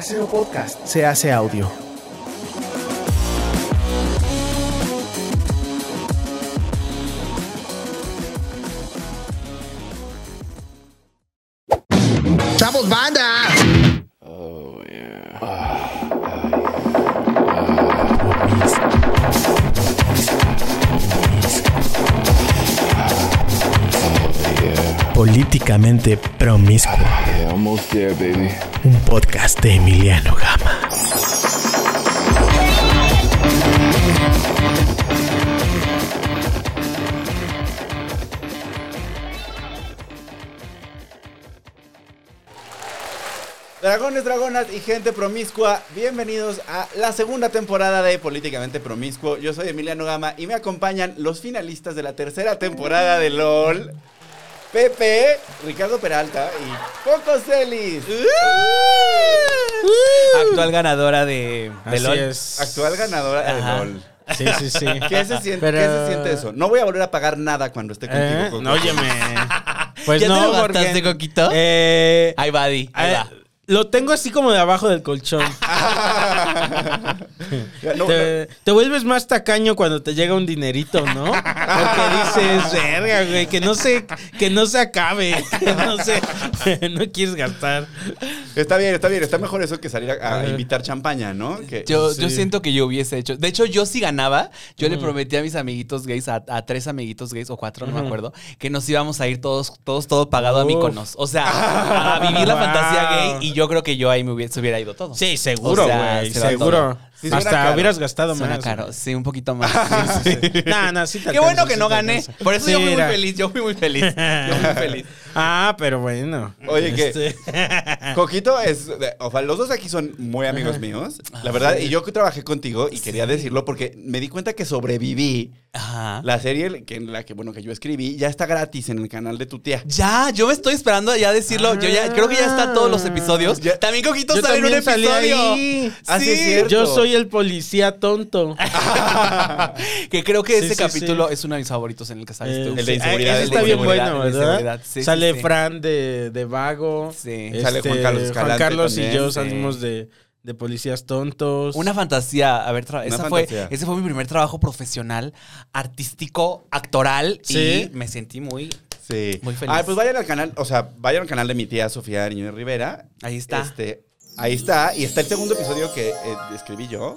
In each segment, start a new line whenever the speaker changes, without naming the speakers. Cero Podcast se hace audio.
¡Chavos, banda!
Políticamente promiscuo.
Yeah, almost there, baby.
Un podcast de Emiliano Gama.
Dragones, dragonas y gente promiscua, bienvenidos a la segunda temporada de Políticamente Promiscuo. Yo soy Emiliano Gama y me acompañan los finalistas de la tercera temporada de LOL. Pepe, Ricardo Peralta y Coco Celis.
¡Uh!
¡Uh!
Actual ganadora de, de
Así
LOL.
es.
Actual ganadora de
Ajá.
LOL.
Sí, sí, sí.
¿Qué se, siente,
Pero-
qué se siente eso? No voy a volver a pagar nada cuando esté contigo,
¿Eh?
Coco.
No, óyeme. Pues
¿Ya
no,
te lo gastaste,
porque-
Coquito?
Eh,
Ahí va, Di. Ahí
eh,
va.
lo tengo así como de abajo del colchón.
Ah,
Ya, no,
te, te vuelves más tacaño cuando te llega un dinerito, ¿no? Porque dices, verga, güey, que no se, que no se acabe. que no se, no quieres gastar.
Está bien, está bien. Está mejor eso que salir a, a invitar champaña, ¿no? Que-
Yo, yo
sí.
siento que yo hubiese hecho. De hecho, yo si ganaba, yo le prometí a mis amiguitos gays, a, a tres amiguitos gays o cuatro, no me acuerdo, que nos íbamos a ir todos, todos, todo pagado a
Uf.
Míconos. O sea, a vivir la
Wow.
fantasía gay y yo creo que yo ahí me hubiese, se hubiera ido todo.
Sí, seguro,
O
güey,
sea, se va
seguro.
todo.
Sí, suena
Hasta
caro.
hubieras gastado
Suena
más.
caro.
güey.
Sí, un poquito más.
Sí, sí. Nah, nah, sí te
Qué
alcanza,
bueno que
sí
no
te
gané.
alcanza.
Por eso
Sí,
yo fui muy
mira.
feliz. Yo fui muy feliz. Yo fui muy feliz.
Ah, pero bueno.
Oye, que-
Este-
Coquito es. O sea, los dos aquí son muy amigos míos. La verdad, y yo que trabajé contigo y quería decirlo porque me di cuenta que sobreviví.
Ajá.
La serie que, en la que, bueno, que yo escribí ya está gratis en el canal de tu tía.
Ya, yo me estoy esperando ya decirlo. Yo ya creo que ya están todos los episodios.
Ya.
También Coquito
Ah. Yo
sale en un
también salí
episodio.
ahí.
Ah, sí, es cierto.
Yo soy el policía tonto.
que creo que
Sí,
ese
sí,
capítulo
sí.
es uno de mis favoritos en Ah, el que sales tú.
El
El de inseguridad.
Eh, Ese
el de
está bien
inseguridad,
bueno,
el de
¿verdad?
inseguridad. Sí,
Sale
sí, sí.
Fran de, de Vago. Este,
Sí.
Sale Juan Carlos Escalante
Juan Carlos y
también,
yo
sí.
salimos de, de policías tontos.
Una fantasía. A ver, tra-
Una
esa
fantasía.
fue, ese fue mi primer trabajo profesional, artístico, actoral.
Sí.
Y me sentí muy.
Sí.
Muy feliz.
Ay, pues vayan al canal, o sea, vayan al canal de mi tía Sofía Niño Rivera.
Ahí está.
Este, ahí está. Y está el segundo episodio que eh, escribí yo,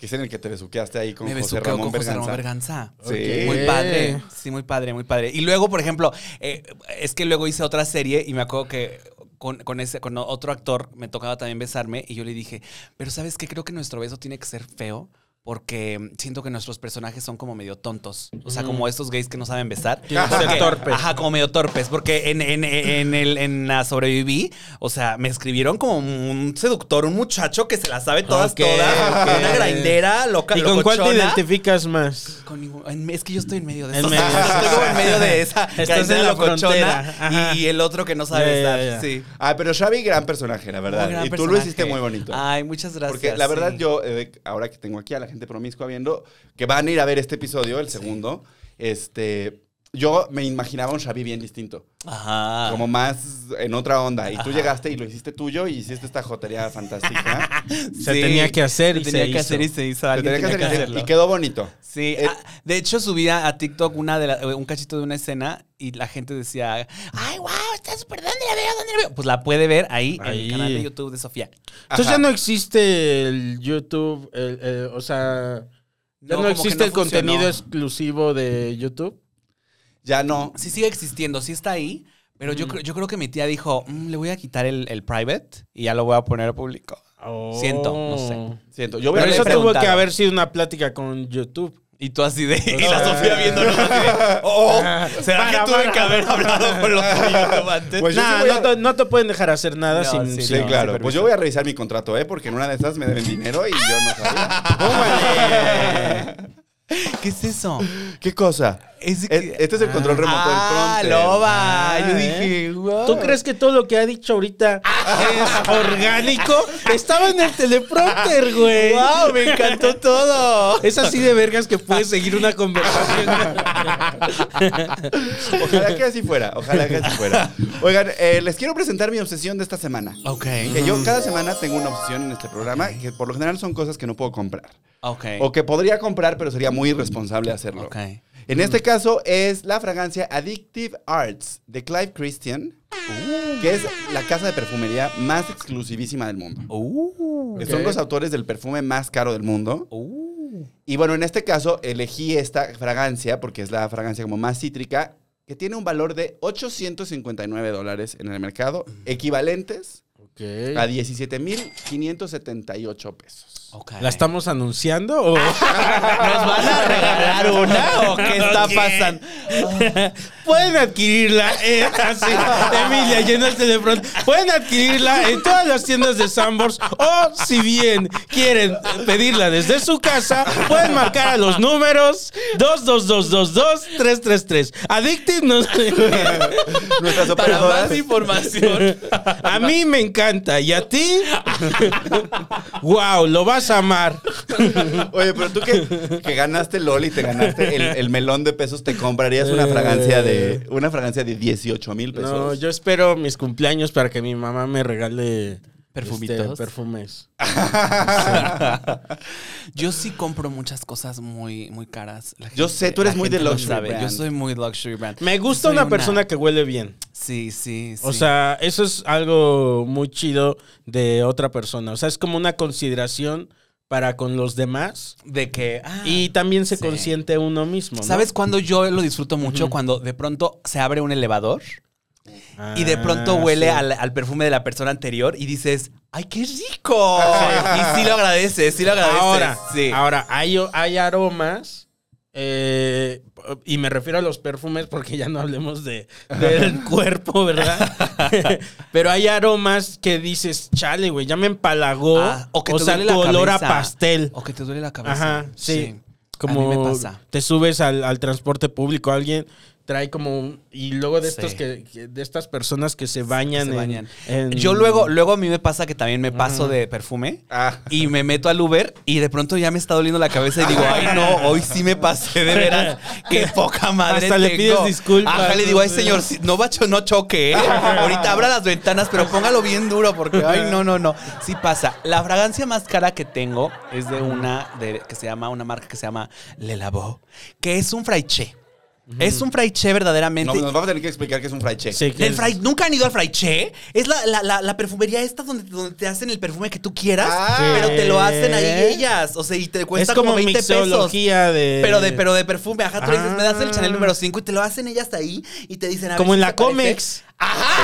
que es en el que te besuqueaste ahí con
me
José
besuqueo
Ramón
con José
Berganza.
Ramón Berganza.
Sí.
Muy padre, sí, muy padre, muy padre. Y luego, por ejemplo, eh, es que luego hice otra serie y me acuerdo que con, con ese, con otro actor me tocaba también besarme y yo le dije, pero ¿sabes qué? Creo que nuestro beso tiene que ser feo porque mm, siento que nuestros personajes son como medio tontos. O sea, como estos gays que no saben besar.
Tienen Mm. que ser
Porque-
torpes.
Ajá, como medio torpes. Porque en, en- en el, en la sobreviví, o sea, me escribieron como un seductor, un muchacho que se la sabe todas,
Ok,
todas.
ok.
Una grindera, loca,
¿Y con cuál te
locochona.
identificas más?
Con ningún- en- es que yo estoy en medio
En
de eso.
medio.
Estoy como en medio de esa.
Estás
carretera
en la
locochona
frontera. Ajá.
Y, y el otro que no sabe
Ya, ya,
estar.
ya.
Sí.
Ay, Ah, pero Xavi, gran personaje, la verdad.
Un gran
y tú lo
personaje. Ah,
hiciste muy bonito.
Ay, muchas gracias.
Porque la verdad
sí.
yo, eh, ahora que tengo aquí a la gente promiscua viendo, que van a ir a ver este episodio, el segundo, este, yo me imaginaba un Xavi bien distinto,
Ajá.
como más en otra onda. Y tú llegaste y lo hiciste tuyo y hiciste esta jotería fantástica.
Se tenía que hacer y
tenía
se
que
hizo.
hacer y se hizo.
Lo
Alguien
tenía que hacer y-
hacerlo.
y quedó bonito.
Sí,
Eh,
ah, de hecho subía a TikTok una de la- un cachito de una escena y la gente decía, ay, wow, está súper, ¿dónde la veo? ¿Dónde la veo? Pues la puede ver ahí, en
Ahí.
el canal de YouTube de Sofía.
Entonces
Ajá.
ya no existe el YouTube, el- el- o sea, ya no,
No, como que
existe
no
el contenido
funcionó.
exclusivo de YouTube.
Ya no.
Sí sigue existiendo, sí está ahí, pero
Mm.
yo, creo- yo creo que mi tía dijo, "Mm, le voy a quitar el, el private y ya lo voy a poner público. Siento, no
Oh.
sé.
Siento. Yo voy a
Pero
le
ver
eso
esta-
tuvo
preguntado.
que haber sido una plática con YouTube.
Y tú así de... Y la
Ah.
sea,
Sofía viéndolo así de... Oh, ¿será
para,
que tuve
para.
que haber hablado con los de YouTube antes?
Pues yo
Nah,
sí voy
no,
a-
te, no te pueden dejar hacer nada
No,
sin...
sí,
Sí,
sin-
no,
claro. Pues
sin permiso.
yo voy a revisar mi contrato, ¿eh? Porque en una de esas me deben dinero y yo no sabía.
¡Tómale!
¿Qué es eso?
¿Qué cosa?
Es de
E-
que-
Este es el control remoto
ah,
del prompter.
loba.
Ah,
Yo
¿eh?
dije, wow.
¿Tú crees que todo lo que ha dicho ahorita es orgánico? Estaba en el teleprompter, güey.
¡Wow! Me encantó todo.
Es así de vergas que puedes seguir una conversación.
Ojalá que así fuera, ojalá que así fuera. Oigan, eh, les quiero presentar mi obsesión de esta semana.
Ok.
Que yo cada semana tengo una obsesión en este programa, que por lo general son cosas que no puedo comprar.
Ok.
O que podría comprar, pero sería muy irresponsable hacerlo.
Ok.
En este caso es la fragancia Addictive Arts de Clive Christian, que es la casa de perfumería más exclusivísima del mundo.
Uh,
Que Son los autores del perfume más caro del mundo.
uh.
Y bueno, en este caso elegí esta fragancia porque es la fragancia como más cítrica, que tiene un valor de 859 dólares en el mercado, equivalentes a 17.578 pesos.
Ok.
¿La estamos anunciando o
¿Nos van a regalar una o qué está
Ok.
pasando?
pueden adquirirla? eh, así, Emilia, llenas de pronto. Pueden adquirirla en todas las tiendas de Sambors o si bien quieren pedirla desde su casa, pueden marcar a los números 22222-333. Addictive nos...
Nuestras
Para
operadoras-
más información.
A mí me encanta y a ti, wow, lo vas a amar.
Oye, pero tú que, que ganaste LOL y te ganaste el, el melón de pesos, ¿te comprarías una fragancia de una fragancia de 18 mil pesos?
Eh. No, yo espero mis cumpleaños para que mi mamá me regale
¿Perfumitos? Ah,
este, perfumes.
Yo sí compro muchas cosas muy, muy caras. La
Yo sé, tú eres
la
muy de
gente lo
luxury brand.
Yo soy muy luxury brand.
Me gusta
Soy
una persona que huele bien.
Sí, sí, sí.
O sea, eso es algo muy chido de otra persona. O sea, es como una consideración para con los demás
de que. ah,
y también se
sí.
consiente uno mismo. ¿no?
¿Sabes cuando yo lo disfruto mucho? Cuando de pronto se abre un elevador y de pronto
Ah,
huele
sí.
al, al perfume de la persona anterior y dices, ¡ay, qué rico! y sí lo agradeces, sí lo agradeces.
Ahora,
sí.
ahora hay, hay aromas. eh, y me refiero a los perfumes porque ya no hablemos de, del cuerpo, ¿verdad? Pero hay aromas que dices, chale, güey, ya me empalagó.
Ah,
o sea, tu olor a pastel.
O que te duele la cabeza.
Ajá, sí.
Como...
Como
A mí me pasa.
te subes al, al transporte público, alguien trae como un- y luego de estos
Sí.
que, que- de estas personas que se bañan,
que se
en-
bañan.
en-
Yo luego, luego a mí me pasa que también me paso de perfume
Ah.
y me meto al Uber y de pronto ya me está doliendo la cabeza y digo, ay no, hoy sí me pasé de veras. Qué poca madre.
Hasta le
tengo".
pides disculpas.
Ajá, le digo, ay señor, si- no bacho, no choque. ¿eh? Ahorita abra las ventanas, pero póngalo bien duro porque, ay no, no, no. Sí pasa. La fragancia más cara que tengo es de una de, que se llama, una marca que se llama Le Labo, que es un fraiche. Es un fraiche verdaderamente.
No, nos vamos a tener que explicar que es un fry check.
Sí, que
Del
es-
fray- ¿Nunca han ido al fraiche? Es la, la- la- la perfumería esta donde, donde te hacen el perfume que tú quieras,
Ah.
pero te lo hacen ahí
Sí.
ellas. O sea, y te
es
cuesta
como,
como, 20 pesos.
mixología de
Pero de, pero de perfume, ajá, tú le dices, me das el
Ah.
Chanel número 5 y te lo hacen ellas ahí y te dicen a ver
Como en
si
la
se parece.
Comex.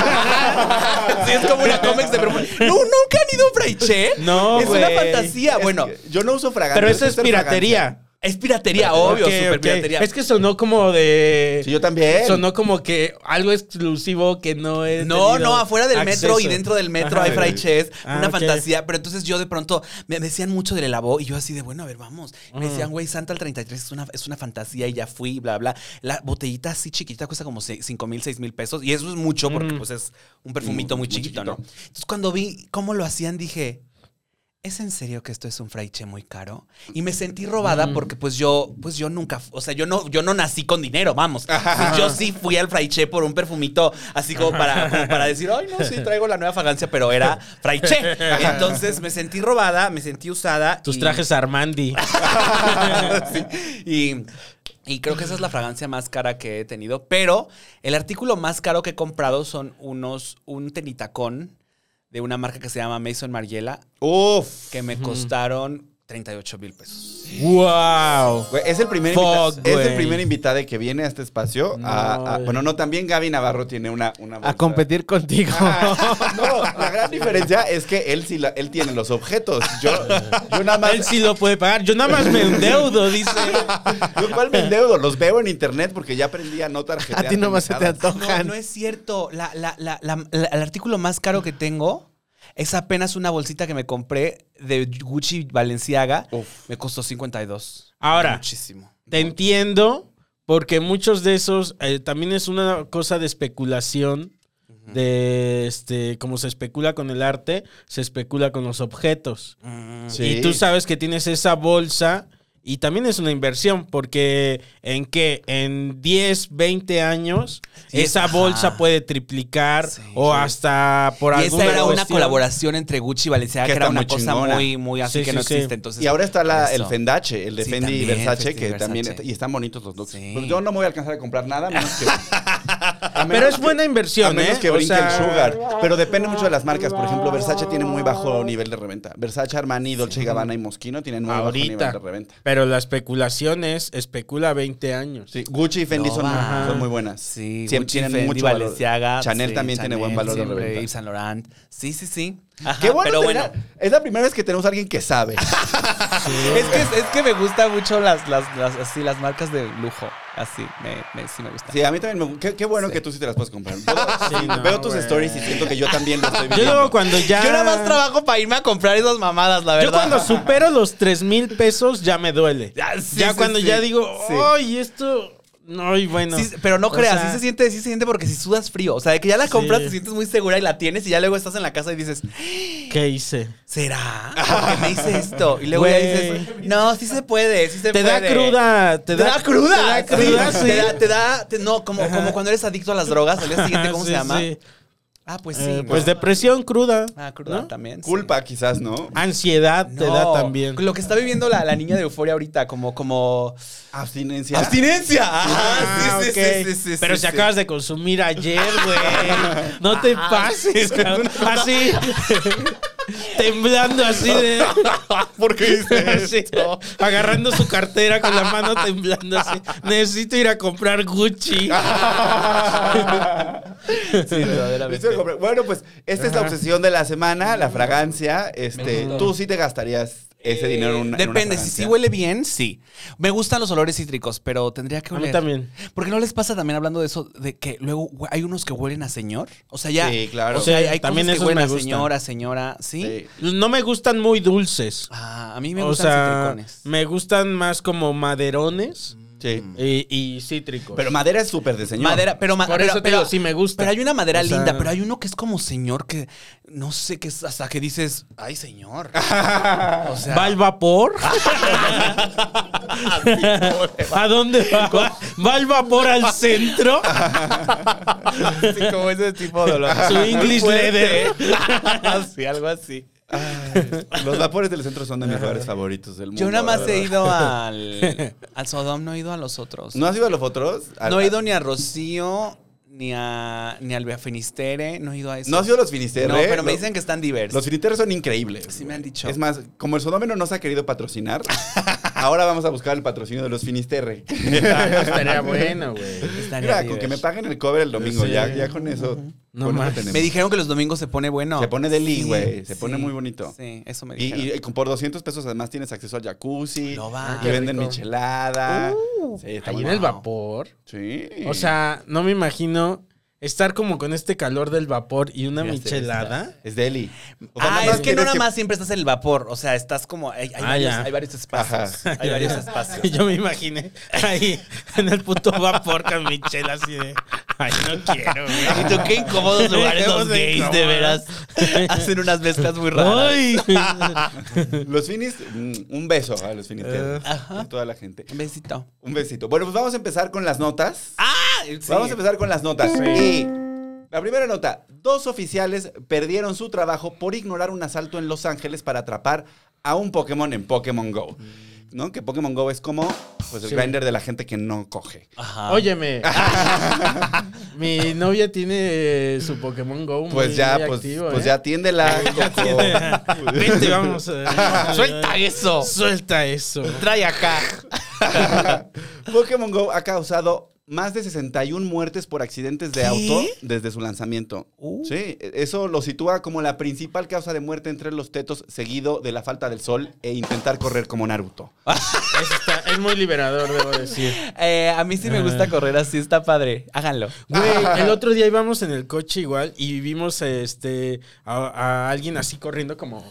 Ajá, ajá. Sí, es como una Comex de perfume. No, nunca han ido a un fraiche.
No,
Es una
güey.
fantasía. bueno,
yo no uso fragancia.
Pero eso es piratería.
es piratería, obvio,
Ok,
super
ok.
piratería.
Es que sonó como de.
Sí, yo también.
Sonó como que algo exclusivo que no es.
No, no, afuera del metro y dentro del metro hay fraiches,
Ah,
una
ok.
fantasía. Pero entonces yo de pronto me decían mucho del elabó y yo así de, bueno, a ver, vamos. Me decían, güey, Santa el 33 es una, es una fantasía y ya fui, bla, bla. La botellita así chiquita cuesta como 5 mil, 6 mil pesos y eso es mucho porque pues es un perfumito muy, chiquito, ¿no? Entonces cuando vi cómo lo hacían dije... ¿Es en serio que esto es un fraiche muy caro? Y me sentí robada
Mm.
porque pues yo, pues yo nunca, fu- o sea, yo no, yo no nací con dinero, vamos. Pues yo sí fui al fraiche por un perfumito, así como para, como para decir, ay no, sí traigo la nueva fragancia, pero era fraiche. Entonces me sentí robada, me sentí usada.
Tus
y-
trajes Armandi.
Sí. Y, y creo que esa es la fragancia más cara que he tenido. Pero el artículo más caro que he comprado son unos, un tenitacón de una marca que se llama Mason Margiela
Uf.
que me costaron 38 mil pesos.
¡Wow!
Güey, es el primer
Fuck,
invita- es el
güey.
primer invitado que viene a este espacio. a- a-
güey.
bueno, no, también Gaby Navarro tiene una, una
A
bolsa.
competir contigo.
No, la gran diferencia es que él sí la- él tiene los objetos. Yo, yo nada más
Él sí lo puede pagar. Yo nada más me endeudo, dice.
Yo cuál me endeudo, los veo en internet porque ya aprendí a no tarjetear.
A ti nomás se te
pendejadas.
No,
antojan.
no es cierto. La- la- la- la- la- el artículo más caro que tengo es apenas una bolsita que me compré de Gucci Valenciaga. Me costó 52.
Ahora.
Muchísimo.
Te entiendo, porque muchos de esos eh, también es una cosa de especulación. De este, como se especula con el arte, se especula con los objetos.
Mm.
Y tú sabes que tienes esa bolsa y también es una inversión, porque en qué, en 10, 20 años,
Sí,
esa
ajá.
bolsa puede triplicar
Sí.
o hasta por
Y
alguna
esa era una
cuestión.
colaboración entre Gucci y Balenciaga,
Que
que, era
está
una
muy
cosa
chingona.
muy, muy así
Sí,
que
sí,
no
sí.
existe. Entonces,
Y ahora está la-
eso.
el Fendache, el de
Sí,
Fendi
también,
Versace,
Fendi
que también.
Versace.
Y están bonitos los looks.
Sí.
Pues yo no me voy a alcanzar a comprar nada, a menos que. a menos
Pero es
que-
buena inversión,
a menos
¿eh?
que
O
brinque
sea,
el sugar. Pero depende mucho de las marcas. Por ejemplo, Versace tiene muy
Oh.
bajo nivel de reventa. Versace, Armani, Dolce y Gabbana y Moschino tienen muy bajo
Ahorita.
nivel de reventa.
Pero la especulación es, especula 20 años.
Sí, Gucci y Fendi
No,
son,
va.
son muy buenas.
Sí,
Siempre
Gucci,
tienen
Fendi,
mucho valor.
Balenciaga.
Chanel
sí,
también tiene buen
Chanel,
valor
siempre,
de reventa.
Yves Saint Laurent. Sí, sí, sí. Ajá,
Qué bueno,
pero
tener-
bueno.
Es la primera vez que tenemos a alguien que sabe.
Es que, es que me gustan mucho las, las, las, así, las marcas de lujo. Así, me, me- sí me gustan.
Sí, a mí también me gu- Qué, qué bueno
Sí.
que tú sí te las puedes comprar. Veo,
Sí, no,
veo tus
güey.
stories y siento que yo también lo estoy
Yo
viviendo.
luego cuando ya...
Yo nada más trabajo para irme a comprar esas mamadas, la verdad.
Yo cuando supero los 3 mil pesos ya me duele.
Ya, sí,
ya
sí,
cuando
sí.
ya digo,
Sí.
ay, esto... Ay, bueno.
Sí, pero no
O
creas,
sea,
sí se siente, sí se siente porque si sudas frío. O sea, de que ya la compras,
Sí.
te sientes muy segura y la tienes y ya luego estás en la casa y dices,
¿Qué hice?
¿será? ¿Por qué me hice esto? Y luego
Güey.
ya dices, no, sí se puede, sí se
Te
puede.
da cruda.
Te da cruda.
Te da cruda,
sí.
sí.
Te da, te da- te- no, como, como cuando eres adicto a las drogas, al día siguiente, ¿cómo
Sí,
se llama?
sí.
Ah, pues sí.
Eh,
¿no?
pues depresión cruda.
Ah, cruda
¿no?
también. sí.
Culpa, quizás, ¿no?
Ansiedad te
No,
da también.
Lo que está viviendo la, la niña de euforia ahorita, como, como.
Abstinencia.
¡Abstinencia!
Ah,
Ajá, sí, sí,
ok.
sí, sí, sí,
Pero
sí,
si
sí.
acabas de consumir ayer, güey. No te
Ah,
pases, cabrón. Así. temblando así de.
¿Por qué hice
así, agarrando su cartera con la mano temblando así. Necesito ir a comprar Gucci.
Sí, verdaderamente.
Listo, compré. Bueno, pues esta es la obsesión de la semana, la fragancia. Este, tú sí te gastarías ese dinero en una en una
Depende, si sí
fragancia.
huele bien, sí. Me gustan los olores cítricos, pero tendría que
A mí
oler.
también.
Porque no les pasa también hablando de eso, de que luego hue- hay unos que huelen a señor. O sea, ya.
Sí, claro.
O sea, hay, hay
También
cosas que
esos
huelen
me
a
gustan.
señora, señora, ¿sí?
Sí.
No me gustan muy dulces.
Ah, a mí me
o
gustan
sea,
citricones.
me gustan más como maderones
Mm.
Sí.
y, y cítricos.
Mm. Pero madera es súper de señor.
Madera, pero ma-
Por
pero-
eso te
pero-
digo, sí me gusta.
Pero hay una madera
O sea-
linda, pero hay uno que es como señor que no sé qué es, hasta que dices, ay señor. o sea,
¿Va al vapor? ¿A dónde va? ¿Va al vapor al centro?
así como ese tipo de olor.
Su English leather.
sí, algo así.
Los vapores del centro son de mis lugares favoritos del mundo.
Yo nada
la
más he
verdad.
ido al, al Sodom, no he ido a los otros.
¿No has ido a los otros? A-
No he ido ni a Rocío, ni a ni al Beafinistere, no he ido a eso.
¿No has ido a los Finisterre?
No, pero me
Los-
dicen que están diversos.
Los finiteros son increíbles.
Sí me han dicho.
Es más, como el Sodómeno no se ha querido patrocinar, ahora vamos a buscar el patrocinio de los Finisterre.
Estaría bueno, güey.
Estaría
Mira, con
divers.
que me paguen el cover el domingo,
Sí.
ya, ya con eso.
No
con eso
más.
tenemos.
Me dijeron que los domingos se pone bueno.
Se pone deli,
Sí,
güey. Se pone
sí,
muy bonito.
Sí, eso me
Y,
dijeron.
y- y con- por 200 pesos además tienes acceso al jacuzzi.
No va.
Y
Qué
venden
rico.
michelada.
Uh.
sí, está
Ahí
muy
en el
bueno.
vapor.
Sí.
O sea, no me imagino estar como con este calor del vapor y una
Ya sé,
michelada.
Es deli. O sea,
ah,
nada
es
más
que no
tienes
nada más siempre estás en el vapor. O sea, estás como. Hay, hay
Ah,
varios,
ya.
hay varios espacios. Hay varios espacios.
Yo me imaginé ahí en el puto vapor con michela así de... Ay, no quiero,
Y
güey.
tú, qué incómodos lugares
Estamos
los gays, de
incómodos.
veras. Hacen unas mezclas muy raras.
Ay.
Los finis, mm, un beso a los
Eh.
finiteros.
Ajá.
A toda la gente.
Un besito.
Un besito. Bueno, pues vamos a empezar con las notas.
¡Ah!
Vamos a empezar con las notas. Y la primera nota: dos oficiales perdieron su trabajo por ignorar un asalto en Los Ángeles para atrapar a un Pokémon en Pokémon Go. ¿No? Que Pokémon Go es como pues, el
Sí.
grinder de la gente que no coge.
Ajá.
Óyeme. mi novia tiene eh, su Pokémon Go. muy-
Pues ya,
muy
pues,
activo,
pues
¿eh?
ya atiéndela. Coco.
Vente, vamos. eh.
Suelta eso.
Suelta eso.
Trae acá.
Pokémon Go ha causado más de 61 muertes por accidentes de
¿Qué?
auto desde su lanzamiento.
Uh.
Sí, e, eso lo sitúa como la principal causa de muerte entre los tetos, seguido de la falta del sol e intentar correr como Naruto.
Eso está- es muy liberador, debo decir.
Eh, a mí sí me gusta correr así, está padre. Háganlo.
Güey, el otro día íbamos en el coche igual y vimos este, a, a alguien así corriendo como...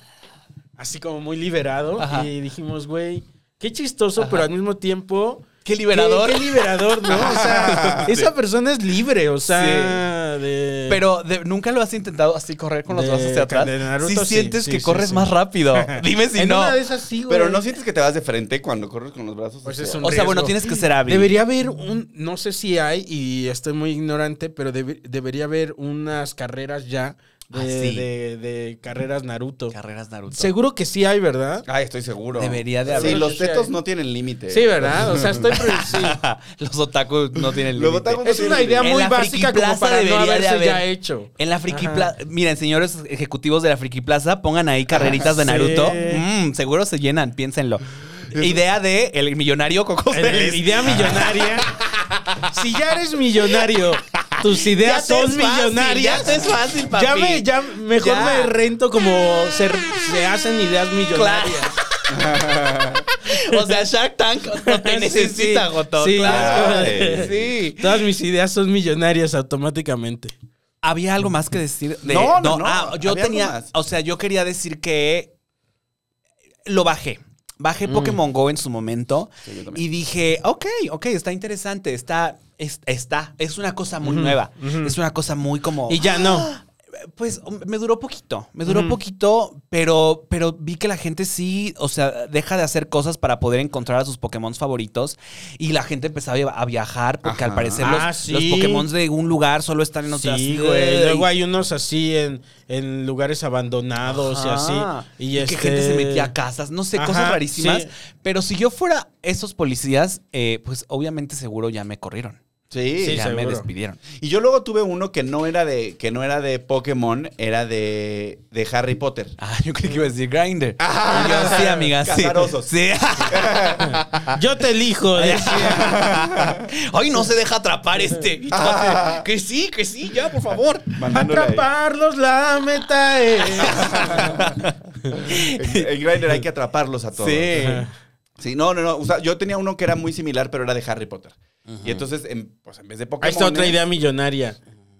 Así como muy liberado.
Ajá.
Y dijimos, güey, qué chistoso, pero al mismo tiempo...
Qué liberador.
Qué, qué liberador, ¿no? O sea, esa persona es libre, o sea, de-
Pero de- nunca lo has intentado así correr con los
De-
brazos hacia atrás.
de Naruto,
si
sí,
sientes
sí,
que
sí,
corres
sí.
más rápido. Dime si
en
no.
una de esas sí, güey.
Pero no sientes que te vas de frente cuando corres con los brazos.
Pues
hacia-
es un-
O sea, bueno,
riesgo.
tienes que ser hábil.
Debería haber un, no sé si hay, y estoy muy ignorante, pero debe- debería haber unas carreras ya de,
Ah, sí.
de- de carreras Ah, Naruto.
Carreras Naruto.
Seguro que sí hay, ¿verdad?
Ay, estoy seguro.
Debería de
Sí,
haber.
los
Sí,
tetos
hay.
no tienen límite.
Sí, ¿verdad? O sea, estoy... pre- sí.
los otakus no tienen
Los
límite.
otakus-
Es una idea
En
muy
la
básica como
Friki Plaza
para no
debería de
haberse ya
haber.
hecho.
En la Friki
Ajá.
Plaza. Miren, señores ejecutivos de la Friki Plaza, pongan ahí carreritas de
Sí.
Naruto. Mm, seguro se llenan, piénsenlo. Idea de el millonario Coco
En la
Celis.
idea millonaria. si ya eres millonario, tus ideas
Ya te
son
es fácil,
millonarias.
ya te es fácil, papi.
Ya me, ya mejor
Ya.
me rento como se, se hacen ideas millonarias.
O sea, Shark Tank no te
Sí,
necesita,
sí.
Joto.
Sí,
claro.
Ah,
ya es como de-
eh,
Sí.
Todas mis ideas son millonarias automáticamente.
Había algo más que decir. de-
No, no, no.
ah,
Había
yo
algo
tenía.
más.
O sea, yo quería decir que lo bajé. Bajé Pokémon Go en su momento
Mm. yo también.
y dije, ok, ok, está interesante, está, es- está, es una cosa muy nueva, es una cosa muy como...
Y ya no.
Pues me duró poquito, me duró poquito, pero, pero vi que la gente sí, o sea, deja de hacer cosas para poder encontrar a sus Pokémon favoritos y la gente empezaba a viajar porque al
Ajá.
parecer los,
Ah, sí.
los Pokémon de un lugar solo están en otras
Sí,
y-
güey. Luego hay unos así en, en lugares abandonados y
Ajá.
así.
Y,
Y,
que
este-
gente se metía a casas, no sé, cosas
Ajá,
rarísimas.
sí.
Pero si yo fuera esos policías, eh, pues obviamente seguro ya me corrieron.
Sí.
Sí,
ya me
seguro.
despidieron.
Y yo luego tuve uno que no era de, que no era de Pokémon, era de, de Harry Potter.
Ah, yo creí que iba a decir Grinder.
Ah.
yo sí, amiga, sí.
Casarosos.
Sí.
Yo te elijo. decía.
Ay, no se deja atrapar este. que sí, que sí, ya, por favor.
Mandándole ahí.
Atraparlos, la meta es.
En, en Grindr hay que atraparlos a todos.
Sí.
Sí, no, no, no. O sea, yo tenía uno que era muy similar, pero era de Harry Potter. Y entonces, en, pues en vez de Pokémon.
Ahí está otra idea millonaria.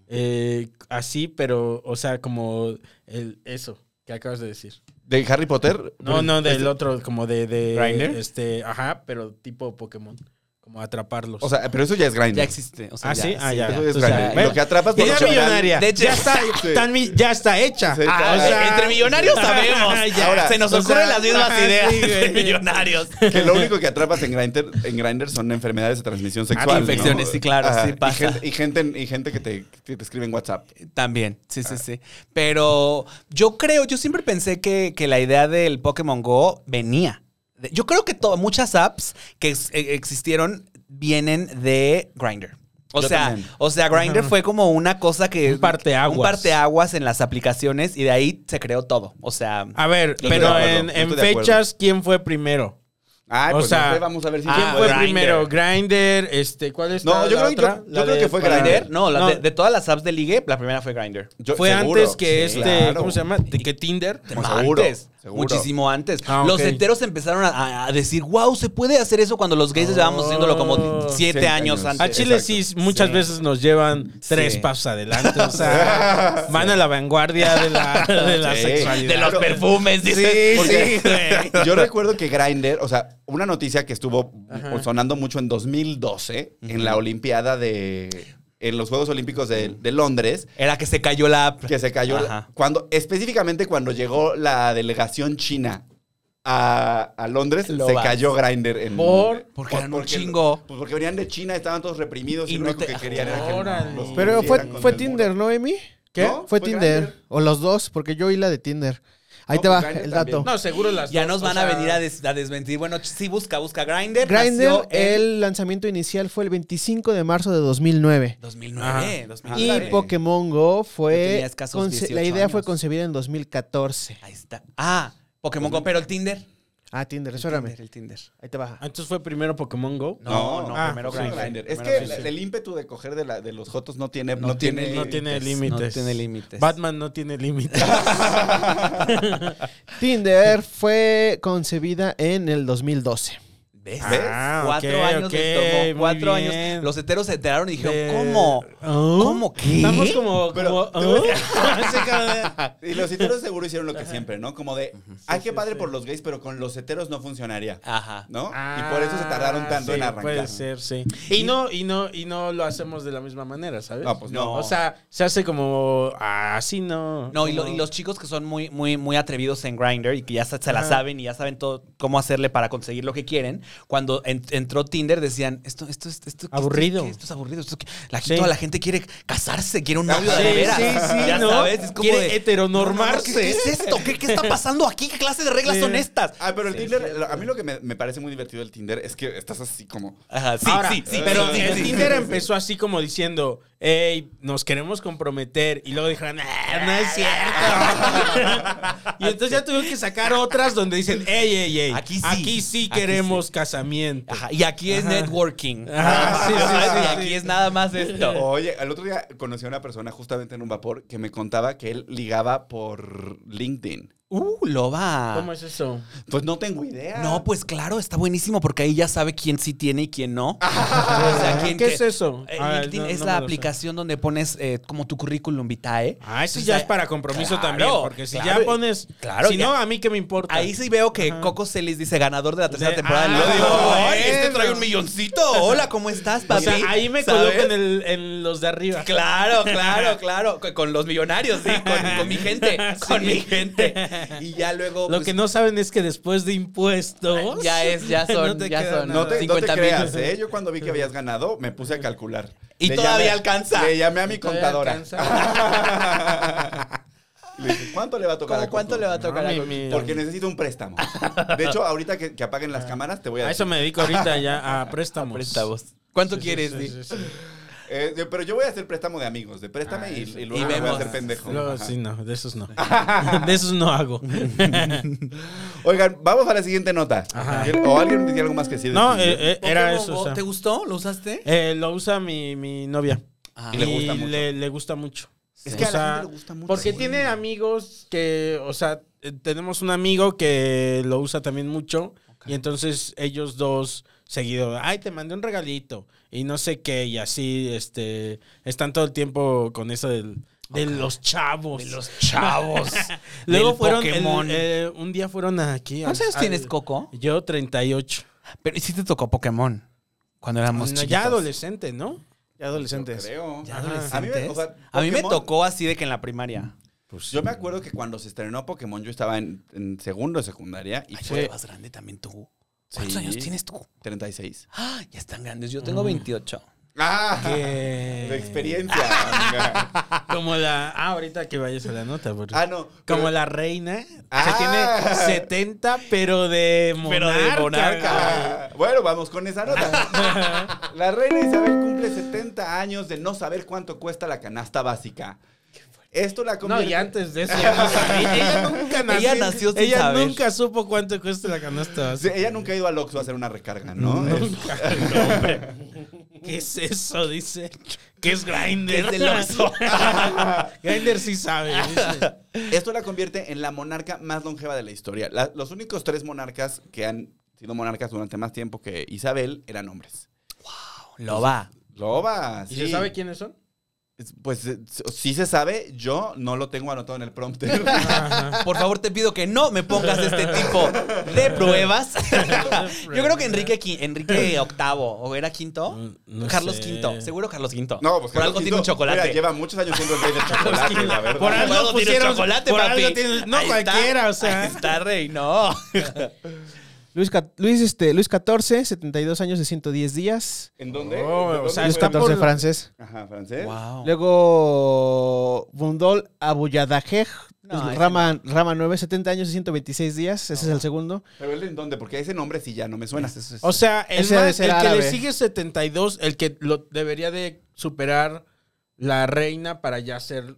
Eh, así, pero, o sea, como el, eso que acabas de decir.
¿De Harry Potter? Pues,
No, no, del otro, como de. de
¿Grindr?
Este, ajá, pero tipo Pokémon. Como atraparlos.
O sea, pero eso ya es Grindr.
Ya existe. O sea,
ah, sí, ah, ya.
eso
ya.
es
O sea,
grande.
bueno,
Lo que atrapas por
idea
lo general-
millonaria.
de hecho-
ya, está,
Sí.
tan mi- Ah, ya está hecha.
Sí, está- O
Ah,
sea,
entre millonarios sabemos.
Ya.
Ahora, se nos
O sea,
ocurren las mismas
ajá,
ideas
sí,
de
güey.
millonarios.
Que lo único que atrapas en Grindr, en Grindr son enfermedades de transmisión sexual.
Ah, infecciones,
¿no?
sí, claro, sí,
y
pasa.
gente- Y gente, y gente que, te, que te escribe en WhatsApp.
También, sí, sí, sí. Pero yo creo, yo siempre pensé que, que la idea del Pokémon Go venía. de- Yo creo que to- muchas apps que ex- eh, existieron vienen de Grindr. O
Yo
sea,
también.
o sea, Grindr fue como una cosa que...
Un parteaguas.
Un parteaguas en las aplicaciones y de ahí se creó todo. O sea...
A ver,
Yo estoy de
pero
acuerdo,
en,
yo
en
estoy de acuerdo.
fechas, ¿quién fue primero?
Ay,
O
pues
sea,
no sé, vamos a ver si
ah,
se
¿Quién
puede.
fue
Grindr.
primero? Grinder, este, ¿cuál es
No, yo
la
creo-
otra?
yo- yo
La
creo
de
que fue
para-
Grindr, no, la
No.
De, de todas las apps de ligue, la primera fue Grindr.
Yo-
Fue
seguro.
antes que
Sí,
este,
claro.
¿cómo se llama? De que Tinder.
Pues seguro,
antes,
seguro.
muchísimo antes.
Ah, ok.
Los heteros empezaron a, a decir, wow, se puede hacer eso cuando los gays llevábamos haciéndolo como siete
Siete
años,
años.
antes.
Oh, A Chile
Exacto.
sí, muchas
Sí.
veces nos llevan tres
Sí.
pasos adelante. O sea, van a la vanguardia de la, de la
Sí.
sexualidad.
De los perfumes, dices.
Sí,
porque-
sí, Yo recuerdo que Grindr, o sea, una noticia que estuvo pues, sonando mucho en 2012 en la Olimpiada de. en los Juegos Olímpicos de, de Londres,
Era que se cayó la app.
que se cayó.
Ajá.
Cuando, específicamente cuando llegó la delegación china a, a Londres,
Lo
se
vas.
cayó Grindr. En,
¿Por?
Porque eran un chingo.
Pues porque venían de China, estaban todos reprimidos y,
Y
lo
no
único
te-
que querían era que
Órale.
los
Pero fue,
pusieran contra
fue
el muro.
Tinder, ¿no, Emi?
¿Qué?
¿No?
Fue
Fue Tinder.
Grindr.
O los dos, porque yo oí la de Tinder. Ahí
No,
te
pues
va
Grindr
el
también.
dato.
No, seguro las
Ya
dos,
nos
o
van a
sea,
venir a, des- a desmentir. Bueno, ch- sí, busca, busca Grindr.
Grindr,
nació en
el lanzamiento inicial fue el 25 de marzo de 2009.
2009. 2009.
Y
Ándale.
Pokémon Go
Yo tenía
fue.
escasos
conce-
18
la idea fue
años.
concebida en 2014.
Ahí está. Ah, Pokémon Go, pero el Tinder.
Ah, Tinder,
El Tinder,
espérame.
el Tinder.
Ahí te baja.
Ah, Entonces fue primero Pokémon Go.
No, no,
Ah,
primero
Fue
Grindr.
Grindr. Es
Primero
que
Grindr.
el- el ímpetu de coger de, la- de los jotos no tiene...
No tiene
No tiene límites.
límites, no tiene límites.
Batman no tiene límites.
Tinder fue concebida en el 2012.
¿Ves?
¿Ves? Ah,
cuatro
ok,
años
ok,
les
muy
tomó. Cuatro
bien.
años. Los heteros se enteraron y dijeron,
Ver-
¿cómo?
¿Oh?
¿Cómo qué?
Estamos como.
Pero,
como,
te voy a-
¿oh? Así como de-
Y los heteros seguro hicieron lo que siempre, ¿no? Como de, ay, qué padre por los gays, pero con los heteros no funcionaría,
Ajá.
¿no? y por eso se tardaron tanto
Ah,
en
sí,
arrancar.
Puede ser, sí. Y no, y no, y no lo hacemos de la misma manera, ¿sabes?
No, pues no.
O sea, se hace como ah, así no.
No, y, lo-
como-
y los chicos que son muy, muy, muy atrevidos en Grindr y que ya se, se la
Ajá.
saben y ya saben todo cómo hacerle para conseguir lo que quieren, cuando en- entró Tinder decían, esto, esto, es- esto, esto-
Aburrido.
¿qué? Esto, es aburrido. esto que- la,
Sí.
Toda la gente quiere casarse, quiere un
Ah,
novio
Sí,
de veras.
sí, sí,
ya
¿no?
sabes, es como
Quiere
de-
heteronormarse.
No, no, no, ¿qué, qué es esto? ¿Qué, qué está pasando aquí? ¿Qué clase de reglas
Sí.
son estas?
Ah, pero el
Sí,
Tinder,
sí.
lo- a mí lo que me, me parece muy divertido del Tinder es que estás así como...
Ajá, sí,
Ahora, eh,
sí, sí,
pero
sí,
el
sí, sí,
Tinder
sí, sí.
empezó así como diciendo, hey, nos queremos comprometer. Y luego dijeron, "Ah, no es cierto. y entonces ya tuvieron que sacar otras donde dicen, hey, hey, hey,
Aquí
aquí sí,
sí. Aquí
queremos casamiento.
Ajá, y aquí es networking.
Ajá, sí, sí,
Ajá,
sí,
y
sí.
aquí es nada más esto.
Oye, el otro día conocí a una persona justamente en un vapor que me contaba que él ligaba por LinkedIn.
Uh, lo va.
¿Cómo es eso?
Pues no tengo idea.
No, pues claro, está buenísimo porque ahí ya sabe quién sí tiene y quién no. O sea, quién
Ah, ¿Qué
que-
es eso?
Eh,
Ah,
LinkedIn
no-
es
no
la
me lo sé.
aplicación donde pones eh, como tu currículum vitae.
Ah, eso
Entonces,
ya es
ahí-
para compromiso
Claro,
también, porque si
claro.
ya pones,
Claro,
si
ya.
no, a mí qué me importa.
Ahí sí veo que Coco Celis dice ganador de la tercera
De-
temporada.
Ah,
Lo digo,
bueno.
"Ay, este trae un milloncito. Hola, ¿cómo estás,
O
papi?
sea, ahí me
¿Sabes?
coloco en, el- en los de arriba.
Claro, claro, claro. Con- Con los millonarios, sí. Con, con mi gente. Con
Sí.
mi gente. Y ya luego.
Lo
pues,
que no saben es que después de impuestos.
Ya es, ya son,
te
ya
queda
son.
nada.
No te, no te
50 mil.
creas, ¿eh? Yo cuando vi que habías ganado, me puse a calcular.
Y todavía
llamé-
alcanza.
Le llamé a mi
Todavía
contadora.
alcanza.
Le dije, ¿cuánto le va a tocar
¿Cómo
a
cuánto
Coco?
le va a tocar a
Mami,
Coco?
mi-
Porque necesito un préstamo. De hecho, ahorita que, que apaguen
Ah.
las cámaras, te voy a
A eso
decir.
me dedico ahorita ya, a préstamos.
Préstamos. ¿Cuánto quieres?
Sí, sí,
Di?
sí.
Eh, yo- pero yo voy a hacer préstamo de amigos, de
Ah,
préstame y, y luego
Y
me voy a
vemos.
hacer pendejo.
Luego,
Ajá.
sí, no, de esos no. De esos no hago.
Oigan, vamos a la siguiente nota.
Ajá.
O alguien tiene algo más que decir. de
No,
Tinder?
eh, eh, era
Pokémon
eso.
Go,
o sea.
¿Te gustó? ¿Lo usaste?
Eh, lo usa mi, mi novia.
Ah.
Y le gusta mucho.
Le, le gusta mucho.
es que a
O
la
sea,
gente le gusta mucho.
Porque tiene amigos que, o sea, eh, tenemos un amigo que lo usa también mucho. Y entonces ellos dos seguido, ay, te mandé un regalito. Y no sé qué, y así, este, están todo el tiempo con eso del- de los chavos.
De los chavos.
Luego
del
fueron, el-
Pokémon.
eh, un día fueron aquí.
¿Cuántos
al-
años
al-
tienes, Coco?
Yo 38.
Pero sí te tocó Pokémon cuando éramos
No,
chiquitos.
ya adolescente, ¿no?
Ya adolescentes.
Creo.
Ya
Ajá.
adolescentes.
A mí, me, o sea,
A mí me
Pokémon-
tocó así de que en la primaria.
pues,
Yo me acuerdo que cuando se estrenó Pokémon, yo estaba en, en segundo de secundaria y
Ay,
fue
yo era más grande también tú. ¿Cuántos
Sí.
años tienes tú? Mm.
36.
Ah, ya están grandes. Yo tengo 28.
¡Ah!
Que-
De experiencia. amiga.
Como la. Ah, ahorita que vayas a la nota. porque-
ah, no.
Como
pero-
la reina.
Ah.
Se tiene 70, pero de
Pero
monarca.
de monarca.
Ah, Bueno, vamos con esa nota. La reina Isabel cumple 70 años de no saber cuánto cuesta la canasta básica. Esto la
No,
convierte...
y antes de eso ya no sabía. Ella nunca nació.
Ella nació sin
ella
saber.
nunca supo cuánto cuesta la canasta
Sí,
básica.
ella nunca ha ido al Oxxo a hacer una recarga, ¿no? Es-
¿Qué es eso? Dice. ¿Qué es
Es
Grindr?
del Oxxo.
Grindr sí sabe. dice.
Esto la convierte en la monarca más longeva de la historia. La- los únicos tres monarcas que han sido monarcas durante más tiempo que Isabel eran hombres.
Lo va.
Loba,
¿Y
sí.
se sabe quiénes son?
Es- Pues eh, sí se sabe, yo no lo tengo anotado en el prompter.
Por favor, te pido que no me pongas este tipo de pruebas. Yo creo que Enrique, qui- Enrique VIII, ¿o era quinto?
Mm, No
Carlos
sé.
V, seguro Carlos V.
No, pues
Por algo
Carlos
tiene un
Quinto,
chocolate.
mira, lleva muchos años siendo el rey del chocolate, la verdad.
Pues Por algo
tiene
pusieron-
chocolate,
por
papi.
algo tiene- no cualquiera,
está,
o sea.
ahí está rey, no.
¿Eh?
Luis, Ca- Luis, este, Luis 14, 72 años de 110 días.
¿En dónde?
Oh,
¿En
o
dónde?
sea,
Luis
está por
14
lo-
francés.
Ajá, francés.
Wow.
Luego, Bundol Abuyadajej,
No, ese
Rama, Rama 9, 70 años y 126 días. Ese es el segundo.
Pero él en dónde, porque ese nombre sí ya no me suena.
O sea, el,
Ese
más-
debe ser
el que
árabe.
le sigue 72, el que lo debería de superar la reina para ya ser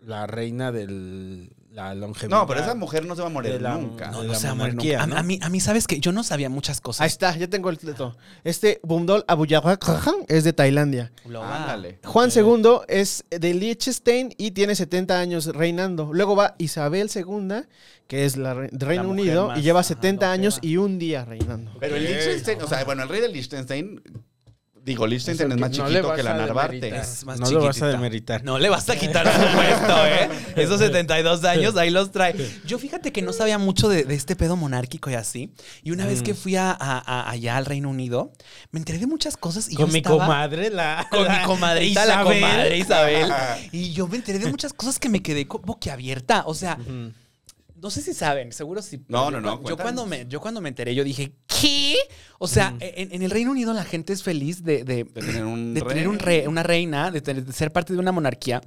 la reina del la longevidad.
No, pero esa mujer no se va a morir
de la-
nunca.
no,
No,
de
no
la
se va a morir
monarquía,
nunca. A-
¿no?
A, mí, a mí, ¿sabes que Yo no sabía muchas
Ahí
cosas.
está, ya tengo el dato. Este Bumdol Abuyakrajan es de Tailandia.
Ándale.
Juan II es de Liechtenstein y tiene 70 años reinando. Luego va Isabel II, que es la re- de Reino
mujer
Unido,
más,
y lleva
ajá,
70 años
longeva.
y un día reinando.
Pero el Liechtenstein, o sea, bueno, el rey de Liechtenstein, digo, Liechtenstein es
que
más
no
chiquito
le vas
que
a
la
demeritar.
Narvarte.
Es más
No lo vas a
chiquitita.
demeritar.
No le vas a quitar su puesto, ¿eh? Esos 72 años ahí los trae. Yo fíjate que no sabía mucho de, de este pedo monárquico y así. Y una
Mm.
vez que fui a, a- a- allá al Reino Unido, me enteré de muchas cosas y
Con
yo
mi
estaba-
comadre, la.
Con mi
la
comadrita, la
Isabel.
comadre Isabel. Y yo me enteré de muchas cosas que me quedé co- boquiabierta. O sea, no sé si saben, seguro si.
No, no, no,
Yo
cuéntanos.
cuando, me, yo cuando me enteré, yo dije, ¿qué? O sea, en, en el Reino Unido la gente es feliz de, de-
De tener un
de
rey.
tener un re- una reina, de, tener- de ser parte de una monarquía.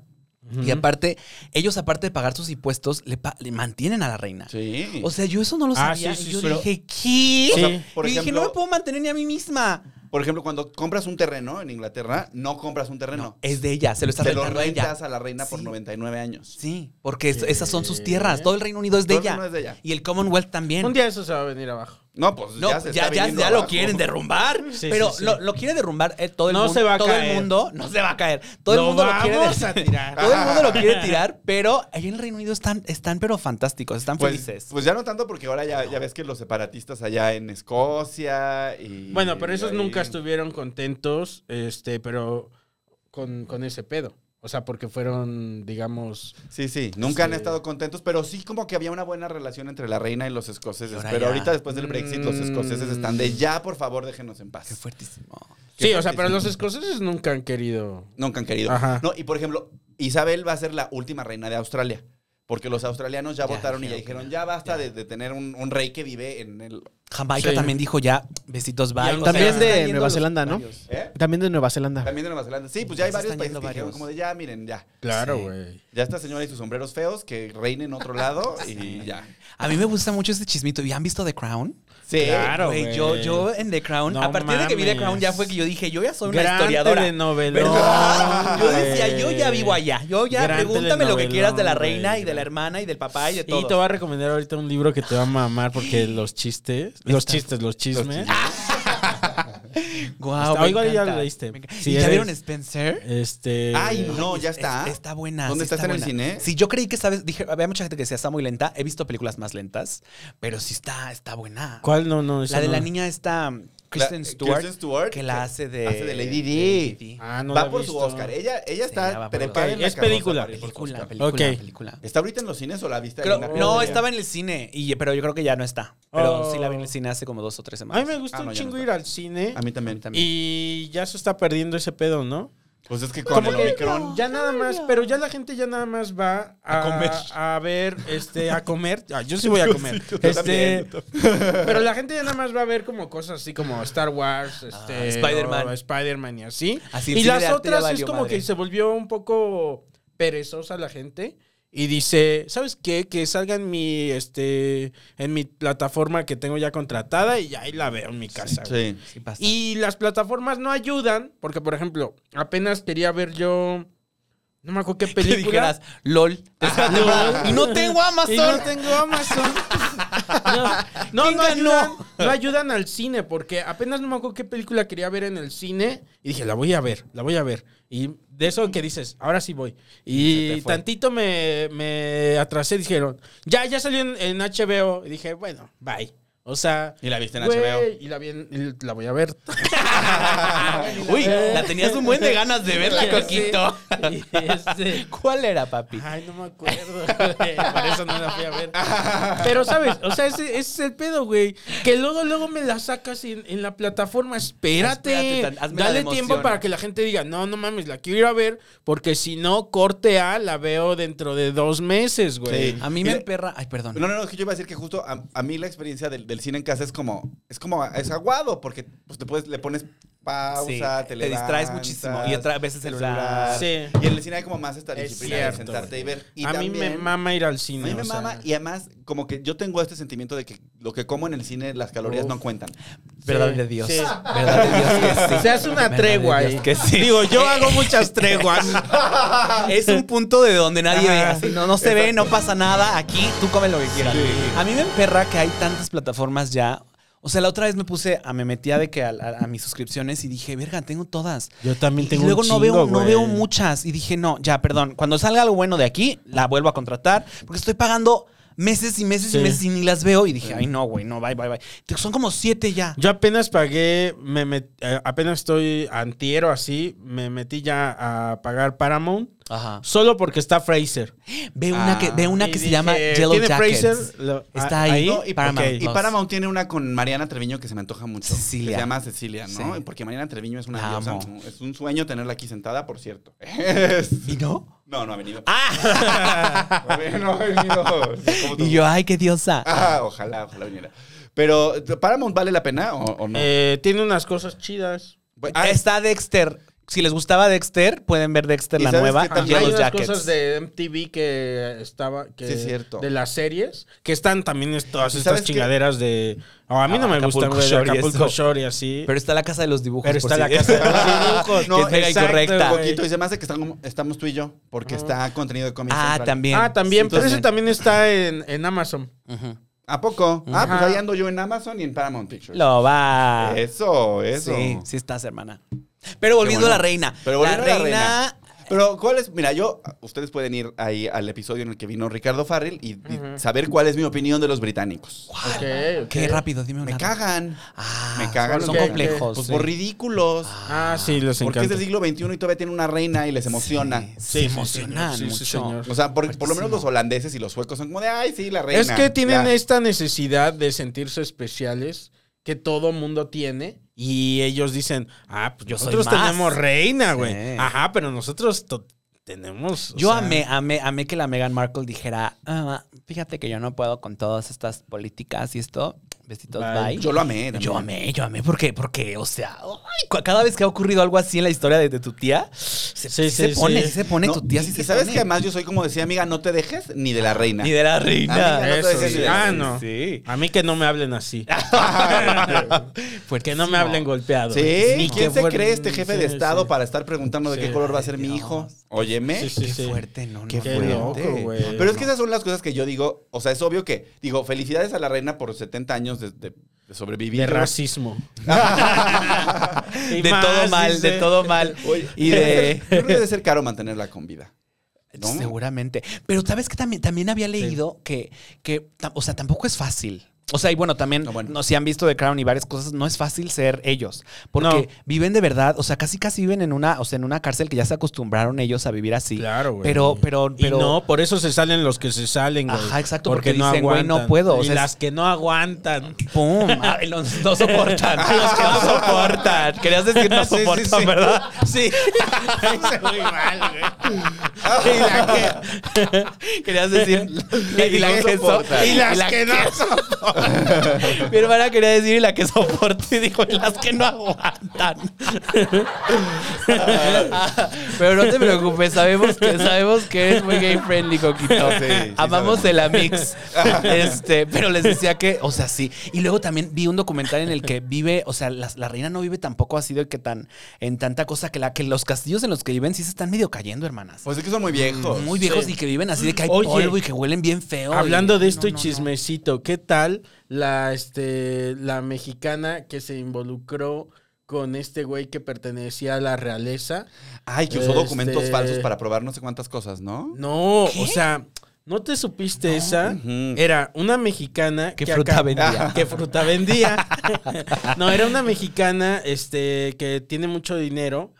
Y aparte, ellos, aparte de pagar sus impuestos, le, pa- le mantienen a la reina.
Sí.
O sea, yo eso no lo
Ah,
sabía.
sí, sí,
y yo
sí.
dije, ¿qué?
O sea,
Sí.
por
Yo dije,
ejemplo-
no me puedo mantener ni a mí misma.
Por ejemplo, cuando compras un terreno en Inglaterra, no compras un terreno.
Es de ella, se lo está
Te lo
rentando a ella.
rentas a la reina por
Sí.
99 años.
Sí, porque es- esas son sus tierras. Todo el Reino Unido es de
Todo el
ella.
Reino es de ella.
Y el Commonwealth también.
Un día eso se va a venir abajo.
No, pues
no,
se
ya,
está
ya, ya,
viniendo
lo
abajo.
quieren derrumbar.
Sí,
pero
sí, sí.
Lo, lo quiere derrumbar eh, todo el
No
mundo.
se va a
todo
caer.
el mundo no se va a caer. Todo el mundo lo quiere
vamos
derrumbar.
a tirar.
Todo el mundo lo quiere tirar, pero allá en el Reino Unido están, están pero fantásticos, están
Pues,
felices.
pues ya no tanto porque ahora ya, ya ves que los separatistas allá en Escocia y...
Bueno, pero esos
ahí-
nunca estuvieron contentos, este, pero con, con ese pedo. O sea, porque fueron, digamos.
Sí, sí, nunca han estado contentos, pero sí como que había una buena relación entre la reina y los escoceses.
Y ahora
pero
ya.
ahorita después del Brexit los
Mm.
escoceses están de ya, por favor, déjenos en paz.
Qué fuertísimo.
Sí, o sea, pero los escoceses nunca han querido.
Nunca han querido.
Ajá.
No, y por ejemplo, Isabel va a ser la última reina de Australia. Porque los australianos ya,
Ya
votaron y ya
dijeron
dijeron,
que no,
ya basta
ya.
De, de tener un, un rey que vive en el...
Jamaica
Sí.
también dijo ya, besitos, bye.
Y
O
También
sea,
de
están yendo
Nueva
los-
Zelanda, ¿no?
varios.
¿eh?
También de Nueva Zelanda.
También de Nueva Zelanda. Sí, pues
Ya
ya hay
se
varios
están
países que
yendo
dijeron
varios.
como de ya, miren, ya.
Claro,
Sí.
güey.
Ya esta señora y sus sombreros feos que reinen otro lado y ya.
A mí me gusta mucho este chismito. ¿Y han visto The Crown?
Sí.
Claro,
Güey,
güey.
yo, yo en The Crown,
No
a partir de que vi The
mames.
Crown ya fue que yo dije, yo ya soy una
Gran
historiadora.
telenovela.
¿Verdad? Yo
Güey.
decía, yo ya vivo allá. Yo ya
Gran
pregúntame lo que quieras de la
telenovelón,
reina
güey.
y de la hermana y del papá y de
Y te
todo.
voy a recomendar ahorita un libro que te va a mamar porque los chistes, los chistes, los chismes.
Ah.
Guau,
Está-
me
igual ya
encanta.
lo leíste.
Me encanta.
Si
¿Y ya
eres-
vieron Spencer?
Este.
Ay, no, ya está.
Es- está buena.
¿Dónde
sí
está? ¿Está en el
buena.
cine?
Sí, yo creí que sabes, dije, había mucha gente que decía está muy lenta. He visto películas más lentas, pero sí está, está buena.
¿Cuál? No, no. esa
La de
no.
la niña está Kristen Stewart,
Kristen Stewart,
que la hace de,
hace de Lady
de
Di.
Lady
Ah, no.
va
la he
por su
visto.
Oscar. ¿eh? Ella, ella
ya
está
va por
trepada
Oscar.
en la
Es
carroza
película.
para ir por su
Película,
Oscar.
película,
Ok.
película.
¿Está ahorita en los cines o la viste
Creo-
en la
no,
piratería?
estaba en el cine, y, pero yo creo que ya no está. Pero
Oh.
sí la vi en el cine hace como dos o tres
A mí
semanas.
me gusta
Ah, no,
un
ya no
chingo
está.
ir al cine.
A mí también.
Y ya se está perdiendo ese pedo, ¿no?
Pues es que con el Omicron.
Ya nada más, pero ya la gente ya nada más va a,
A comer.
a ver, este, a comer. Ah, yo sí voy a
Yo
comer.
sí, yo
este,
también.
pero la gente ya nada más va a ver como cosas así como Star Wars,
Ah,
este,
Spider-Man.
o Spider-Man y así.
Así, el
y
cine de
las
arte ya
otras es
valió
como
madre.
que se volvió un poco perezosa la gente y dice, ¿sabes qué? Que salga en mi este en mi plataforma que tengo ya contratada y ahí la veo en mi casa. güey.
Sí.
Sí pasa.
Y las plataformas no ayudan, porque por ejemplo, apenas quería ver yo. No me acuerdo qué
que
película.
dijeras, LOL. te salió, y no tengo Amazon.
Y no tengo Amazon. No, no,
¿Quién
no,
ganó?
ayudan, no ayudan al cine, porque apenas no me acuerdo qué película quería ver en el cine. Y dije, la voy a ver, la voy a ver. Y de eso que dices, ahora sí voy.
Se
Y
te fue.
tantito me, me atrasé, dijeron, ya, ya salió en, en HBO. Y dije, bueno, bye. O sea.
Y la viste en
güey,
HBO.
Y la, vi en- y la voy a ver.
Uy, la tenías un buen de ganas de verla, Coquito.
Y este-
¿Cuál era, papi?
Ay, no me acuerdo, güey. Por eso no la fui a ver. Pero, ¿sabes? O sea, ese, ese es el pedo, güey. Que luego, luego me la sacas en, en la plataforma. Espérate.
Espérate, tan- hazme la
dale
de emoción.
tiempo para que la gente diga, no, no mames, la quiero ir a ver. Porque si no, corte A, la veo dentro de dos meses, güey.
Sí.
A mí me
Mira-
emperra. Ay, perdón.
No, no, no, es que yo iba a decir que justo a, a mí la experiencia del, del cine en casa es como, es como, es aguado, porque pues, te puedes, le pones pausa,
Sí,
te,
te distraes
levantas,
muchísimo y otra vez el celular.
Sí.
Y en el cine hay como más esta
Es
disciplina de
cierto,
sentarte y ver. Y
a mí me
también-
mama ir al
a
cine.
mí me
o sea.
mama y además como que yo tengo este sentimiento de que lo que como en el cine las calorías
Uf.
no cuentan.
Verdad
Sí,
de Dios.
sí.
Verdad de Dios que sí.
Se hace una
Verdad de
tregua eh.
Dios
ahí.
que sí.
Digo, yo hago muchas treguas.
Es un punto de donde nadie ve.
Ajá.
Así, no, no se ve, no pasa nada. Aquí tú comes lo que quieras. A mí me emperra que hay tantas plataformas ya. O sea, la otra vez me puse, a, me metía de que a, a- a mis suscripciones y dije, verga, tengo todas.
Yo también tengo
y
un
luego no veo,
chingo,
no
güey.
veo muchas. Y dije, no, ya, perdón. Cuando salga algo bueno de aquí, la vuelvo a contratar. Porque estoy pagando meses y meses
Sí.
y meses y ni las veo. Y dije, ay, no, güey, no, bye, bye, bye. Son como siete ya.
Yo apenas pagué, me met- eh, apenas estoy antiero así, me metí ya a pagar Paramount.
Ajá.
Solo porque está Fraser.
Ve una que, ve una
Ah, Y
que se
dije,
llama Yellow
¿tiene
Jackets.
Fraser? Lo-
Está
ah,
ahí,
ahí,
No, y,
Paramount
ok. Y
Plus.
Paramount tiene una con Mariana Treviño que se me antoja mucho.
Cecilia.
Que se llama Cecilia, ¿no?
Sí.
Porque Mariana Treviño es
La
una diosa.
amo.
¿no? Es un sueño tenerla aquí sentada, por cierto. Es-
¿Y no?
No, no ha venido.
¡Ah!
No ha venido. ¿Cómo te-
y yo, ay, qué diosa.
Ah, ojalá, ojalá viniera. Pero, ¿Paramount vale la pena o, o no?
Eh, tiene unas cosas chidas.
Bueno,
Ah, está Dexter. Si les gustaba Dexter, pueden ver Dexter
¿Y
la
sabes
nueva.
qué también?
Yellow
hay unas
Jackets.
cosas de MTV que estaba que
Sí, es cierto.
de las series que están también es- todas
¿Y
estas
sabes qué?
chingaderas de oh, a mí no me gustan
Acapulco
güey, de
Shore y
Acapulco
eso.
Shore y así.
Pero está la casa de los dibujos.
Pero
por
está
si- Ah,
la casa de los dibujos,
que
¿no?
es mega
Exacto,
incorrecta.
un
güey.
poquito. Y se me hace que están- estamos tú y yo, porque está contenido de Comedy
Ah,
Central.
también.
ah, también,
Sí,
pero eso
entonces-
también está en, en Amazon.
Ujú.
¿A poco? Ah, pues
Ajá.
ahí ando yo en Amazon y en Paramount Pictures.
Lo va.
Eso, eso.
Sí, sí estás, hermana. Pero volviendo
bueno.
a la reina.
Pero
la,
volviendo a
reina,
la reina. Pero, ¿cuál es? Mira, yo, ustedes pueden ir ahí al episodio en el que vino Ricardo Farrell y, y saber cuál es mi opinión de los británicos.
Ok, ok.
Qué rápido, dime una.
Me cagan.
Ah,
Me cagan.
Son
los
que-
complejos.
Pues
sí.
por ridículos.
Ah, sí, los
porque es
encanta.
del siglo XXI y todavía tienen una reina y les emociona.
Sí,
Se
sí, señor.
emocionan
Sí, sí,
mucho.
señor.
O sea, por, por lo menos
Fuertísimo.
los holandeses y los suecos son como de, ay, sí, la reina.
Es que tienen
Ya.
esta necesidad de sentirse especiales que todo mundo tiene. Y ellos dicen, ah, pues
Yo soy
nosotros
más.
tenemos reina, güey.
Sí.
Ajá, pero nosotros to- tenemos. o
Yo
sea,
amé, amé, amé que la Meghan Markle dijera, "Ah, fíjate que yo no puedo con todas estas políticas y esto. Besitos,
Bye.
bye.
Yo lo amé. también.
Yo amé, yo amé, porque, porque, o sea, ay, cu- cada vez que ha ocurrido algo así en la historia de, de tu tía, se,
Sí, sí,
sí se pone,
sí.
sí se pone,
No,
tu tía
y-
sí
y
se
sabes
pone.
que además yo soy como decía, amiga, no te dejes ni
Ah,
de la reina.
Ni de la
Amiga,
reina.
no te
Eso
dejes
sí.
ni de la
Ah,
reina.
no.
Sí.
A mí que no me hablen así. que no me hablen golpeado.
Sí,
Sí,
¿quién
qué
se
buen-
cree este jefe de
sí,
Estado
sí.
para estar preguntando de
Sí.
qué color va a ser mi
Dios.
hijo? Óyeme.
Sí, sí,
Qué
sí.
fuerte, no, no.
Qué
no.
fuerte.
Fuerte.
loco, güey.
Pero es
No.
que esas son las cosas que yo digo. O sea, es obvio que, digo, felicidades a la reina por 70 años de, de- de sobrevivir.
De racismo. Y
De
más,
todo mal,
dice.
de todo mal.
Oye,
Y de...
Yo creo que debe ser caro mantenerla con vida. ¿no?
Seguramente. Pero sabes que también, también había leído que, que, tam- o sea, tampoco es fácil. O sea, y bueno, también,
No,
no,
bueno.
si han visto de Crown y varias cosas, no es fácil ser ellos. Porque
No.
viven de verdad, o sea, casi casi viven en una, o sea, en una cárcel que ya se acostumbraron ellos a vivir así.
Claro, güey.
Pero, pero,
Y
pero.
no, por eso se salen los que se salen, güey.
Ajá, exacto, porque dicen, güey, no
aguantan.
puedo, o
Y
sea, es-
las que no aguantan.
¡Pum! Ah, los no soportan. los que no soportan. Querías decir no
Sí, sí,
soportan,
sí.
¿verdad?
Sí. Hice muy mal, güey. Y la
Querías decir. Y la
no
que so-
soportan.
que, y las
y la
que no son.
Mi hermana quería decir y la que soporta y dijo, y las que no aguantan. Ah, Pero no te preocupes, sabemos que, sabemos que eres muy gay friendly, Coquito.
Sí, sí
Amamos
sabemos.
el Amix. Este, pero les decía que, o sea, sí. Y luego también vi un documental en el que vive, o sea, las- la, reina no vive tampoco así de que tan, en tanta cosa que la que los castillos en los que viven sí se están medio cayendo, hermanas.
Pues es que son muy viejos.
Muy viejos y que viven así de que hay
Oye.
polvo y que huelen bien feo.
Hablando
y-
de esto
no,
y
no, no.
chismecito, ¿qué tal la, este, la mexicana que se involucró con este güey que pertenecía a la realeza?
Ay, que usó
Este-
documentos falsos para probar no sé cuántas cosas, ¿no?
No, o sea, ¿no te supiste esa?
Ujú.
Era una mexicana
Que fruta vendía.
Que fruta vendía. no, era una mexicana este, que tiene mucho dinero.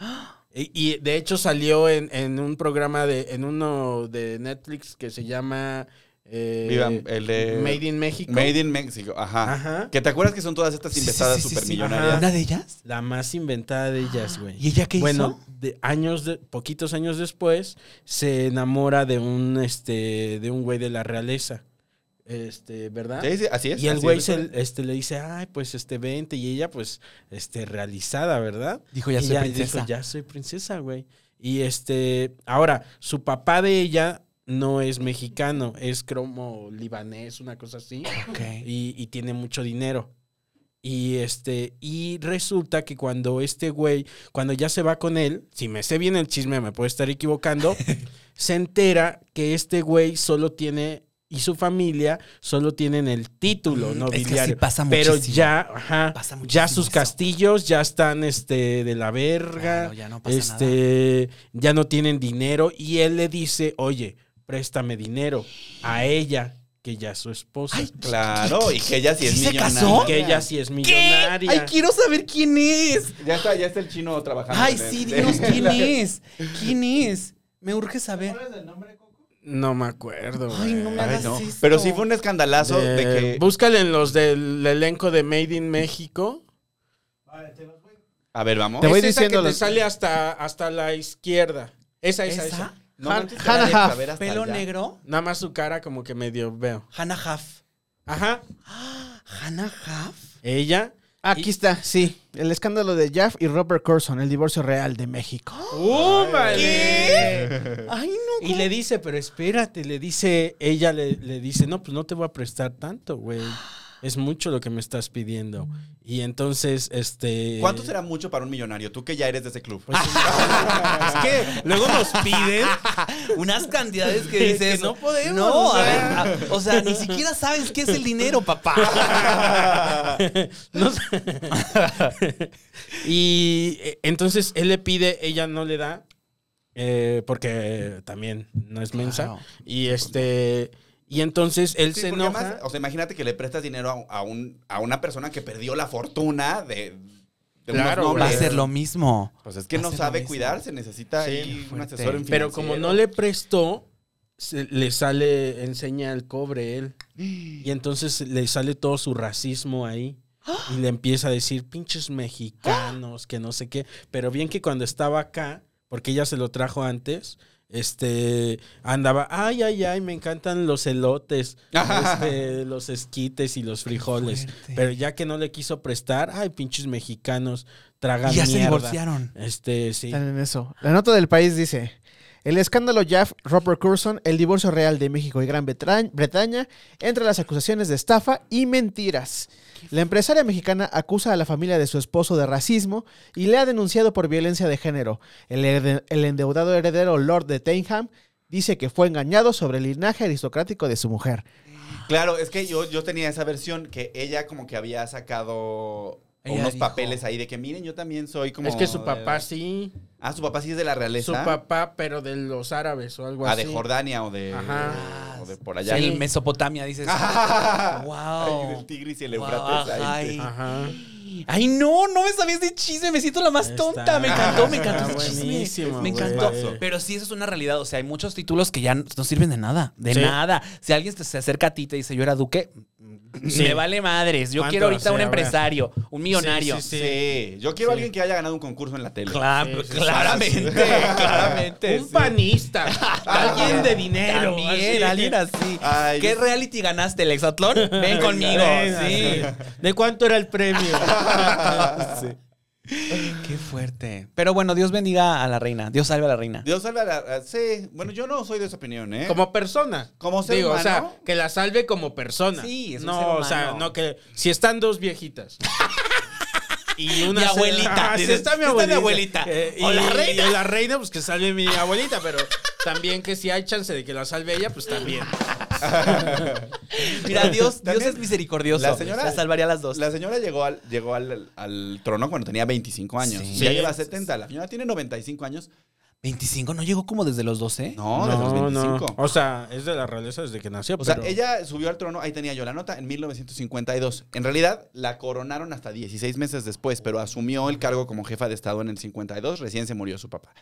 Y, y de hecho salió en, en un programa de, en uno de Netflix que se llama eh,
Viva, el de-
Made in México.
Made in Mexico, ajá.
Ajá.
Que te acuerdas que son todas estas
Sí, sí,
investadas
sí, sí, sí.
supermillonarias.
¿Una de ellas?
La más inventada de ellas, güey.
¿Y ella qué
bueno,
hizo?
de años de, poquitos años después, se enamora de un este de un güey de la realeza. Este, ¿verdad?
Sí, sí, así es.
Y el
así
güey
es.
se- este, le dice, ay, pues este, vente. Y ella, pues, este, realizada, ¿verdad?
Dijo, "Ya
Y
soy princesa".
Dijo, ya soy princesa, güey. Y este, ahora, su papá de ella no es mexicano, es como libanés, una cosa así. Y, y tiene mucho dinero. Y este, y resulta que cuando este güey, cuando ya se va con él, si me sé bien el chisme, me puedo estar equivocando, se entera que este güey solo tiene y su familia solo tienen el título
Mm, es que así
nobiliario.
pasa
pero
muchísimo.
ya, ajá,
Pasa
ya
muchísimo
sus
eso.
castillos ya están este de la verga.
Claro, ya no pasa
este, ya no tienen dinero y él le dice, "Oye, préstame dinero a ella, que ya es su esposa."
Claro, y que ella sí es
¿Sí se
millonaria.
casó?
que ella sí es millonaria.
quiero saber quién es.
Ya está, ya está el chino trabajando.
Ay,
en el-
sí,
de-
dinos quién
la-
es. ¿Quién es? Me urge saber.
No me acuerdo.
Ay, no me
güey.
hagas
Ay, no.
esto.
Pero sí fue un escandalazo de,
De-
que.
Búscale en los del elenco de Made in México.
A ver, vamos.
Te voy
es esa
diciendo
que te
los-
sale hasta, hasta la izquierda. Esa, esa,
¿Esa?
esa.
No
Han-
manches, te van a
Hannah
saber hasta
¿Pelo
allá.
negro?
Nada más su cara como que medio veo.
Hannah Huff.
Ajá.
¿Hannah Huff?
Ella.
Aquí está, sí. El escándalo de Jeff y Robert Corson, el divorcio real de México.
¡Úmale!
Ay, no.
¡Oh, Y le dice, pero espérate, le dice, ella le, le dice, no, pues no te voy a prestar tanto, güey. Es mucho lo que me estás pidiendo. Y entonces, este... pues,
¿Cuánto será mucho para un millonario? Tú que ya eres de ese club.
Es que luego nos piden
Unas cantidades que
Es
dices.
que no podemos,
No,
o
a
sea.
ver. a- o sea, ni siquiera sabes qué es el dinero, papá.
No sé. y eh, entonces él le pide, ella no le da, eh, porque también no es mensa.
Claro.
Y este. Y entonces él
Sí,
se
porque
enoja.
además, o sea, imagínate que le prestas dinero a, a un, a una persona que perdió la fortuna de, de
Claro,
unos
Va a
nobles.
ser lo mismo.
Pues es que
va a
no
ser lo
sabe
mismo.
cuidarse, necesita
Sí,
ahí un
fuerte.
asesor en
pero como no le prestó, se- le sale, enseña el cobre él. Y entonces le sale todo su racismo ahí. Y le empieza a decir, pinches mexicanos, que no sé qué. Pero bien que cuando estaba acá, porque ella se lo trajo antes, este, andaba, ay, ay, ay, me encantan los elotes, este, los esquites y los frijoles.
fuerte.
Pero ya que no le quiso prestar, ay, pinches mexicanos, tragan
Y ya se
mierda".
divorciaron.
Este, sí.
Están en eso. La nota del país dice: El escándalo Jeff Robert Curson, el divorcio real de México y Gran Bretra- Bretaña, entre las acusaciones de estafa y mentiras. La empresaria mexicana acusa a la familia de su esposo de racismo y le ha denunciado por violencia de género. El, herde- el endeudado heredero Lord de Tainham dice que fue engañado sobre el linaje aristocrático de su mujer.
Claro, es que yo, yo tenía esa versión que ella como que había sacado
Ella
unos
dijo-
papeles ahí de que miren, yo también soy como.
Es que su
de-
papá sí.
Ah, su papá sí es de la
Su
realeza.
papá, pero de los árabes o algo
Ah,
así.
de Jordania o de.
Ajá.
O de por allá.
El Mesopotamia, dices.
Ahí
wow.
del Tigris y el
Guau,
Eufrates. ahí.
ay.
Ajá.
Ay, no, no me sabías de chisme, me siento la más
Está-
tonta. Me encantó, me encantó
está
ese chisme.
buenísimo,
Me
güey.
encantó.
Paso.
Pero sí, eso es una realidad. O sea, hay muchos títulos que ya no no sirven de nada. De
Sí.
nada. Si alguien te- se acerca a ti y te dice, yo era duque,
Sí.
me vale madres. Yo
¿Cuánto?
quiero
Sí,
ahorita un
a ver.
empresario, un millonario.
Sí, sí, sí.
Sí, yo quiero a alguien que haya ganado un concurso en la tele.
Cla-
Sí, sí, sí,
claramente, claramente.
Un
sí.
panista. alguien de dinero.
También,
así.
alguien así.
Ay.
¿Qué reality ganaste, el exatlón? Ven conmigo. sí.
Venga, sí. ¿De cuánto era el premio?
Qué fuerte. Pero bueno, Dios bendiga a la reina. Dios salve a la reina.
Dios salve a la. a- sí, bueno, yo no soy de esa opinión, ¿eh?
Como persona.
Como ser
Digo, o
humano.
sea, que la salve como persona.
Sí, es un
No,
ser
o sea,
humano.
no que. Si están dos viejitas. Y una
Mi
se-
abuelita.
Ah, si
Dices,
está mi
"Está mi
abuelita.
abuelita".
Eh, y,
O la reina.
y la reina, pues que salve mi abuelita, pero también que si hay chance de que la salve ella, pues también.
Mira, Dios, Dios
También
es misericordioso.
la señora-
La salvaría a las dos.
La señora llegó al, llegó al, al trono cuando tenía 25 años.
Sí.
Ya
Sí.
lleva 70. La señora tiene 95 años.
25 no llegó como desde los 12.
No, desde los 25.
O sea, es de la realeza desde que nació.
O sea,
pero-
ella subió al trono, ahí tenía yo la nota, en 1952. En realidad, la coronaron hasta 16 meses después, pero asumió el cargo como jefa de Estado en el 52. Recién se murió su papá.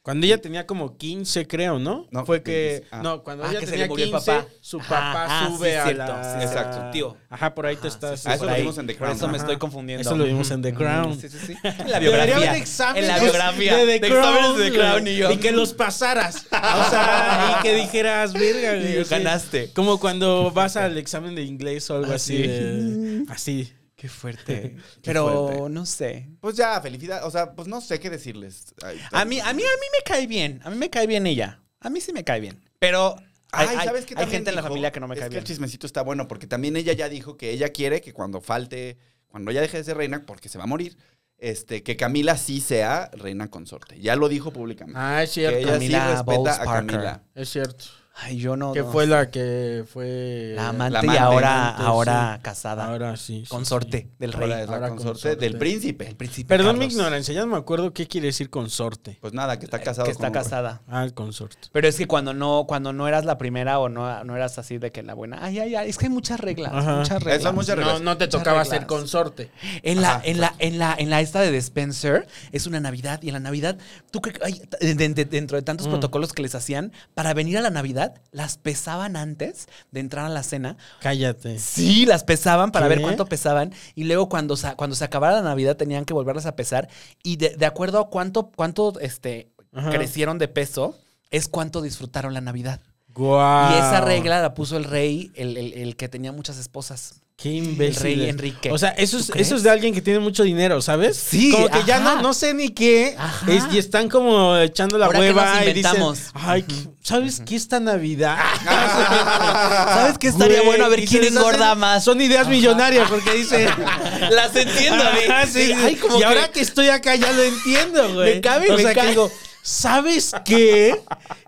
Cuando ella tenía como 15, creo, ¿no?
No,
Fue que.
15, ah.
No, cuando
Ah,
ella
que se
tenía
le murió el
15,
papá.
su
Ajá,
papá
ah, sí,
sube a
cierto,
la-
sí, exacto, tío.
Ajá, por ahí te
Ajá,
estás.
sí,
Ah, eso
por
lo
ahí.
vimos en The
Por
Crown,
eso me
ajá.
estoy confundiendo.
Eso lo vimos en The Crown.
Sí, sí, sí. En la
Debería haber
biografía.
exámenes
en la biografía.
de The Crown,
exámenes de The Crown y yo.
que los pasaras. O sea, y que dijeras, verga, güey,
Y
así.
ganaste.
Como cuando vas al examen de inglés o algo así.
Así.
de- así.
Qué fuerte.
Pero
Pero no sé.
Pues ya, felicidad. O sea, pues no sé qué decirles. Ay,
A mí, a mí, a mí me cae bien. A mí me cae bien ella. A mí sí me cae bien. Pero hay,
Ay,
hay-
¿sabes qué
hay
también
gente en la
dijo?
familia que no me
Es
cae
que
bien.
el chismecito está bueno porque también ella ya dijo que ella quiere que cuando falte, cuando ella deje de ser reina, porque se va a morir, este, que Camila sí sea reina consorte. Ya lo dijo públicamente.
Ah, es
que
cierto.
ella
Camila
sí respeta
Bowles
a
Parker.
Camila.
Es cierto.
Ay, yo no.
Que
no.
fue la que fue.
La amante,
la amante,
y ahora,
amante,
ahora
sí.
casada.
Ahora sí. sí,
consorte del rey.
Ahora es la
Ahora
consorte,
consorte.
del príncipe.
El príncipe
Perdón mi
Carlos,
ignorancia, ya no me acuerdo qué quiere decir consorte.
Pues nada, que está
eh,
casado
Que está
con un rey.
casada.
Ah, el consorte.
Pero es que cuando no, cuando no eras la primera o no, no eras así de que la buena. Ay, ay, ay. Es que hay muchas reglas.
Ajá.
Muchas reglas.
Son muchas reglas.
No, no te
Muchas
tocaba
reglas.
ser consorte.
En la,
Ajá,
en la, en la, en la esta de Spencer es una Navidad y en la Navidad, tú que ay, de- de- dentro de
Mm.
tantos protocolos que les hacían, para venir a la Navidad, las pesaban antes de entrar a la cena.
Cállate.
Sí, las pesaban para
¿Qué?
ver cuánto pesaban y luego cuando se, cuando se acabara la Navidad tenían que volverlas a pesar y de, de acuerdo a cuánto, cuánto este,
Ajá.
crecieron de peso es cuánto disfrutaron la Navidad.
Guau.
Y esa regla la puso el rey, el, el- el que tenía muchas esposas.
Qué imbécil.
El rey Enrique.
O sea, eso es,
¿Tú crees?
eso es de alguien que tiene mucho dinero, ¿sabes?
Sí,
Como que ya
ajá.
no, no sé ni qué.
Ajá.
es- y están como echando la
Ahora, ¿qué
hueva
nos
y dicen,
inventamos?
Ay, ¿qué- ¿sabes qué esta Navidad?
¿Sabes qué estaría
Güey,
bueno a ver
y se
quién
les
engorda
hacen-
más?
Son ideas millonarias porque dicen.
Las entiendo, güey.
Ajá, sí, sí.
Ay, como
y
que-
ahora que estoy acá ya lo entiendo, güey.
Me cabe,
O
me
sea, que
cabe.
digo, ¿sabes qué?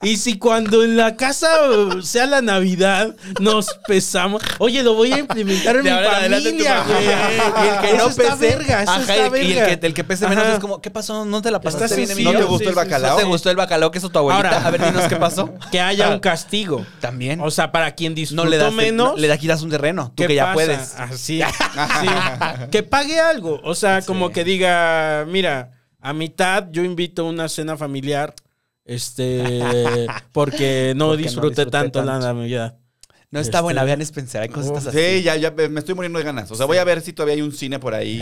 Y si cuando en la casa uh, sea la Navidad nos pesamos. Oye, lo voy a implementar en
De
mi
ahora en adelante tu
familia, güey.
mamá. Y el que
Eso
no
está
pese-
verga, eso
Ajá,
está
y el- Y
verga.
el que, el que pese menos
Ajá.
es como, ¿qué pasó? ¿No te la
¿Estás
pasaste bien,
sencillo?
amigo?
¿No te gustó el bacalao?
¿No te gustó el bacalao que hizo tu abuelita?
Ahora.
a ver, dinos qué pasó.
Que haya un castigo.
También.
O sea, para quien
Ah. no
disfrutó
le das
menos.
no, le das- quitas un terreno, tú
¿qué
que
pasa?
ya
Ah,
puedes.
Así. sí. Que pague algo. O sea, como que diga, mira, a mitad yo invito a una cena familiar. Este, porque no
Porque no
disfruté
disfruté
tanto, la
tanto.
Navidad.
No está
Este-
buena, vean es pensar, hay cositas
Oh,
así.
Sí, ya, ya me estoy muriendo de ganas. O sea, voy a ver si todavía hay un cine por ahí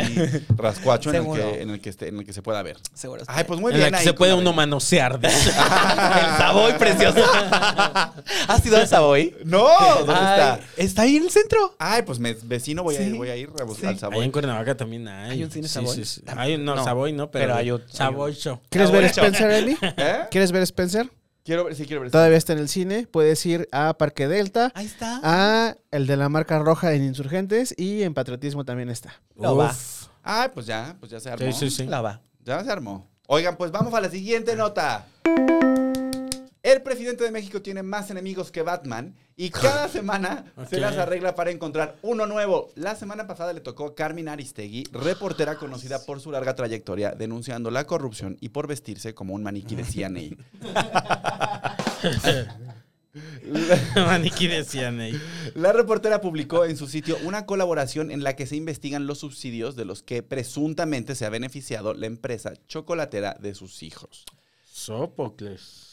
rascuacho en, el
Seguro.
que, en, el que esté- en el que se pueda ver.
Seguro. está.
Ay, pues muy
en
bien.
la que
ahí
se
con
puede
la
uno
reina.
manosear. dice.
el Savoy precioso. ¿Has ido al Savoy?
No, ¿dónde
Ay,
está?
Está ahí en el centro.
Ay, pues me, vecino voy a, ir- voy a ir a buscar al
Ahí
sabor.
en Cuernavaca también hay.
¿Hay un cine
Sí,
Savoy?
sí, sí.
También.
Hay un- no,
No,
Savoy no, pero,
pero hay otro-
Savoy
hay otro.
Show.
¿Quieres ver
Abuelo.
Spencer, Eli?
¿Eh?
¿Quieres ver Spencer?
Quiero ver, sí, quiero ver.
Todavía está en el cine. Puedes ir a Parque Delta,
Ahí está.
Ah,
a el de la marca roja en Insurgentes y en Patriotismo también está.
Lo va.
Uf.
Ay, pues ya, pues ya se armó.
Sí, sí, sí.
La va.
Ya se armó. Oigan, pues vamos a la siguiente nota. El presidente de México tiene más enemigos que Batman y cada semana se
Ok.
las arregla para encontrar uno nuevo. La semana pasada le tocó Carmen Aristegui, reportera conocida por su larga trayectoria denunciando la corrupción y por vestirse como un maniquí de E. CNI.
Maniquí decían ahí.
La reportera publicó en su sitio una colaboración en la que se investigan los subsidios de los que presuntamente se ha beneficiado la empresa chocolatera de sus hijos.
Sópocles.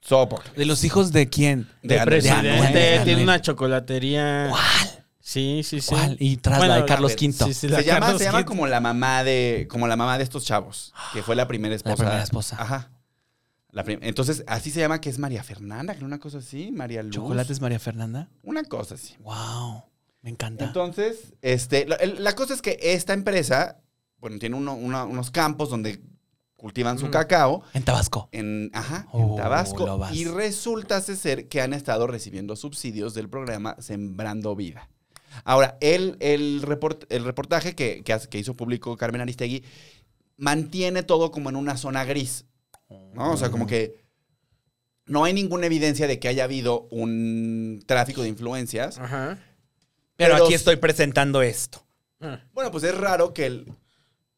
Sopor.
¿De los hijos de quién?
De
De
Andrés
presidente.
Manuel. De Andrés
Tiene
Manuel.
una chocolatería. ¿Cuál? Sí, sí, sí.
¿Cuál? Y tras
Bueno,
la de
la
Carlos
de-
V.
Sí, sí, la
se llama,
Carlos
se llama
Quint-
como la mamá de como la mamá de estos chavos que fue la primera esposa
primera esposa.
ajá La prim- entonces así se llama que es María Fernanda que una cosa así María Luz
¿Chocolates María Fernanda?
una cosa así
Wow. Me encanta.
entonces este la, el- la cosa es que esta empresa bueno tiene uno- una- unos campos donde cultivan
Mm.
su cacao
en Tabasco.
en, ajá,
Oh,
en Tabasco.
lobas.
Y resulta ser que han estado recibiendo subsidios del programa Sembrando Vida. Ahora, el, el, report- el reportaje que, que, hace- que hizo público Carmen Aristegui mantiene todo como en una zona gris, ¿no? O sea, como que no hay ninguna evidencia de que haya habido un tráfico de influencias.
Ajá.
Pero,
Pero-
aquí estoy presentando esto.
Ah.
Bueno, pues es raro que, el,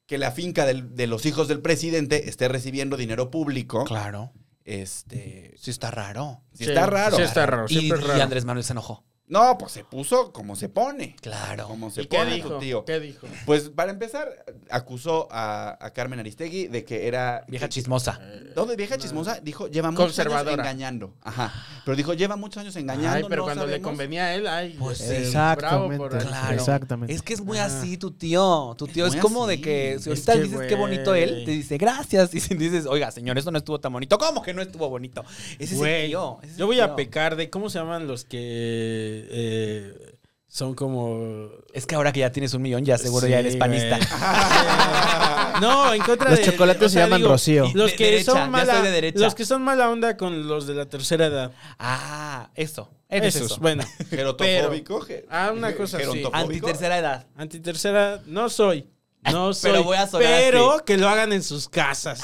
que la finca del- de los hijos del presidente esté recibiendo dinero público.
Claro.
Este,
Sí está raro.
sí está raro.
Sí, está raro.
Y,
Siempre es
y
raro.
Andrés Manuel se enojó.
No, pues se puso como se pone.
Claro.
Como se
¿Y qué
pone tu
dijo?
tío.
¿Qué dijo?
Pues para empezar, acusó a, a Carmen Aristegui de que era.
Vieja
que-
chismosa.
no, de vieja chismosa, dijo, lleva muchos años
Conservadora.
engañando. Ajá. Pero dijo, lleva muchos años engañando.
Ay, pero
no
cuando le
sabemos.
convenía a él, ay,
Pues
este,
eh,
sí.
bravo por
Exactamente.
Claro.
Exactamente.
Es que es muy
Ah.
así tu tío. Tu tío
Es
es,
muy
como
así.
de que si
Es
ahorita
que,
dices qué bonito
güey.
él, te dice gracias. Y si dices, oiga, señor, eso no estuvo tan bonito. ¿Cómo que no estuvo bonito? Ese es
Güey,
el tío. ese es
yo
el
voy
tío.
a pecar de cómo se llaman los que eh, son como.
Es que ahora que ya tienes un millón, ya seguro ya
Sí,
eres panista.
güey. no, en contra
Los
de.
chocolates se llaman Rocío.
Los
De-
que
derecha, ya
son mala,
soy de derecha.
los que son mala onda con los de la tercera edad.
Ah, eso. Eres
Esos,
eso.
bueno.
Gerotofóbico. ge-
Ah, una cosa así.
gerontofóbico.
Antitercera edad.
Antitercera, no soy. No soy.
Pero voy a sonar
Pero
así.
que lo hagan en sus casas.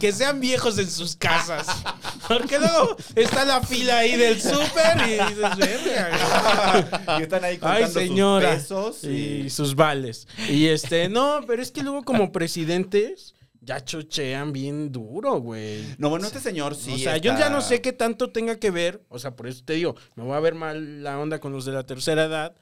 que sean viejos en sus casas. Porque luego está la fila ahí del súper y dices, "Verga".
y están ahí contando
Ay, señora.
sus pesos y...
y sus vales. Y este, no, pero es que luego como presidentes ya chochean bien duro, güey.
No, bueno, este señor sí.
o sea, yo
está-
ya no sé qué tanto tenga que ver, o sea, por eso te digo, me voy a ver mal la onda con los de la tercera edad,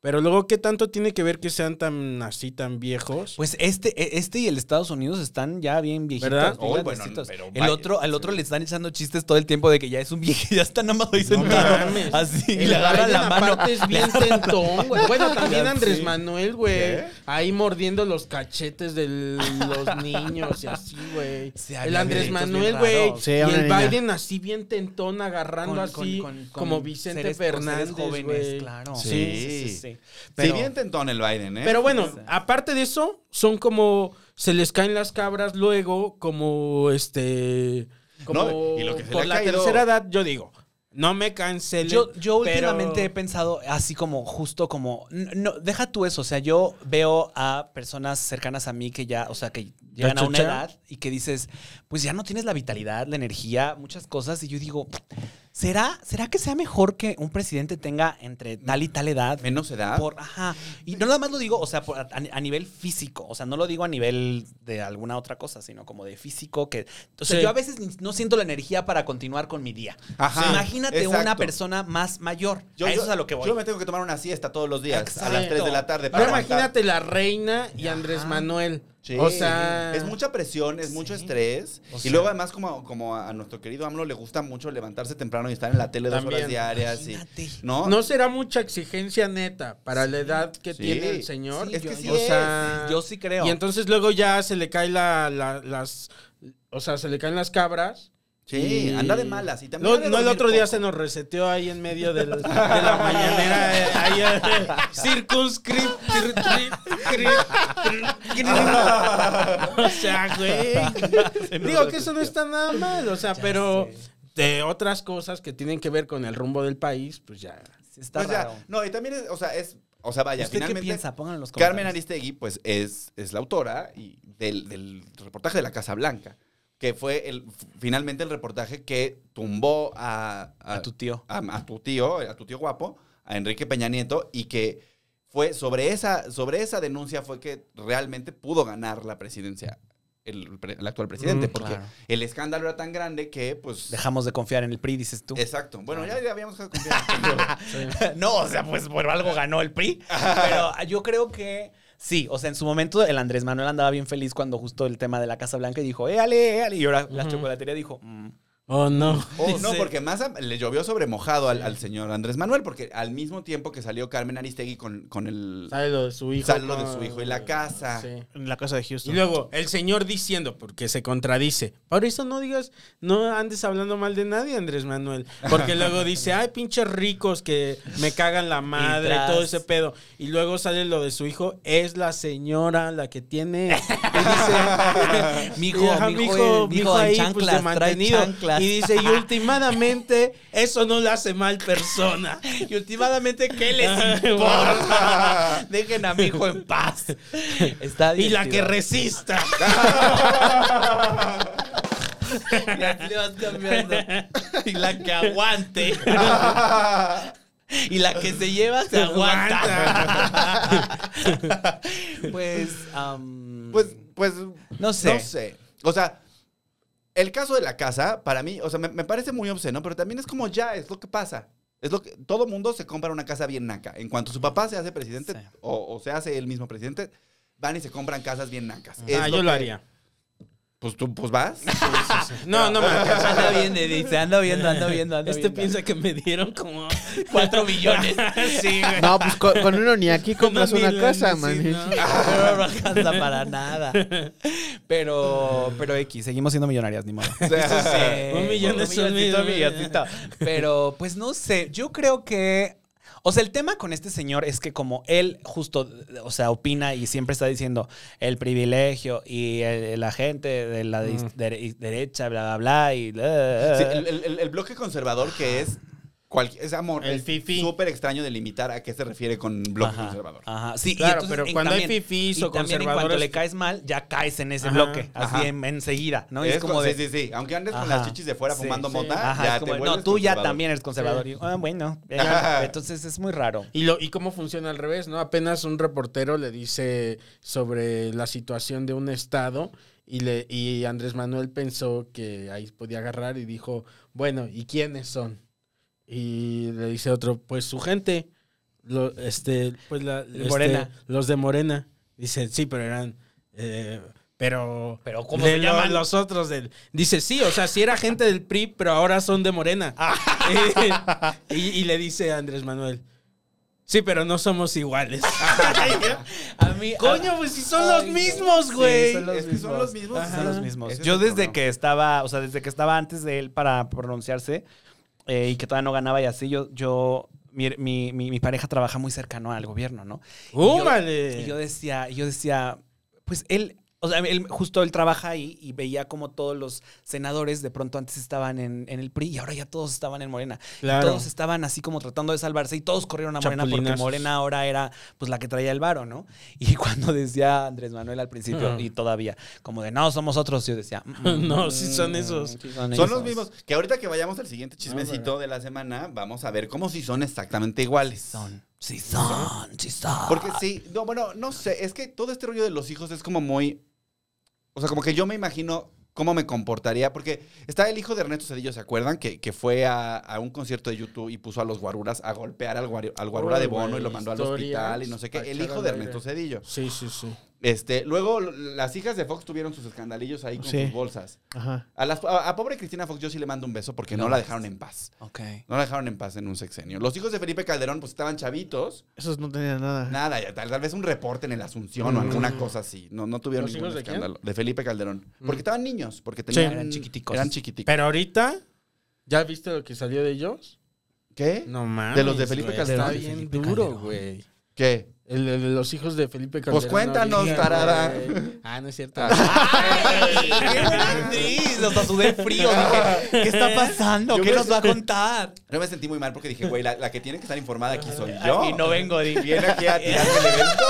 pero luego qué tanto tiene que ver que sean tan así, tan viejos.
Pues este, e- este y el Estados Unidos están ya bien viejitos.
¿Verdad?
Oh,
bien
bueno,
grandecitos.
pero
el
vaya,
otro, al otro le están echando chistes todo el tiempo de que ya es un viejo, ya está nada más ahí
No
sentado.
mames.
así, y
El
le agarra
Biden
la mano.
aparte es bien tentón, güey. Bueno, también Andrés Manuel, güey.
¿Qué?
Ahí mordiendo los cachetes de los niños y así, güey.
Sí,
el
había
Andrés
videitos
Manuel,
bien
güey.
raros.
Sí,
y
a una
el
niña.
Biden así bien tentón agarrando
Con-
así
con- con-
como
con
Vicente
seres- con seres
Fernández,
jóvenes,
güey.
claro.
Sí.
Sí, sí, sí.
Sí,
Pero-
bien tentón el Biden, ¿eh?
Pero bueno, aparte de eso, son como se les caen las cabras luego, como este. Como
No, y lo que se le
por
ha
la
caído-
tercera edad, yo digo, no me cancelen.
Yo, yo
pero-
últimamente he pensado así como justo como n- no deja tú eso, o sea, yo veo a personas cercanas a mí que ya, o sea, que llegan a una
chucha?
edad y que dices, pues ya no tienes la vitalidad, la energía, muchas cosas y yo digo, ¿será será que sea mejor que un presidente tenga entre tal y tal edad?
Menos edad.
Por, ajá. Y no nada más lo digo, o sea, por- a, a nivel físico. O sea, no lo digo a nivel de alguna otra cosa, sino como de físico. Que, o sea,
Sí.
yo a veces ni- no siento la energía para continuar con mi día.
Ajá.
Sí. Imagínate
Exacto.
una persona más mayor.
Yo,
a eso
yo-
es a lo que voy.
Yo me tengo que tomar una siesta todos los días a las
Exacto.
3 de la tarde.
Ahora
aguantar.
imagínate la reina y Andrés Manuel.
Sí.
O sea,
es mucha presión, es mucho estrés.
O
y
sea-
luego, además, como, como a nuestro querido AMLO le gusta mucho levantarse temprano y estar en la tele dos
También.
horas diarias. y-
Imagínate.
¿No?
no será mucha exigencia neta para la edad que
Sí.
tiene el señor.
Sí,
es que
yo-
sí
yo-
es.
Yo sí creo.
Y entonces luego ya se le cae la, la- las, o sea, se le caen las cabras.
Sí,
Y-
anda de malas. Y también
No,
ha de
no, el
dormir
otro día
poco.
se nos reseteó ahí en medio del- de la mañanera. eh, ahí, eh, circunscript. tri- tri- cri- tri- o sea, güey. Digo que eso no está nada mal. O sea, pero de otras cosas que tienen que ver con el rumbo del país, pues ya.
Sí, Está
Pues ya,
raro.
no, y también es, o sea, es, o sea, vaya,
¿Usted qué
finalmente.
piensa? Pónganlo en los
Carmen
comentarios.
Aristegui, pues, es, es la autora y del, del reportaje de la Casa Blanca, que fue el, finalmente el reportaje que tumbó a, a-
A tu tío.
a, a tu tío, a tu tío guapo, a Enrique Peña Nieto, y que fue sobre esa, sobre esa denuncia fue que realmente pudo ganar la presidencia, el, pre- el actual presidente,
Mm,
porque
claro.
el escándalo era tan grande que, pues...
Dejamos de confiar en el PRI, dices tú.
Exacto. Bueno, ya,
Claro.
ya habíamos dejado de confiar.
no, o sea, pues por algo ganó el PRI. Pero ah, yo creo que sí, o sea, en su momento el Andrés Manuel andaba bien feliz cuando justo el tema de la Casa Blanca y dijo, "Eh, éale, éale. Y ahora la chocolatería dijo, mm,
Oh, no.
Oh, no,
Dice-
porque más a- le llovió sobre mojado al, al señor Andrés Manuel, porque al mismo tiempo que salió Carmen Aristegui con, con el...
Sale lo de su hijo.
Sale lo
con-
de su hijo y la casa.
Sí.
En la casa de
Y
Houston.
luego, el señor diciendo, porque se contradice. Por eso no digas, no andes hablando mal de nadie, Andrés Manuel. Porque luego dice, ay, pinches ricos que me cagan la madre,
tras.
todo ese pedo. Y luego sale lo de su hijo, es la señora la que tiene. Y dice,
Mijo,
y, ajá,
mijo,
mijo,
mijo
mijo
en
ahí, pues,
chanclas,
de
trae
mantenido.
chanclas.
Y dice, y últimamente, eso no la hace mal persona.
Y últimamente, ¿qué les importa? Dejen a mi hijo en paz. Está
Y la
divertido.
que resista. Ah,
Y así le vas cambiando. Y la que aguante. Y la que se lleva se aguanta. Pues, am,
Pues, pues...
No sé.
No sé. O sea, el caso de la casa, para mí, o sea, me, me parece muy obsceno, pero también es como ya, es lo que pasa. Es lo que todo mundo se compra una casa bien naca. En cuanto su papá se hace presidente
Sí.
o, o se hace él mismo presidente, van y se compran casas bien nacas. Es
Ah, yo lo
que-
haría.
Pues tú, pues vas.
No, no me alcanza.
Anda viendo, dice, ando viendo, ando viendo, ando
Este
viendo.
piensa que me dieron como 4 billones. sí, güey.
No, pues con, con uno ni aquí compras
Unos
una
mil,
casa,
sí,
man.
no.
No, no alcanza para nada. Pero, pero X, seguimos siendo millonarias, ni modo.
O sea,
Sí,
Un millón es un
milloncito,
millón.
milloncito. Pero, pues no sé, yo creo que. O sea, el tema con este señor es que como él justo, o sea, opina y siempre está diciendo el privilegio y el- la gente de la dis- dere- derecha, bla, bla, bla, y... eh,
Sí, el, el- el- el bloque conservador que es cual- es amor,
El
es
fifí.
súper extraño delimitar a qué se refiere con bloque
Ajá, Ah,
conservador.
Ajá, sí. y
Claro,
entonces,
pero
en-
cuando hay
también-
fifís
y
o
también en cuanto
conservadores-
le caes mal, ya caes en ese
Ajá,
bloque, así
ajá.
en- enseguida, ¿no? Y
Es
es como
con-
de...
sí, sí, sí. Aunque andes con
Ajá.
las chichis de fuera
Sí,
fumando
sí.
mota,
Ajá,
ya
es como,
te
no,
vuelves
tú ya
conservador.
también eres conservador. Y, ah, bueno, eh,
Ajá.
entonces es muy raro.
Y, lo, y cómo funciona al revés, ¿no? Apenas un reportero le dice sobre la situación de un estado y, le, y Andrés Manuel pensó que ahí podía agarrar y dijo, bueno, ¿y quiénes son? Y le dice otro, pues su gente, lo, este, pues la, este,
Morena.
los de Morena. Dice, sí, pero eran... eh, pero,
Pero, ¿cómo
de
se
lo-
llaman?
los otros del dice sí o sea sí era gente del PRI pero ahora son de Morena
Ah.
y, y le dice a Andrés Manuel Sí, pero no somos iguales.
Ah. A mí,
Coño, pues si son los
Ay,
mismos,
sí,
güey.
son los
Es que son
mismos.
los mismos.
Son los mismos.
Ese es
Yo
el
desde
problema.
que estaba, o sea, desde que estaba antes de él para pronunciarse eh, y que todavía no ganaba y así, yo, yo mi, mi- mi- mi pareja trabaja muy cercano al gobierno, ¿no? Y yo-
¡Húmale!
Y yo decía, yo decía, pues él, o sea, él, justo él trabaja ahí y veía como todos los senadores de pronto antes estaban en, en el PRI y ahora ya todos estaban en Morena. Y
Claro.
todos estaban así como tratando de salvarse y todos corrieron a Morena porque
Chapulinazos.
Morena ahora era pues la que traía el varo, ¿no? Y cuando decía Andrés Manuel al principio
Ajá.
y todavía, como de no, somos otros, yo decía, "Mm,
No,
mm,
sí son esos.
sí
Son los
esos".
mismos. Que ahorita que vayamos al siguiente chismecito de la semana, vamos a ver cómo si son exactamente iguales.
Son, sí son, sí son.
Porque sí, no, bueno, no sé, es que todo este rollo de los hijos es como muy. O sea, como que yo me imagino cómo me comportaría, porque está el hijo de Ernesto Cedillo, ¿se acuerdan? Que, que fue a, a un concierto de YouTube y puso a los guaruras a golpear al, guaru- al guarura de
Órale,
bono y lo mandó al
historias
hospital y no sé qué.
pa'
El
echar
hijo
al
de
aire.
Ernesto Cedillo.
Sí, sí, sí.
Este, luego l- las hijas de Fox tuvieron sus escandalillos ahí con
Sí.
sus bolsas.
Ajá.
A, las- a- a pobre Cristina Fox yo sí le mando un beso porque no,
No.
la dejaron en paz.
Ok.
No la dejaron en paz en un sexenio. Los hijos de Felipe Calderón pues estaban chavitos.
Esos no tenían nada.
Nada, ya, tal, tal vez un reporte en el Asunción o alguna
Mm.
cosa así. No, no tuvieron
¿Los
ningún
hijos de quién?
escándalo. De Felipe Calderón. Porque estaban niños, porque tenían...
eran chiquiticos.
Eran chiquiticos.
Pero ahorita, ¿ya viste lo que salió de ellos?
¿Qué?
No mames.
De los de Felipe
güey,
Calderón.
Está
De
bien
Felipe
duro,
Calderón.
güey.
¿Qué?
El de de los hijos de Felipe Calderón.
Pues cuéntanos,
ahorita,
tarada.
güey. Ah, no es cierto.
¡Ay! ¡Qué buena actriz! Hasta sudé frío. Dije, ¿qué está pasando?
Yo
¿Qué
me-
nos va a contar?
Yo me sentí muy mal porque dije, güey, la, la que tiene que estar informada aquí soy yo.
Yo. Y no vengo, di.
Viene aquí a tirarme el evento.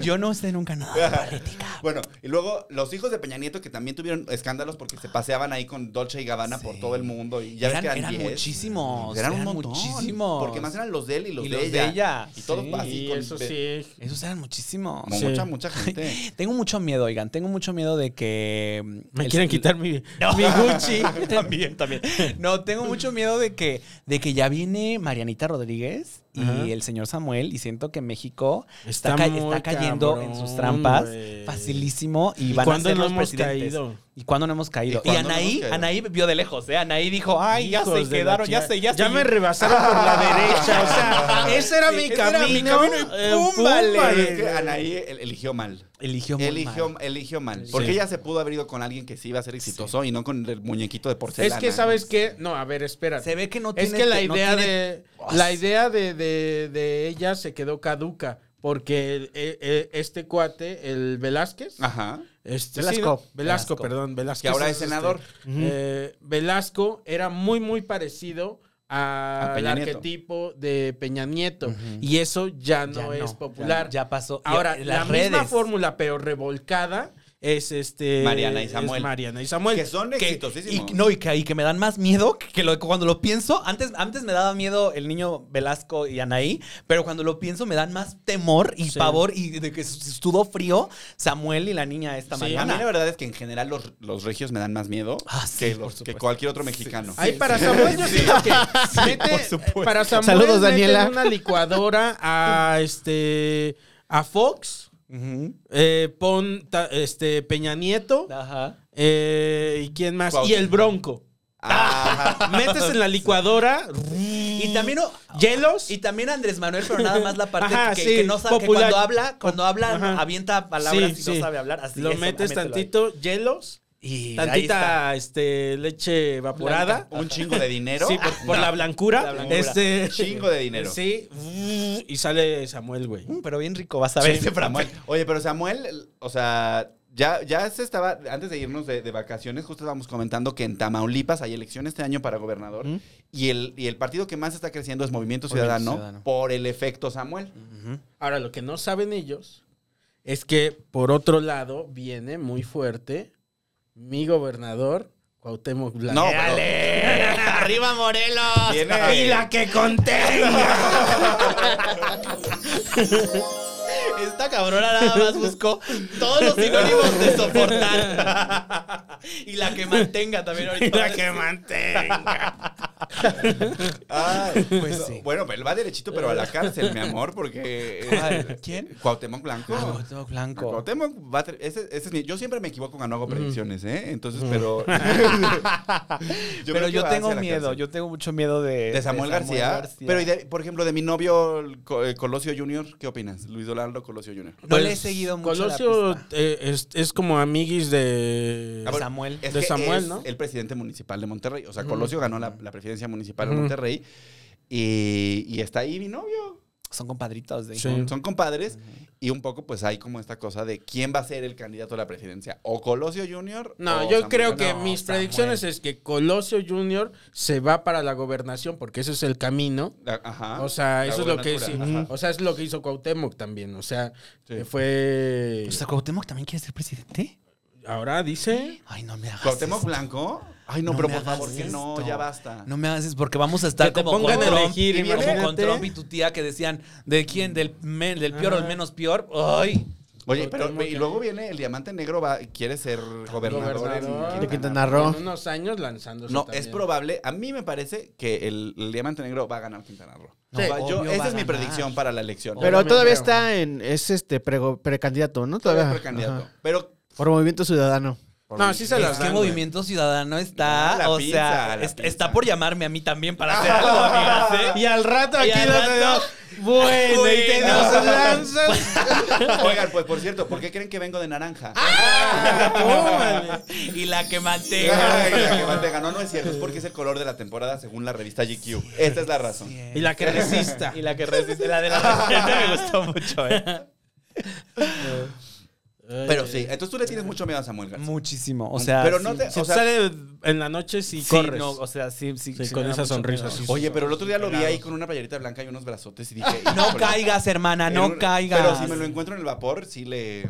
Yo no sé nunca nada de política.
Bueno, y luego los hijos de Peña Nieto que también tuvieron escándalos porque se paseaban ahí con Dolce y Gabbana
Sí.
por todo el mundo. Y ya ves
Eran-
que eran,
eran
10.
muchísimos, eran
montón.
muchísimos.
Porque más eran los de él y los,
Y
de,
los de
ella.
ella.
Y todos
Sí,
así con
eso sí.
Esos eran muchísimos.
con Mucha, mucha gente.
Tengo mucho miedo, oigan. Tengo mucho miedo de que. mm,
Me
el-
quieren quitar mi,
No.
mi Gucci.
también, también. No, tengo mucho miedo de que, de que ya viene Marianita Rodríguez y
Ajá.
el señor Samuel y siento que México está,
Está
ca-
muy
está cayendo
cabrón,
en sus trampas
güey.
facilísimo y
¿Y
van a
cuándo
ser
no
los
hemos
presidentes.
caído?
¿Y cuándo no hemos caído?
¿Y
Y,
cuándo no
Anaí,
hemos caído?
Anaí vio de lejos, ¿eh? Anaí dijo, ay, ya
Hijos
se
de la
quedaron, ya
chingada.
sé, ya sé.
Ya me rebasaron por la derecha. O sea, ese era
Sí,
mi
ese era
camino.
mi camino y
eh,
púmbale. ah,
Pero
púmbale.
es que Anaí e-, el- eligió mal.
Eligió muy
Eligió,
mal.
eligió mal. Porque ella se pudo haber ido con alguien que sí iba a ser exitoso y no con el muñequito de
Es
porcelana.
que, ¿sabes qué? No, a ver, espérate.
Se ve que no
Es
tiene... este,
que la
no
idea
tiene-
de la idea de, de- de ella se quedó caduca porque el- eh, eh, este cuate, el Velázquez,
Ajá.
este,
Velasco.
sí, ¿no? Velasco,
Velasco.
perdón, Velasco.
Ah, Que ahora es
este,
senador.
eh, Velasco era muy muy parecido
A
al
Peña Nieto.
arquetipo de Peña Nieto y eso ya no
Ya
es
no,
popular.
Ya, ya pasó. Y
Ahora,
en
la
las
misma fórmula, pero revolcada, es este.
Mariana y
es
Samuel.
Mariana y Samuel.
Que son
Que-
exitosísimos.
Y, no, y que, y que me dan más miedo que lo, cuando lo pienso. Antes, antes me daba miedo el niño Velasco y Anaí, pero cuando lo pienso me dan más temor y
Sí.
pavor y de que estuvo frío Samuel y la niña esta
Sí,
a mí
mañana.
la verdad es que en general los, los regios me dan más miedo
Ah, sí,
que,
por
los- que
supuesto.
cualquier otro mexicano.
Ahí para Samuel yo siento que mete-
por supuesto.
para Samuel
Saludos,
meten
Daniela.
una licuadora a este a Fox,
Ujú.
eh, pon ta- este Peña Nieto
Ajá.
eh, y quién más
Cuauhtémoc.
y el Bronco.
Ajá.
Metes en la licuadora
Y también, o-
hielos
y también Andrés Manuel, pero nada más la parte
Ajá,
que,
sí,
que no sabe. que
popular.
cuando habla, cuando habla,
Ajá.
avienta palabras
Sí,
y
sí.
no sabe hablar. Así
lo
eso,
metes
mételo ahí.
tantito hielos,
Y ahí está.
tantita este leche evaporada.
Un chingo de dinero.
Sí, por, por la blancura.
La blancura.
Este,
Chingo de dinero.
Sí. Y sale Samuel, güey.
Mm, pero bien rico, vas a ver. ese Samuel.
Samuel. Oye, pero Samuel, o sea, ya, ya se estaba, antes de irnos de, de vacaciones, justo estábamos comentando que en Tamaulipas hay elección este año para gobernador y, el, y el partido que más está creciendo es Movimiento Ciudadano,
Ciudadano.
por el efecto Samuel.
Ahora, lo que no saben ellos es que, por otro lado, viene muy fuerte mi gobernador, Cuauhtémoc Blanco.
No, pero
¡Arriba Morelos!
viene-
que contenga!
Esta cabrona nada más buscó todos los sinónimos de soportar. Y la que mantenga también ahorita.
La que mantenga.
Ah, pues sí. Bueno, pero él va derechito, pero a la cárcel, mi amor, porque. ¿Quién? Cuauhtémoc Blanco.
Ah, Blanco.
Cuauhtémoc va a ter- ese, ese es mi- yo siempre me equivoco cuando hago
Mm.
predicciones, ¿eh? Entonces, pero. Yo creo
Pero
que
yo
va hacia
tengo
la
miedo,
cárcel.
yo tengo mucho miedo de.
De Samuel, García. Pero, y de- por ejemplo, de mi novio el Co- eh, Colosio Jr., ¿qué opinas? Luis Donaldo Colosio Jr.
No le he seguido mucho. la
Colosio
pista.
eh, es, es como amiguis de.
Ah, bueno,
Samuel.
es
De
que
Samuel,
es
¿no?
El presidente municipal de Monterrey. O sea, Colosio ganó la, la presidencia municipal de Monterrey. Y, y está ahí mi novio.
Son compadritos de.
Sí.
Son compadres. Y un poco, pues, hay como esta cosa de quién va a ser el candidato a la presidencia. O Colosio Jr.
No,
o
yo
Samuel
creo
García.
que
No,
mis
Samuel.
predicciones es que Colosio Jr. se va para la gobernación porque ese es el camino.
La-
Ah,
ajá.
O sea,
La
eso es lo que hizo.
gobernatura, ajá.
O sea, es lo que hizo Cuauhtémoc también. O sea,
Sí.
que fue.
O sea, Cuauhtémoc también quiere ser presidente.
Ahora dice.
Ay, no me hagas.
¿Cuauhtémoc
esto.
Blanco? Ay, no,
No
pero
me
por
hagas
favor, que no,
esto.
ya basta.
No me hagas eso porque vamos a estar
Que te
como con
pongan a
Trump.
elegir,
y como con
imagínate.
Trump y tu tía que decían, ¿de quién? ¿Del, me- del peor o el menos peor? ¡Ay!
Oye, pero
Cuauhtémoc
y
ya.
luego viene el diamante negro, va, quiere ser gobernador, en
Gobernador.
De Quintana Roo.
En unos años lanzándose.
No,
también.
es probable. A mí me parece que el, el diamante negro va a ganar Quintana Roo.
No,
O sea, yo-
obvio va
esa
a
es mi
ganar.
predicción para la elección.
Pero
Obviamente.
todavía está en. Es este prego- precandidato, ¿no?
Todavía
Todavía.
es precandidato.
Ajá.
Pero
Por Movimiento Ciudadano.
No, sí se
Es
las
que
dan, güey.
Movimiento Ciudadano está,
Ah, la
o
pinza,
sea,
la
est-
pinza.
está por llamarme a mí también para hacer algo, amigas, ¿eh?
Y al rato
Y
aquí
al
los
rato-
dedos. Bueno, y te
Bueno.
nos lanzas.
oigan, pues por cierto, ¿por qué creen que vengo de naranja?
Ah,
Ah,
Tómale.
y la que
Ay,
mantenga.
la que más te ganó. no es cierto, es porque es el color de la temporada según la revista GQ. Esta es la razón.
y la que resista.
Y la que resiste, la de la resistente me gustó mucho, ¿eh?
Pero sí, entonces tú le tienes mucho miedo a Samuel García.
Muchísimo, o sea.
Pero no
sí.
te-
Si
o sea-
sale en la noche, si
Sí,
corres.
no, o sea, sí, sí.
Sí,
sí
con
me da
esa
mucho
sonrisa,
miedo.
sí, sí.
Oye, pero el otro día lo vi ahí con una playerita blanca y unos brazotes y dije...
No
híjole.
caigas, hermana,
En
Ah, no
un-
caigas.
Pero si me lo encuentro en el vapor, sí le...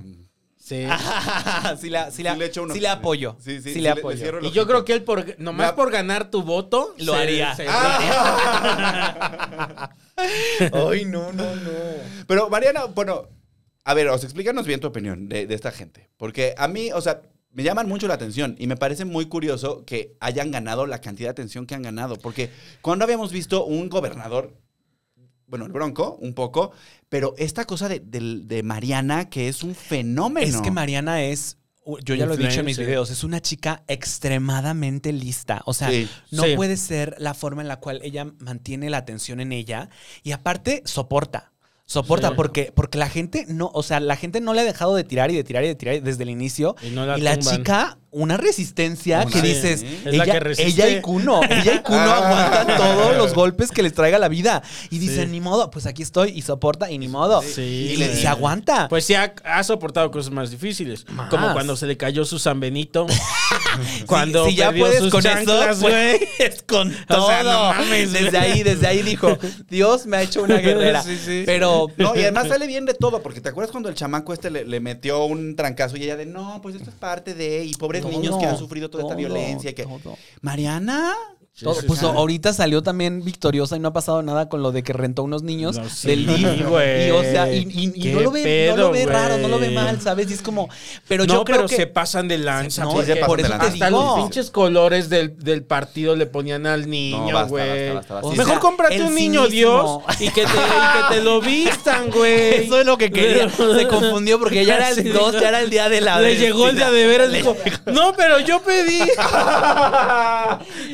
Sí.
Ah, sí, la, sí, la,
Sí
sí,
le echo uno.
le apoyo.
Sí, sí,
sí,
sí
le
le- le
apoyo.
cierro
Y yo creo que él, por, nomás
La-
por ganar tu voto, Ah,
Lo
se-
haría.
se-
Ay, no, no, no.
Ah. Pero, Mariana, bueno, a ver, os explícanos bien tu opinión de, de esta gente. Porque a mí, o sea, me llaman mucho la atención y me parece muy curioso que hayan ganado la cantidad de atención que han ganado. Porque cuando habíamos visto un gobernador, bueno, el bronco, un poco, pero esta cosa de, del- de Mariana, que es un fenómeno.
Es que Mariana es, yo ya lo he dicho en mis
Influencer.
videos, es una chica extremadamente lista. O sea,
Sí.
no
Sí.
puede ser la forma en la cual ella mantiene la atención en ella y aparte soporta. Soporta
Sí.
porque, porque la gente no, o sea, la gente no le ha dejado de tirar y de tirar y de tirar desde el inicio.
Y no la
y la
tumban.
chica, una resistencia
Una,
que
sí.
dices,
Es
la que
ella,
resiste. Ah.
ella y Cuno, ella y Cuno aguantan todos los golpes que les traiga la vida. Y dicen, ni modo, pues aquí estoy y soporta y ni modo.
Sí. Pues
y, le, y
Sí.
se aguanta.
Pues sí, ha, ha soportado cosas más difíciles.
Más.
Como cuando se le cayó su San Benito. Cuando
si ya
perdió
puedes
sus
con eso,
chanclas,
pues-
güey, es con todo.
Todo. desde ahí, desde ahí dijo, Dios me ha hecho una guerrera.
Sí, sí.
Pero
No, y además sale bien de todo, porque ¿te acuerdas cuando el chamaco este le, le metió un trancazo y ella de, no, pues esto es parte de, y pobres niños que han sufrido toda esta violencia? Que...
todo.
¿Mariana?
Todo. Pues ahorita salió también victoriosa y no ha pasado nada con lo de que rentó unos niños
No, sí,
del DIF.
güey.
Y, o sea, y, y- y
Qué
no lo ve, no
pedo,
lo ve raro, no lo ve
güey.
mal, ¿sabes? Y es como, pero
no,
yo creo
pero
que.
se pasan de lanza.
No,
porque
se pasan
por
de
eso
lanza.
te
hasta los
digo.
pinches colores del, del partido le ponían al
No,
niño,
basta,
güey.
basta, basta, basta.
O
Mejor
sea,
cómprate
el
un niño
cinismo.
Dios y que, te, y que te lo vistan, güey.
Eso es lo que quería. Se confundió porque ya era
Sí,
el 2, ya era el día de la.
Le llegó el día de veras, dijo, no, pero yo pedí.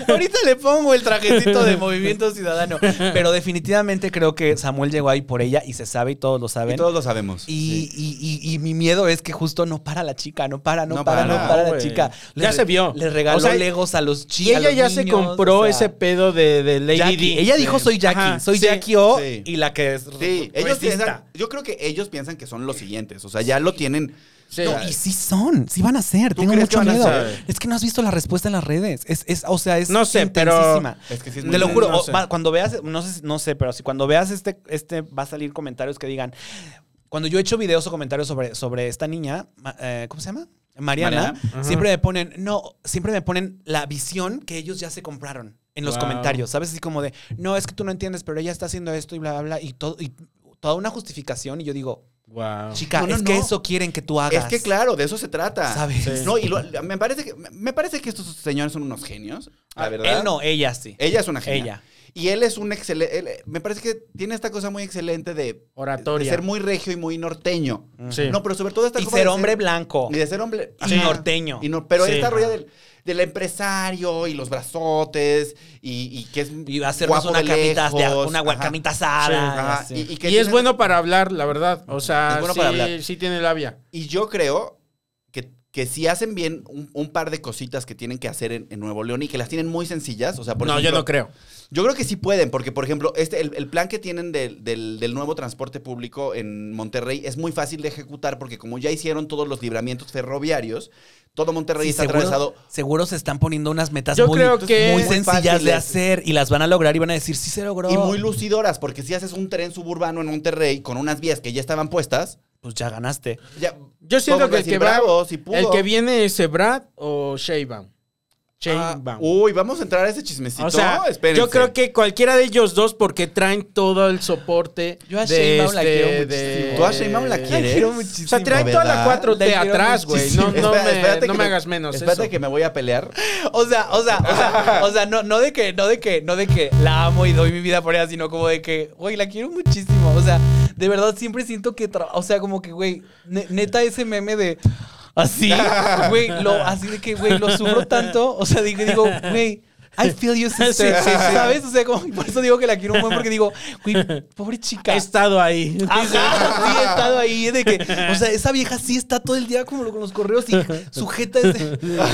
Ahorita le pongo el trajecito de Movimiento Ciudadano. Pero definitivamente creo que Samuel llegó ahí por ella y se sabe y todos lo
Y
saben.
todos lo sabemos.
Y, y- y- y mi miedo es que justo no para la chica, no para, no,
No
para,
para,
no para la
güey.
chica.
Ya
re-
se vio.
Le regaló
O sea,
legos a los
Y
chicos.
ella ya se compró ese pedo de, de Lady
Jackie.
D.
Ella dijo soy Jackie,
Ajá,
soy
sí.
Jackie O
sí.
y la que es
Sí, ellos
resista.
piensan, yo creo que ellos piensan que son los siguientes, o sea, ya lo tienen.
Sí.
No, y sí son, sí van a ser,
¿Tú
tengo
crees que
mucho
van a
miedo.
ser?
Es que no has visto la respuesta en las redes. Es, es o sea, es
No sé, pero-
intensísima.
Es que sí es muy
Te lo juro,
No
o
sé.
va- cuando veas, no sé, no sé, pero si cuando veas este, este va a salir comentarios que digan. Cuando yo he hecho videos o comentarios sobre, sobre esta niña, ma- eh, ¿cómo se llama? Mariana,
Mariana,
siempre me ponen, no, siempre me ponen la visión que ellos ya se compraron en los
Wow.
comentarios, ¿sabes? Así como de, no, es que tú no entiendes, pero ella está haciendo esto y bla, bla, bla, y, todo, y toda una justificación, y yo digo,
Wow.
chica,
No, no,
es que
no.
eso quieren que tú hagas.
Es que claro, de eso se trata.
¿Sabes? Sí.
No, y lo- me parece que me parece que estos señores son unos genios, la verdad.
Ah, Él no, ella sí.
Ella es una genia.
Ella.
Y él es un excelente. Me parece que tiene esta cosa muy excelente de, de
Oratoria.
ser muy regio y muy norteño.
Sí.
No, pero sobre todo esta
Y
cosa
ser
de
hombre blanco.
Y de ser hombre.
Y norteño.
Y no- pero
Sí.
esta rolla del, del empresario y los brazotes y, y que es.
Y va a hacernos
guapo
una
de
carnita, de-
lejos.
una
Ajá.
guacamita
Ajá.
asada.
Y, y que
Y es
tiene-
bueno para hablar, la verdad. O sea,
Es bueno
sí,
para hablar.
sí tiene labia.
Y yo creo que, que si hacen bien un, un par de cositas que tienen que hacer en, en Nuevo León y que las tienen muy sencillas, o sea, por
no, yo
ejemplo,
no creo.
Yo creo que sí pueden, porque, por ejemplo, este, el, el plan que tienen del, del- del nuevo transporte público en Monterrey es muy fácil de ejecutar, porque como ya hicieron todos los libramientos ferroviarios, todo Monterrey
Sí,
está
seguro,
atravesado.
seguro se están poniendo unas metas
Yo
muy,
creo que-
muy
Muy
sencillas de
fáciles.
hacer y las van a lograr y van a decir, sí se logró.
Y muy lucidoras, porque si haces un tren suburbano en Monterrey con unas vías que ya estaban puestas,
Pues ya ganaste.
ya.
Yo siento
podemos
que el
decir,
que, va,
"Bravo, sí pudo".
el que viene es Brad o Sheinbaum.
Ah,
Sheinbaum.
uy, vamos a entrar a ese chismecito.
o sea,
Espérense.
yo creo que cualquiera de ellos dos porque traen todo el soporte.
Yo a
de
Sheinbaum la
este,
quiero muchísimo.
de-
¿Tú a Sheinbaum la quieres?
quiero
O sea, traen toda la
¿Verdad?
4T
La quiero
atrás, güey. No, no,
Espera-
me,
espérate
no
que
me hagas menos
Espérate
eso.
que me voy a pelear.
O sea, o sea, o sea, o sea, no, no de que, no de que, no de que la amo y doy mi vida por ella, sino como de que, güey, la quiero muchísimo. O sea, de verdad siempre siento que, tra- o sea, como que, güey, ne- neta ese meme de así, güey, lo, así de que, güey, lo sufro tanto. O sea, digo, digo, güey. I feel you, sister.
Sí, sí, sí.
¿Sabes? O sea, como, por eso digo que la quiero un buen porque digo, güey, pobre chica.
He estado ahí.
Ajá, Ah, sí, he estado ahí de que, o sea, esa vieja sí está todo el día como lo- con los correos y sujeta ese.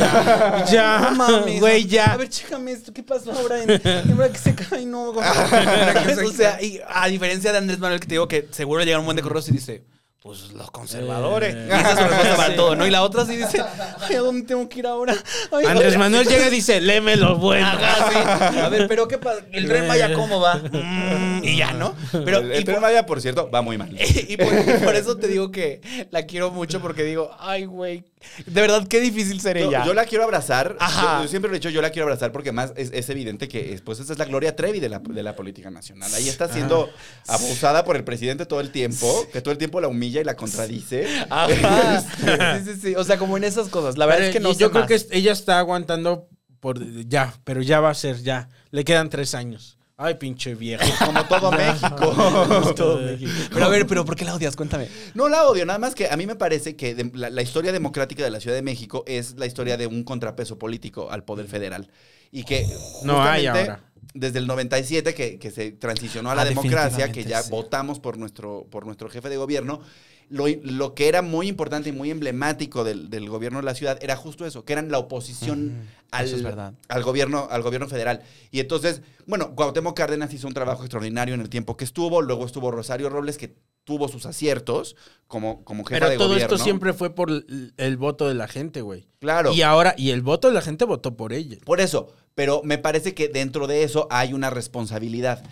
Ya,
No mames.
güey, ya.
A ver, chécame esto, ¿qué pasó ahora? En, ahora que se cae, no. güey. ¿Sabes? o sea, y a diferencia de Andrés Manuel, que te digo que seguro llega un buen de correos y dice. Pues los conservadores.
Eh.
Y esa es su respuesta para todo, ¿no? Y la otra sí dice, ay, ¿a dónde tengo que ir ahora? Ay,
Andrés
ahora-
Manuel llega y dice, léeme lo bueno.
Ajá, sí. A ver, pero qué pasa, el tren vaya cómo va. Mm, y ya, ¿no? Pero
el,
y
el
por-
tren Maya, por cierto, va muy mal.
y por, y por eso te digo que la quiero mucho porque digo, ay, güey, de verdad qué difícil ser
Yo,
ella.
yo la quiero abrazar.
Ajá.
Yo, yo siempre lo he dicho, yo la quiero abrazar porque más es, es evidente que es- pues esa es la Gloria Trevi de la, de la política nacional. Ahí
Ah.
está siendo abusada por el presidente todo el tiempo, que todo el tiempo la humilla y la contradice.
Ajá.
Este,
Sí, sí, sí. O sea, como en esas cosas. La verdad
Pero
es que no
yo-
sé
Yo creo
más.
que es- ella está aguantando por ya, pero ya va a ser, ya. Le quedan tres años. Ay, pinche viejo.
Como todo México.
Pero a ver, pero ¿por qué la odias? Cuéntame.
No la odio, nada más que a mí me parece que de- la, la historia democrática de la Ciudad de México es la historia de un contrapeso político al poder federal. Y que
No hay
justamente
ahora.
Desde el 97 que, que se transicionó a la
Ah,
democracia, que
definitivamente,
ya
sí.
votamos por nuestro, por nuestro jefe de gobierno, lo, lo que era muy importante y muy emblemático del, del gobierno de la ciudad era justo eso, que eran la oposición al,
eso es verdad.
al gobierno, al gobierno federal. Y entonces, bueno, Cuauhtémoc Cárdenas hizo un trabajo extraordinario en el tiempo que estuvo, luego estuvo Rosario Robles, que tuvo sus aciertos como, como jefa
Pero
de
todo
gobierno.
esto siempre fue por l- el voto de la gente, güey.
Claro.
Y ahora, y el voto de la gente votó por ella.
Por eso, pero me parece que dentro de eso hay una responsabilidad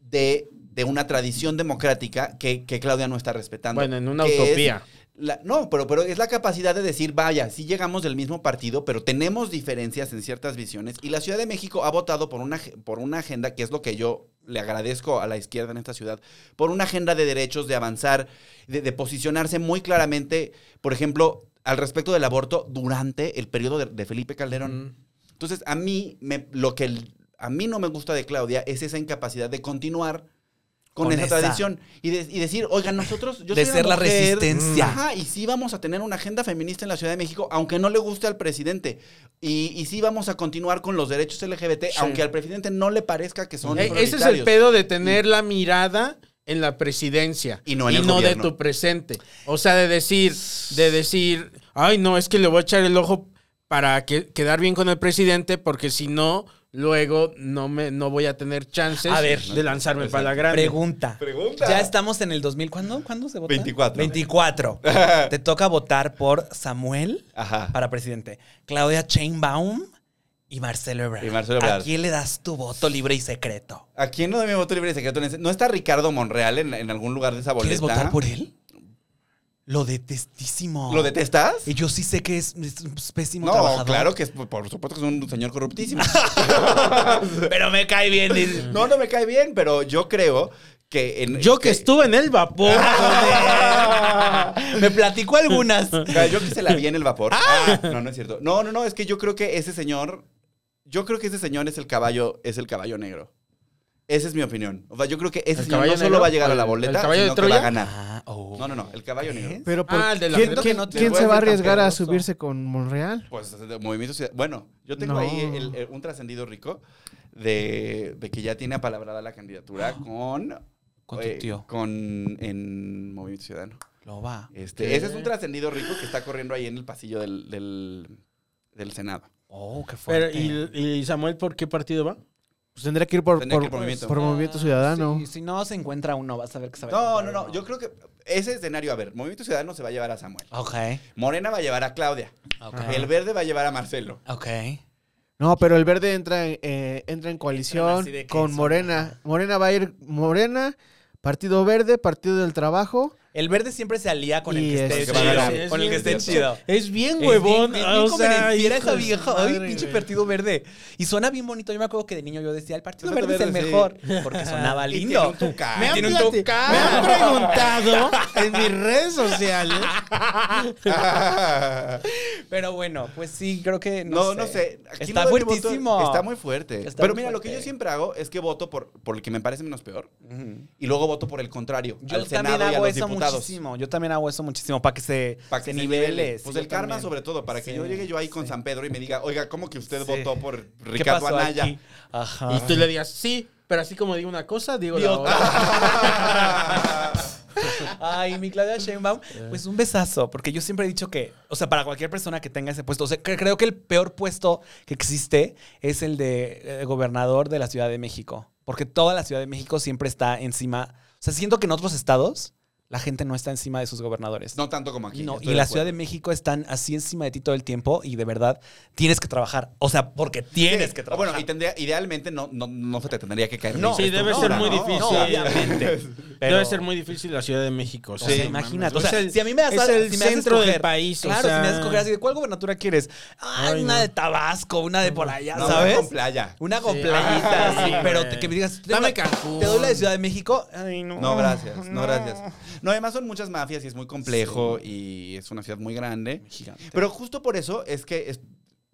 de, de una tradición democrática que, que Claudia no está respetando.
Bueno, en una
que es
utopía.
la- no, pero, pero es la capacidad de decir, vaya, sí llegamos del mismo partido, pero tenemos diferencias en ciertas visiones. Y la Ciudad de México ha votado por una, ag- por una agenda, que es lo que yo le agradezco a la izquierda en esta ciudad, por una agenda de derechos, de avanzar, de, de posicionarse muy claramente, por ejemplo, al respecto del aborto durante el periodo de, de Felipe Calderón. Entonces, a mí, me- lo que el- a mí no me gusta de Claudia es esa incapacidad de continuar con,
Con
esa,
esa.
tradición y, de- y decir, oigan, nosotros... Yo
De
soy
ser
una
la
mujer,
resistencia.
Ajá, Ah, y sí vamos a tener una agenda feminista en la Ciudad de México, aunque no le guste al presidente. Y, y sí vamos a continuar con los derechos LGBT, aunque al presidente no le parezca que son
Ey, Eh, ese es el
prioritarios.
pedo de tener la mirada en la presidencia
Y no en el
de
gobierno.
tu presente. O sea, de decir, de decir, ay no, es que le voy a echar el ojo para que- quedar bien con el presidente, porque si no, luego no me no voy a tener chances
A ver.
de lanzarme para la grande.
Pregunta.
Pregunta.
Ya estamos en el 2000. ¿Cuándo, ¿Cuándo se vota?
24.
24. Te toca votar por Samuel
Ajá.
para presidente, Claudia Chainbaum y Marcelo Ebrard.
Y Marcelo Ebrard.
¿A quién le das tu voto libre y secreto?
¿A quién no de mi voto libre y secreto? en ese- ¿No está Ricardo Monreal en, en algún lugar de esa boleta?
¿Quieres votar por él? Lo detestísimo.
¿Lo detestas?
Y yo sí sé que es, es un pésimo
No,
trabajador.
claro que es, por supuesto que es un señor corruptísimo.
Pero me cae bien. dice.
No, no me cae bien, pero yo creo que en.
Yo que estuve en el vapor.
me platicó algunas.
O sea, Yo que se la vi en el vapor. Ah, no, no es cierto. No, no, no, es que yo creo que ese señor. Yo creo que ese señor es el caballo, es el caballo negro. Esa es mi opinión. O sea, yo creo que ese
¿El
señor
caballo
no solo
negro?
va a llegar a la
¿El- el
boleta,
caballo de
sino que va a
Troya?
ganar.
Ah, oh.
No, no, no, el caballo negro.
Pero por-
Ah, el de la
¿quién,
gente
quién-
que no
te-
quién
Voy
se
a
va a
ser
arriesgar a
campeonazo.
subirse con Monreal?
Pues es de movimiento ciudad- Bueno, yo tengo
No.
ahí el- el- un trascendido rico de, de que ya tiene apalabrada la candidatura con.
Con tu
eh,
tío.
Con. En Movimiento Ciudadano.
Lo va.
Este,
¿Qué?
ese es un trascendido rico que está corriendo ahí en el pasillo del, del- del Senado.
Oh, qué
Pero,
fuerte.
¿y, y Samuel por qué partido va?
Pues tendría que ir por,
Tendría
por-
que ir por Movimiento.
por Movimiento Ciudadano.
Ah, Sí, si no se encuentra uno, vas a ver que se va a
No, no,
encontrar
no.
uno.
Yo creo que ese escenario, a ver, Movimiento Ciudadano se va a llevar a Samuel.
Ok.
Morena va a llevar a Claudia.
Ok.
El Verde va a llevar a Marcelo.
Ok.
No, pero el verde entra en, eh, entra en coalición
así de que
con
son-
Morena. Morena va a ir Morena, Partido Verde, Partido del Trabajo.
El verde siempre se alía con
Y
el que esté
este-
Sí,
chido.
sí,
con el que
sí,
esté
sí.
chido.
Es bien
Es
huevón.
bien- es
ah,
bien
o sea,
convenenciera
hijo
esa
de su
vieja. Ay,
madre,
pinche
güey.
partido verde. Y suena bien bonito. Yo me acuerdo que de niño yo decía, el partido
Partido
verde es el
Verde, sí.
mejor. Porque sonaba
Y
lindo.
tiene un tucán.
Me han,
Tiene un
plati-
tocar.
me han preguntado en mis redes sociales.
Pero bueno, pues sí, creo que
No,
no
no sé. Aquí
Está
lo de mi voto
fuertísimo.
está muy fuerte.
Está
Pero
muy
mira, lo que
fuerte.
yo siempre hago es que voto por, por el que me parece menos peor
Ujú.
y luego voto por el contrario.
Yo
al
también
Senado y a
hago
los
eso
diputados.
muchísimo. Yo también hago eso muchísimo para que se,
Para que
se
se
nivele.
nivele.
Sí,
Pues
yo
el karma
también.
sobre todo, para que
Sí,
yo llegue yo ahí con
sí.
San Pedro y me diga, oiga, ¿cómo que usted
Sí.
votó por
¿Qué
Ricardo
pasó
Anaya?
aquí? Ajá.
Y tú le digas, sí, pero así como digo una cosa, digo la
Idiota.
otra.
Ay, mi Claudia Sheinbaum, pues un besazo, porque yo siempre he dicho que, o sea, para cualquier persona que tenga ese puesto, o sea, cre- creo que el peor puesto que existe es el de eh, gobernador de la Ciudad de México, porque toda la Ciudad de México siempre está encima, o sea, siento que en otros estados la gente no está encima de sus gobernadores.
No tanto como aquí.
No,
estoy
y la
acuerdo.
Ciudad de México están así encima de ti todo el tiempo y de verdad tienes que trabajar. O sea, porque tienes
Sí. Ah,
que trabajar.
Bueno, y tendría, idealmente no, no, no se te tendría que caer.
No.
ni
Sí, debe
esto,
ser
¿no?
muy
No,
difícil.
No, obviamente. Pero-
Debe ser muy difícil la Ciudad de México.
O sea,
sí.
imagínate.
No
o sea,
mames, es el-
si a mí me das
es
a-
el
si me haces
centro del
escoger-
país, o
Claro,
sea.
si me haces escoger así, de, ¿cuál gobernatura quieres? Ah,
Ay,
una
no.
de Tabasco, una de por allá,
No,
¿sabes?
con playa.
Una con
Sí.
playita,
Ay,
así,
güey.
pero te- que me digas, te doy
Dame
la-
Cancún.
Te doy la de Ciudad de México. Ay, no.
No, gracias. No, gracias. No, además son muchas mafias y es muy complejo y es una ciudad muy grande.
Gigante.
Pero justo por eso es que, es-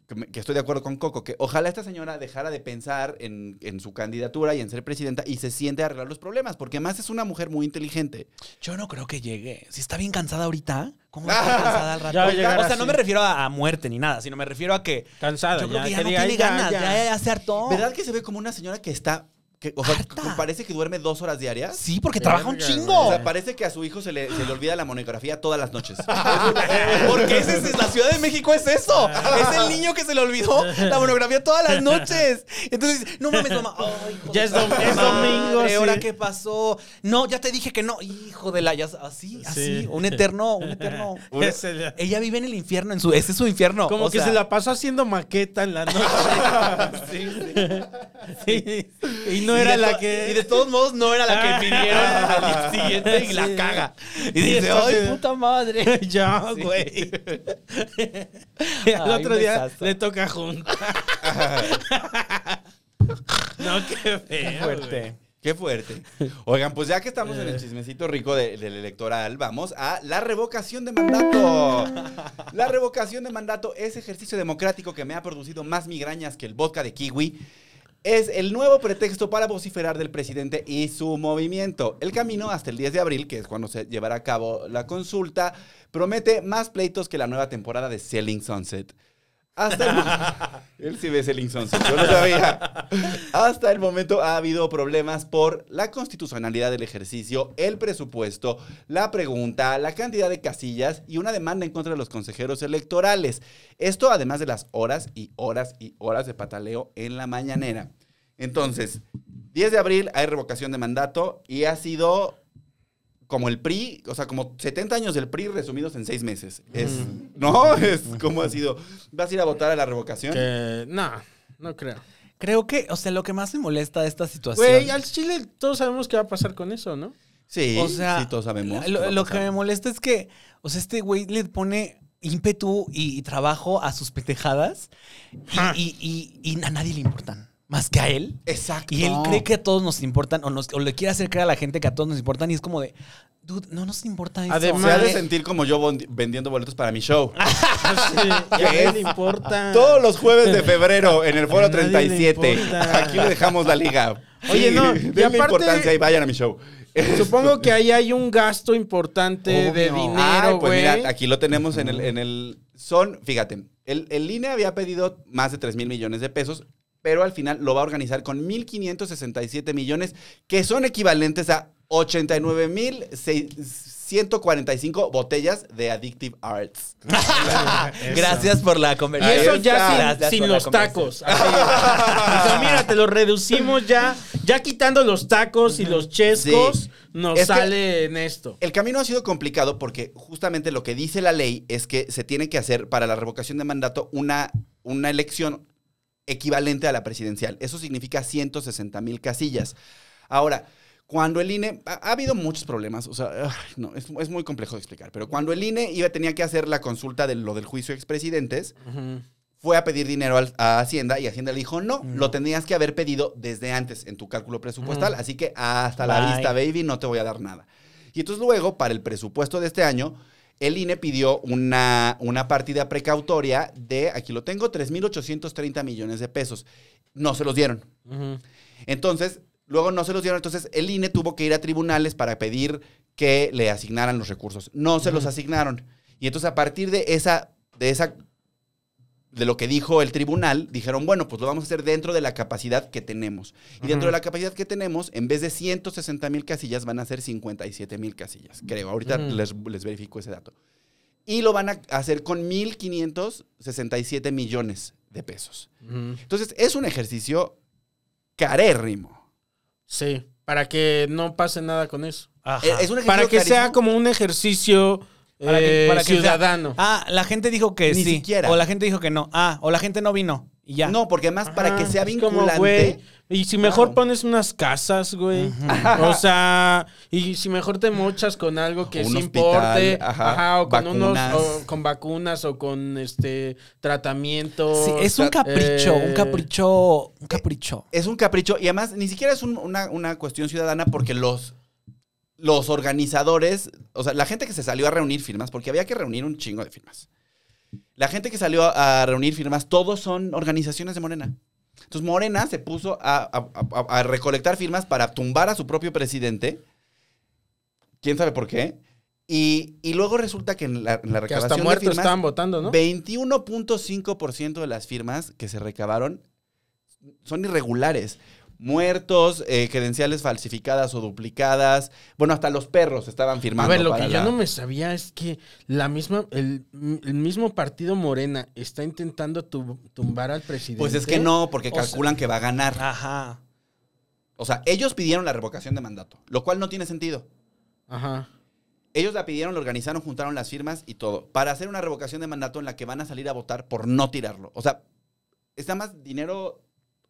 que me- que estoy de acuerdo con Coco, que ojalá esta señora dejara de pensar en, en su candidatura y en ser presidenta y se siente a arreglar los problemas, porque más es una mujer muy inteligente.
Yo no creo que llegue. Si está bien cansada ahorita, ¿cómo va a estar cansada al
Ya va a
rato?
llegar
O sea, no
así.
me refiero a a muerte ni nada, sino me refiero a que
Cansada.
yo creo que ya
que
no
diga,
tiene
"Ay, ya,
ganas, ya,
ya".
ya, ya se hartó.
¿Verdad que se ve como una señora que está, que, o sea, que parece que duerme dos horas diarias.
Sí, porque trabaja un chingo.
O sea, parece que a su hijo se le, se le olvida la monografía todas las noches. Es un- Porque esa es la Ciudad de México, es eso. Es el niño que se le olvidó la monografía todas las noches. Entonces, no mames, mamá. Ay, hijo
Ya
de
es
tu
dom- es
madre,
domingo, sí.
¿Ahora qué pasó? No, ya te dije que no. Hijo de la. ya- así, así.
Sí.
Un eterno, un eterno.
Ya se le-
Ella vive en el infierno, en su, ese es su infierno.
Como
o
que
sea,
se la pasó haciendo maqueta en la noche. Sí. Y no
y
era
de
la
to-
que.
Y de todos modos, no era la que pidieron al siguiente y la
Sí.
caga.
Sí,
Y dice,
está
¡ay,
bien.
puta madre!
Ya,
Sí.
güey. Al
Ay,
otro
un
día
desastre.
le toca juntar. no, qué feo. güey.
Fuerte. Qué fuerte. Oigan, pues ya que estamos en el chismecito rico de- del electoral, vamos a la revocación de mandato. La revocación de mandato es ejercicio democrático que me ha producido más migrañas que el vodka de kiwi. Es el nuevo pretexto para vociferar del presidente y su movimiento. El camino hasta el 10 de abril, que es cuando se llevará a cabo la consulta, promete más pleitos que la nueva temporada de Selling Sunset. Hasta el mo- Él sí ve Selling Sunset, yo lo sabía. Hasta el momento ha habido problemas por la constitucionalidad del ejercicio, el presupuesto, la pregunta, la cantidad de casillas y una demanda en contra de los consejeros electorales. Esto además de las horas y horas y horas de pataleo en la mañanera. Entonces, 10 de abril hay revocación de mandato y ha sido como el PRI, o sea, como 70 años del PRI resumidos en seis meses. Es, ¿No? Es como ha sido. ¿Vas a ir a votar a la revocación?
Que- no, no creo.
Creo que, o sea, lo que más me molesta de esta situación.
Güey, al Chile todos sabemos qué va a pasar con eso, ¿no?
Sí,
o sea,
sí, todos sabemos.
Lo,
va a
lo que
pasar.
me molesta es que, o sea, este güey le pone ímpetu y, y trabajo a sus petejadas y, y- y- y a nadie le importan más que a él.
Exacto.
Y él cree que a todos nos importan o, nos, o le quiere hacer creer a la gente que a todos nos importan y es como de, dude, no nos importa eso.
Se ha
Además-
de sentir como yo bondi- vendiendo boletos para mi show.
Sí, y a nadie le importa.
Todos los jueves de febrero en el Foro
A nadie le
37.
importa.
Aquí le dejamos la liga.
Oye, no, y
denle
aparte-
importancia y vayan a mi show.
Supongo que ahí hay un gasto importante de
Obvio.
dinero,
Ay, pues
güey.
mira, aquí lo tenemos en el, en el. Son, fíjate, el, el INE había pedido más de 3 mil millones de pesos, pero al final lo va a organizar con 1.567 millones, que son equivalentes a 89.145 botellas de Addictive Arts.
Gracias por la
y
conversación.
eso
ahí
ya
está.
sin-
Gracias
sin,
por la
los
conversación.
tacos. así. O sea, mira, te lo reducimos ya. Ya quitando los tacos y los chescos,
Sí.
nos
Es que-
sale en esto.
El camino ha sido complicado porque justamente lo que dice la ley es que se tiene que hacer para la revocación de mandato una, una elección equivalente a la presidencial. Eso significa 160 mil casillas. Ahora, cuando el INE, ha, ha habido muchos problemas, o sea, ay, no, es, es muy complejo de explicar, pero cuando el INE iba, tenía que hacer la consulta de lo del juicio de expresidentes, fue a pedir dinero al- a Hacienda y Hacienda le dijo, no, lo tenías que haber pedido desde antes en tu cálculo presupuestal, así que hasta la
Bye.
vista, baby, no te voy a dar nada. Y entonces luego, para el presupuesto de este año, el INE pidió una, una partida precautoria de, aquí lo tengo, 3.830 millones de pesos. No se los dieron. Entonces, luego no se los dieron, entonces el INE tuvo que ir a tribunales para pedir que le asignaran los recursos. No se los asignaron. Y entonces a partir de esa, de esa, de lo que dijo el tribunal, dijeron, bueno, pues lo vamos a hacer dentro de la capacidad que tenemos. Y dentro de la capacidad que tenemos, en vez de 160 mil casillas, van a ser 57 mil casillas, creo. Ahorita les, les verifico ese dato. Y lo van a hacer con 1.567 millones de pesos. Entonces, es un ejercicio carérrimo.
Sí, para que no pase nada con eso.
Ajá.
Es un ejercicio
Para que sea
carísimo.
como un ejercicio
Para que-
eh,
para que sea-
ciudadano.
Ah, la gente dijo que
Ni
sí.
siquiera.
O la gente dijo que no. Ah, o la gente no vino. Y ya.
No, porque además para que
Ajá,
sea
Ah, es como,
vinculante.
güey, y si mejor
Claro.
pones unas casas, güey. O sea, y si mejor te mochas con algo que
O un
sí
hospital,
importe.
ajá,
Ajá, o con
vacunas.
unos. o con vacunas o con este tratamiento. Eh,
Sí, es un capricho,
eh,
un capricho, un capricho.
Es un capricho y además ni siquiera es un- una, una cuestión ciudadana porque los, los organizadores, o sea, la gente que se salió a reunir firmas, porque había que reunir un chingo de firmas. La gente que salió a, a reunir firmas, todos son organizaciones de Morena. Entonces Morena se puso a, a- a- a recolectar firmas para tumbar a su propio presidente. ¿Quién sabe por qué? Y, y luego resulta que en la, en la
Que
recaudación
hasta
de
muertos
firmas,
estaban votando, ¿no?
21.5% de las firmas que se recabaron son irregulares. muertos, eh, credenciales falsificadas o duplicadas. Bueno, hasta los perros estaban
A
firmando.
ver, lo
para
que
la-
yo no me sabía es que la misma, el, el mismo partido Morena está intentando tu- tumbar al presidente.
Pues es que no, porque
O sea- ah.
calculan que va a ganar.
Ajá.
O sea, ellos pidieron la revocación de mandato, lo cual no tiene sentido.
Ajá.
Ellos la pidieron, la organizaron, juntaron las firmas y todo, para hacer una revocación de mandato en la que van a salir a votar por no tirarlo. O sea, está más dinero...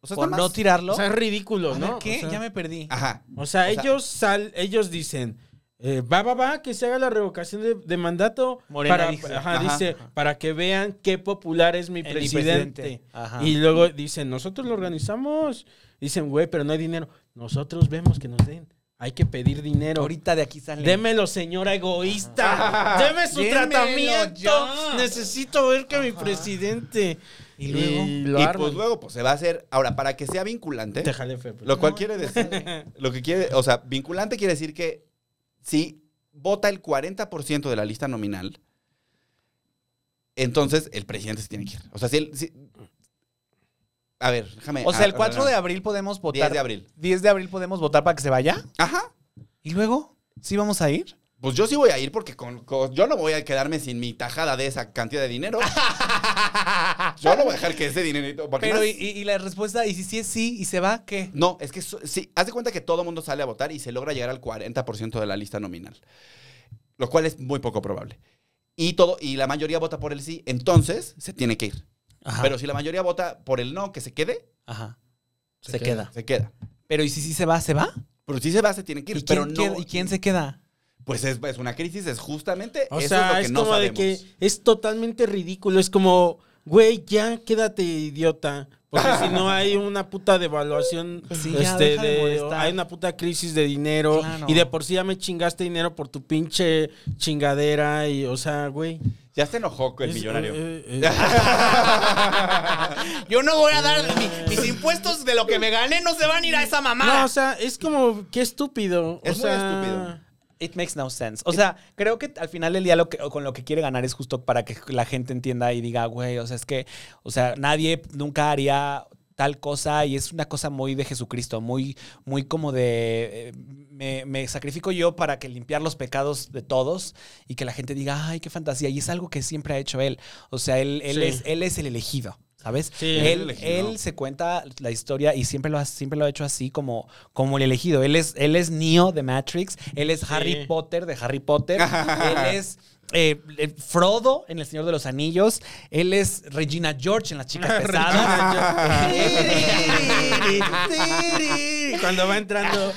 O sea, está
Por
pues más...
no tirarlo.
O sea, es ridículo,
A ver,
¿no?
¿Qué?
O sea,
ya me perdí.
Ajá.
o sea,
o sea-
ellos sal, ellos dicen, eh, va, va, va, que se haga la revocación de, de mandato.
Morena
para,
dice.
ajá,
Ajá.
dice, para que vean qué popular es mi
El
presidente.
Ajá.
Y luego dicen, nosotros lo organizamos. Dicen, güey, pero no hay dinero. Nosotros vemos que nos den. Hay que pedir dinero.
ahorita de aquí sale.
Démelo, señora egoísta. Deme su
Démelo
tratamiento.
ya.
Necesito ver que mi presidente.
Y luego.
lo
y
arman.
pues luego pues, se va a hacer... Ahora, para que sea vinculante...
Te jalé, Fe, pues.
Lo cual quiere decir... Lo que quiere... O sea, vinculante quiere decir que si vota el 40% de la lista nominal, entonces el presidente se tiene que ir. O sea, si... el- si- A ver, déjame...
O sea, el
ah,
4
ah,
de abril podemos votar.
10 de abril.
10 de abril podemos votar para que se vaya.
Ajá.
¿Y luego? ¿Sí vamos a ir?
Pues yo sí voy a ir porque con, con- yo no voy a quedarme sin mi tajada de esa cantidad de dinero. yo no voy a dejar que ese dinerito. porque
Pero,
más-
y, y- y la respuesta, y si sí es sí, y se va, ¿qué?
No, es que so- sí, haz de cuenta que todo el mundo sale a votar y se logra llegar al 40% de la lista nominal. Lo cual es muy poco probable. Y, todo, y la mayoría vota por el sí, entonces se tiene que ir.
Ah.
Ajá.
Pero si la mayoría vota por el no, que se quede,
Ajá.
Se
Se,
queda.
queda.
se queda.
Pero, ¿y si sí se va, se va?
Pero si se va, se tiene que ir.
¿Y quién,
pero no,
queda- ¿y quién se queda?
Pues es, es una crisis, es justamente
O
eso
sea,
es lo que
es,
no
como
sabemos.
de que es totalmente ridículo. Es como, güey, ya quédate, idiota. Porque si no hay una puta devaluación,
Sí, ya,
este,
deja de
de-
molestar.
hay una puta crisis de dinero.
Claro.
Y de por sí ya me chingaste dinero por tu pinche chingadera. Y, o sea, güey.
Ya se enojó el
es-
millonario.
eh, eh,
Yo no voy a dar mis impuestos de lo que me gané, no se van a ir a esa
No, o sea, es como, qué estúpido.
Es
o
muy
sea,
estúpido.
It makes no sense. O sea, creo que al final del día lo que, con lo que quiere ganar es justo para que la gente entienda y diga, güey, o sea, es que, o sea, nadie nunca haría tal cosa y es una cosa muy de Jesucristo, muy, muy como de, eh, me, me sacrifico yo para que limpiar los pecados de todos y que la gente diga, ay, qué fantasía. Y es algo que siempre ha hecho él. O sea, él, él,
Sí.
es, él es el elegido. ¿Sabes?
Sí.
él,
El elegido.
él se cuenta la historia y siempre lo ha, siempre lo ha hecho así como, como el elegido. Él es, él es Neo de Matrix, él es Harry Potter de Harry Potter, él es eh, eh, Frodo en El Señor de los Anillos, él es Regina George en Las Chicas Pesadas.
Cuando va entrando.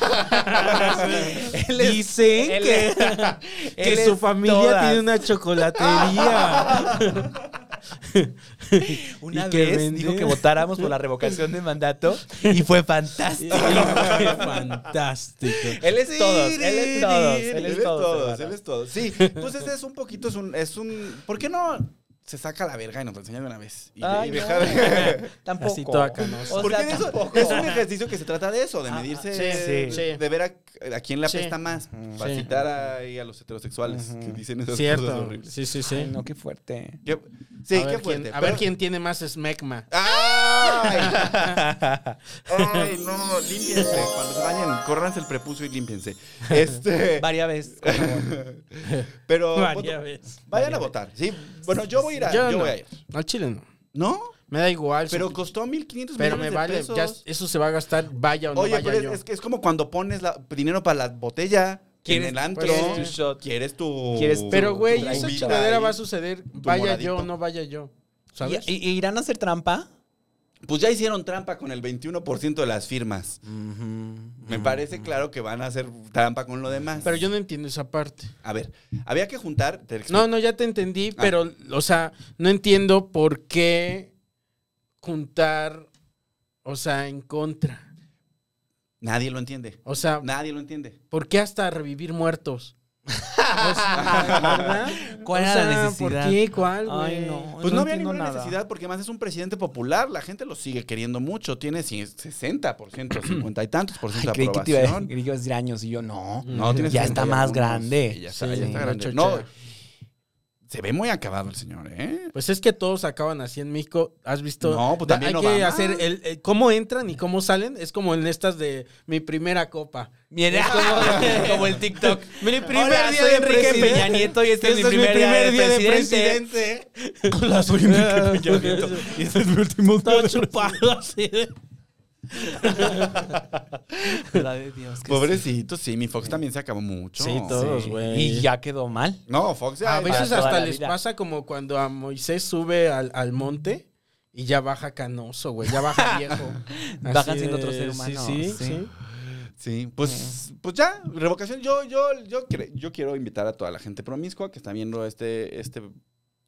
Él es-
Dicen
él
que,
es-
que
él
su
es
familia
todas.
tiene una chocolatería.
Una
y que
vez
vende.
dijo que votáramos por la revocación de mandato y fue fantástico.
Fantástico.
Él es todos, él es todos, él es todos.
él
hermano.
es todos. Sí, pues ese es un poquito, es un, es un. ¿Por qué no se saca la verga y nos lo enseña de una vez? Y,
Ay,
y
no.
deja de-
Tampoco.
Así toda canosa.
O
Porque
sea,
de eso-
tampoco. Ah,
es un ejercicio que se trata de eso, de medirse,
sí, sí.
de ver a, a quién le
Sí.
apesta más. Para
Sí.
citar ahí a los heterosexuales que dicen esas cosas
Cierto.
horribles.
Sí, sí, sí.
Ay, no, qué fuerte.
Qué- sí,
a
qué
ver,
fuerte.
quién, a ver
pero-
quién tiene más smegma.
¡Ay! ¡Ay, no! Límpiense. Cuando se bañen, córranse el prepucio y límpiense. Este.
Varias veces. por favor.
Pero.
Varias
voto-
veces.
Vayan a votar, sí. Bueno, yo voy a ir a. Yo,
no.
voy a ir.
Al chile no.
¿No,
Me da igual.
pero
su-
costó 1500
pero
millones
me
de
vale.
pesos.
ya eso se va a gastar, vaya o no
Oye,
vaya
pero
yo.
es, es que es como cuando pones la- dinero para la botella
Quieres-
en el antro.
quieres tu
shot.
Quieres tu.
Quieres tu-
Pero, güey,
tu
esa
vida
chingadera
ahí.
va a suceder. Vaya yo
moradito.
o no vaya yo. ¿Sabes?
¿Y, y- irán a hacer trampa?
Pues ya hicieron trampa con el 21% de las firmas. Me parece claro que van a hacer trampa con lo demás.
Pero yo no entiendo esa parte.
A ver, había que juntar. te explico.
No, no, ya te entendí, pero, o sea, no entiendo por qué juntar, o sea, en contra.
Nadie lo entiende.
O sea,
Nadie lo entiende.
¿por qué hasta revivir muertos? O sea, ¿verdad?
¿Cuál
O
era la
sea,
necesidad?
¿Por qué? ¿Cuál,
Ay,
güey?
no.
Pues no, había
entiendo
ninguna
nada.
necesidad porque más es un presidente popular. La gente lo sigue queriendo mucho. Tiene cien- 60%, 50 y tantos por
Ay,
ciento de
creí que te iba a
Pues aprobación.
decir, creí que ibas a decir años y yo no.
No, tienes
Ya
60
está
y
más
algunos.
grande.
Sí, ya está,
Sí,
ya está
una
grande.
chochera.
No, Se ve muy acabado el señor, ¿eh?
Pues es que todos acaban así en México. ¿Has visto?
No, pues
Da-
también
Hay que
Obama.
hacer el, el- cómo entran y cómo salen. Es como en estas de mi primera copa.
Mira, como, como el TikTok.
Mi primer
Hola, soy Enrique Peña Nieto y este es mi primer día de presidente.
Hola, soy Enrique Peña Nieto.
Y este es mi último
Todo chupado así. de-
La de Dios. que sí.
Pobrecito, sí. Mi Fox también se acabó mucho.
Sí, todos, güey.
Y ya quedó mal.
No, Fox
Ah,
ya.
A veces
toda
hasta
la
les
vida.
pasa como cuando a Moisés sube al, al monte y ya baja canoso, güey, ya baja viejo. Así
Bajan
de-
siendo otro ser
sí,
humano,
Sí, sí,
sí.
Sí, pues, pues ya, revocación. Yo, yo, yo, cre- yo quiero invitar a toda la gente promiscua que está viendo este, este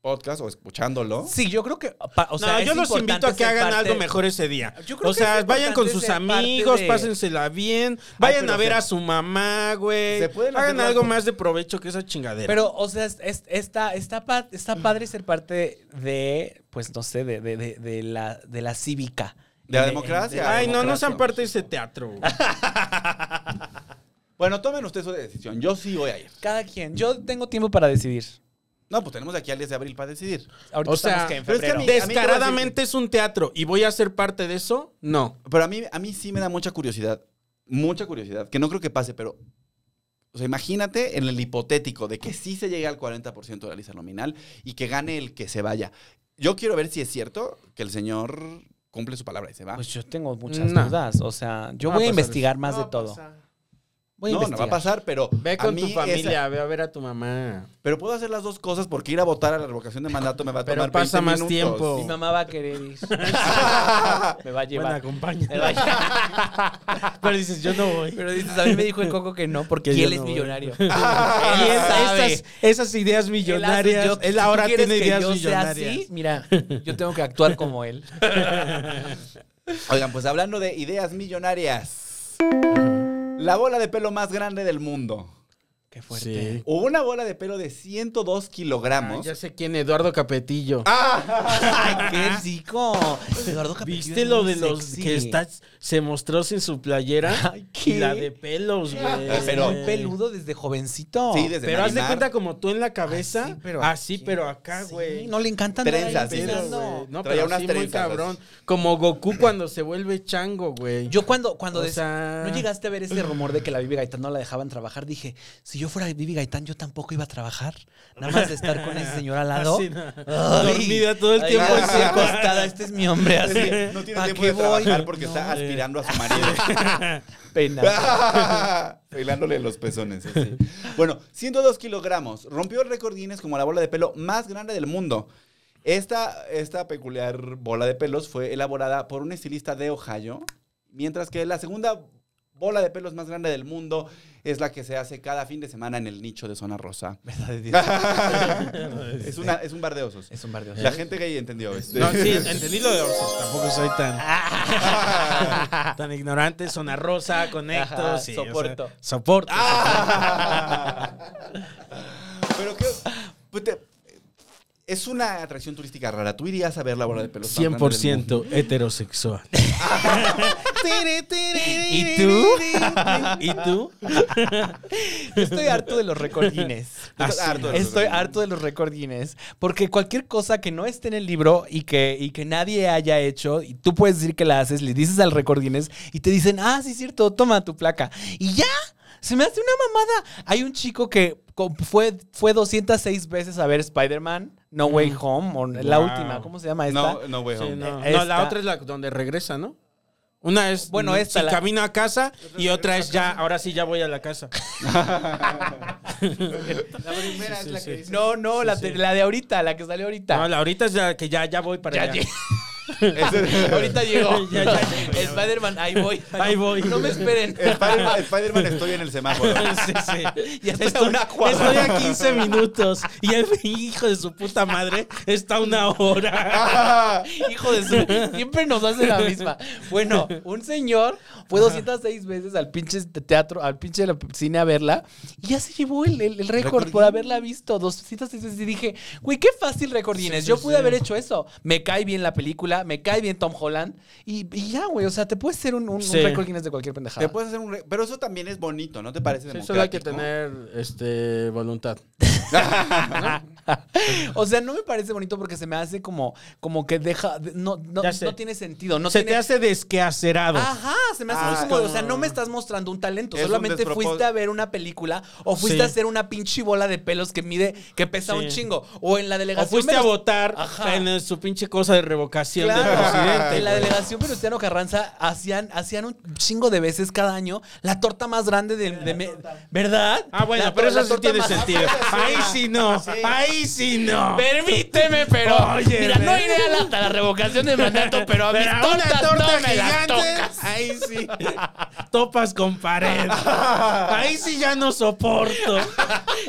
podcast o escuchándolo.
Sí, yo creo que. pa- O sea,
no,
es
yo los
importante
invito a que
ser
hagan
parte-
algo mejor ese día.
Yo creo
O
que
sea,
es
vayan con sus
importante ser parte
amigos,
de-
pásensela bien, vayan
pero
a ver
se-
a su mamá, güey.
se pueden hacer
Hagan
las
algo
co-
más de provecho que esa chingadera.
Pero, o sea, es- es- está, está, pa- está padre ser parte de, pues no sé, de, de- de- de la, de la cívica.
De la
En- en-
democracia.
de la
Ay, no, no
democracia. Ah,
sean parte de ese teatro. güey.
Bueno, tomen ustedes su decisión. Yo sí voy a ir.
Cada quien. Yo tengo tiempo para decidir.
No, pues tenemos de aquí al 10 de abril para decidir.
Ahorita
O sea,
pues estamos que en
pero es que a mí-
febrero.
te voy a decir-
Descaradamente es un teatro y voy a ser parte de eso, no.
Pero a mí, a mí sí me da mucha curiosidad. Mucha curiosidad. Que no creo que pase, pero. O sea, imagínate en el hipotético de que sí se llegue al 40% de la lista nominal y que gane el que se vaya. Yo quiero ver si es cierto que el señor cumple su palabra y se va.
Pues yo tengo muchas
No.
dudas. O sea, yo
No
voy
va a pasar
a investigar más
No
de todo.
pasa.
Voy a
no, no va
investigar.
a pasar, pero.
Ve
a
con
mí
tu
esa-
familia, ve a ver a tu mamá.
pero puedo hacer las dos cosas porque ir a votar a la revocación de mandato me va a
Pero
tomar
pasa
20
más
minutos.
tiempo.
Mi mamá va a querer ir. Me va a llevar.
acompaña.
Me va a llevar.
Pero dices, yo no voy.
Pero dices, a mí me dijo el coco que no, porque
Que yo
él es
no voy.
millonario.
Y
él
es-
sabe.
esas, esas ideas
Él hace-
millonarias. Él,
yo- si tú
ahora
quieres
tiene
que
ideas
yo sea
millonarias.
así, mira, yo tengo que actuar como él.
Oigan, pues hablando de ideas millonarias.
Mm.
La bola de pelo más grande del mundo.
Qué fuerte.
Sí.
Hubo una bola de pelo de 102 kilogramos.
Ah, ya sé quién, Eduardo Capetillo.
Ay, qué rico. Eduardo Capetillo
¿Viste
es
lo
muy
de los
sexy.
que está, se mostró sin su playera?
Ay,
Y
¿qué?
la de pelos, güey.
Ah, pero-
Muy peludo desde jovencito.
Sí, desde
Pero haz de
Marimar.
cuenta como tú en la cabeza.
Ay, Ah, sí, pero
así,
aquí.
pero acá,
Sí,
Ah, güey.
no le encantan
Trenzas, sí.
güey. No,
Traía
pero
unas
sí muy
trenzas,
cabrón. Como Goku cuando se vuelve chango, güey.
pues. Yo cuando, cuando
O
des-
sea-
no llegaste a ver ese rumor de que la Vivi Gaitán no la dejaban trabajar, dije, si yo fuera Vivi Gaitán, yo tampoco iba a trabajar. Nada más de estar con ese señor al lado.
Así, no.
Ay,
Dormida todo el
ay,
tiempo
así
así.
acostada, este es mi hombre
Es
así.
que no tiene
¿pa'
tiempo
qué
de
voy?
trabajar porque está
No, eh.
aspirando a su marido.
Pena.
Bailándole los pezones. así. Bueno, 102 kilogramos. Rompió el récord Guinness como la bola de pelo más grande del mundo. Esta, esta peculiar bola de pelos fue elaborada por un estilista de Ohio, mientras que la segunda bola de pelos más grande del mundo es la que se hace cada fin de semana en el nicho de Zona Rosa. es, una, es un bar de osos.
Es un barrio.
La gente gay entendió. este.
No, sí, entendí lo de Orsos. Tampoco soy tan, tan ignorante. Zona rosa,
Ajá,
conecto. Sí, o sea,
soporto.
soporto.
Pero que. pues, te- es una atracción turística rara. Tú irías a ver la bola de pelos. más grande del mundo?
100% heterosexual.
¿Y tú?
¿Y tú?
Estoy harto de los récord Guinness.
Estás harto de los
Estoy
récord
harto de los récord Guinness. Porque cualquier cosa que no esté en el libro y que, y que nadie haya hecho, y tú puedes decir que la haces, le dices al récord Guinness y te dicen, ah, sí, es cierto, toma tu placa. Y ya, se me hace una mamada. Hay un chico que co- fue, fue 206 veces a ver Spider-Man, No Way Home, o la
Wow.
última, ¿cómo se llama esta?
No, no, güey.
Sí,
hombre.
no.
Esta.
No, la otra es la donde regresa, ¿no? Una es
Bueno,
mm,
esta,
sí,
la-
camino a casa y otra es ya, ahora sí ya voy a la casa.
La primera es la que dice.
No, no, la, te- la de ahorita, la que salió ahorita.
No, la ahorita es la que ya, ya voy para
Ya
allá.
llegué. Ahorita llegó.
Ya, ya llego, ya.
Spider-Man, ahí voy.
Ahí voy.
No me esperen.
Spider-Man, Spider-Man, estoy en el semáforo.
Sí, sí.
Ya estoy,
Estoy,
a una cuadra.
estoy a 15 minutos y el hijo de su puta madre está a una hora.
Hijo de su. Siempre nos hace la misma. Bueno, un señor fue 206 veces al pinche teatro, al pinche la- cine a verla y ya se llevó el, el- el récord
Récord
por haberla visto 206 veces. Y dije, güey, qué fácil récord Guinness. Yo pude haber hecho eso. Me cae bien la película, me cae bien Tom Holland y, y ya, güey. O sea, te puedes ser un, un- un
Sí.
récord Guinness de cualquier pendejada.
Te puedes hacer un re- Pero eso también es bonito, ¿no te parece?
Sí, solo hay que
democrático?
tener este, voluntad.
o sea, no me parece bonito porque se me hace como, como que deja. No, no,
Ya sé.
no tiene sentido. No
se
tiene,
te hace desqueacerado.
Ajá, se me hace
Ah,
muy como, o
como-
sea, no me estás mostrando un talento,
Es un
solamente
despropós-
fuiste a ver una película o fuiste
Sí.
a hacer una pinche bola de pelos que mide, que pesa
Sí.
un chingo, o en la
o
delegación
fuiste a
Venustiano-
votar
Ajá.
en el- su pinche cosa de revocación del
Claro,
presidente.
en la
güey.
delegación Venustiano Carranza hacían, hacían un chingo de veces cada año la torta más grande de, de me- ¿verdad?
Ah, bueno,
La
pero
tor-
eso
la
sí
torta
tiene
más-
sentido. Ahí sí no, ahí sí no.
Permíteme, pero
Oye,
mira, no
¿verdad?
iré a la, a la revocación de mandato, pero a mis
Pero a una
tortas
torta
no me las
gigante,
tocas.
ahí sí. Topas con pared. Ahí sí ya no soporto.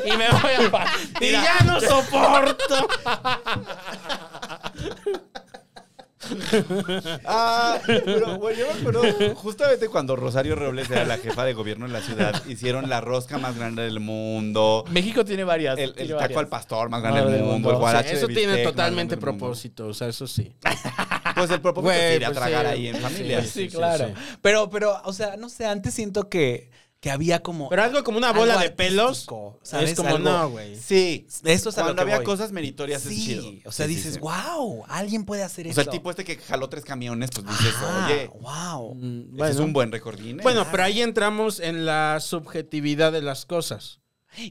Y me voy a pa-
Y
Mira,
ya no soporto.
Ah, pero güey, yo me acuerdo justamente cuando Rosario Robles era la jefa de gobierno en la ciudad, hicieron la rosca más grande del mundo.
México tiene varias.
El, el
tiene
taco
varias.
al pastor más grande del mundo, el
O sea,
guarache de
eso
bistec
tiene
más grande
totalmente
del mundo.
propósito, o sea, eso sí.
Pues el propósito
Güey,
es ir a
pues
tragar
sí.
ahí en
Sí,
familia.
sí,
Sí, claro.
sí.
Pero, pero, o sea, no sé, antes siento que, que había como.
Pero algo como una bola
algo
de pelos
artístico,
es como
Algo-
no, güey.
Sí.
Eso es a lo
Cuando
que
había
voy.
cosas meritorias es chido.
Sí, o sea,
Sí, sí,
dices,
sí.
wow, alguien puede hacer
O
eso.
sea, el tipo este que jaló tres camiones, pues dices, oye,
wow.
ese es un buen récord Guinness.
Bueno, pero ahí entramos en la subjetividad de las cosas,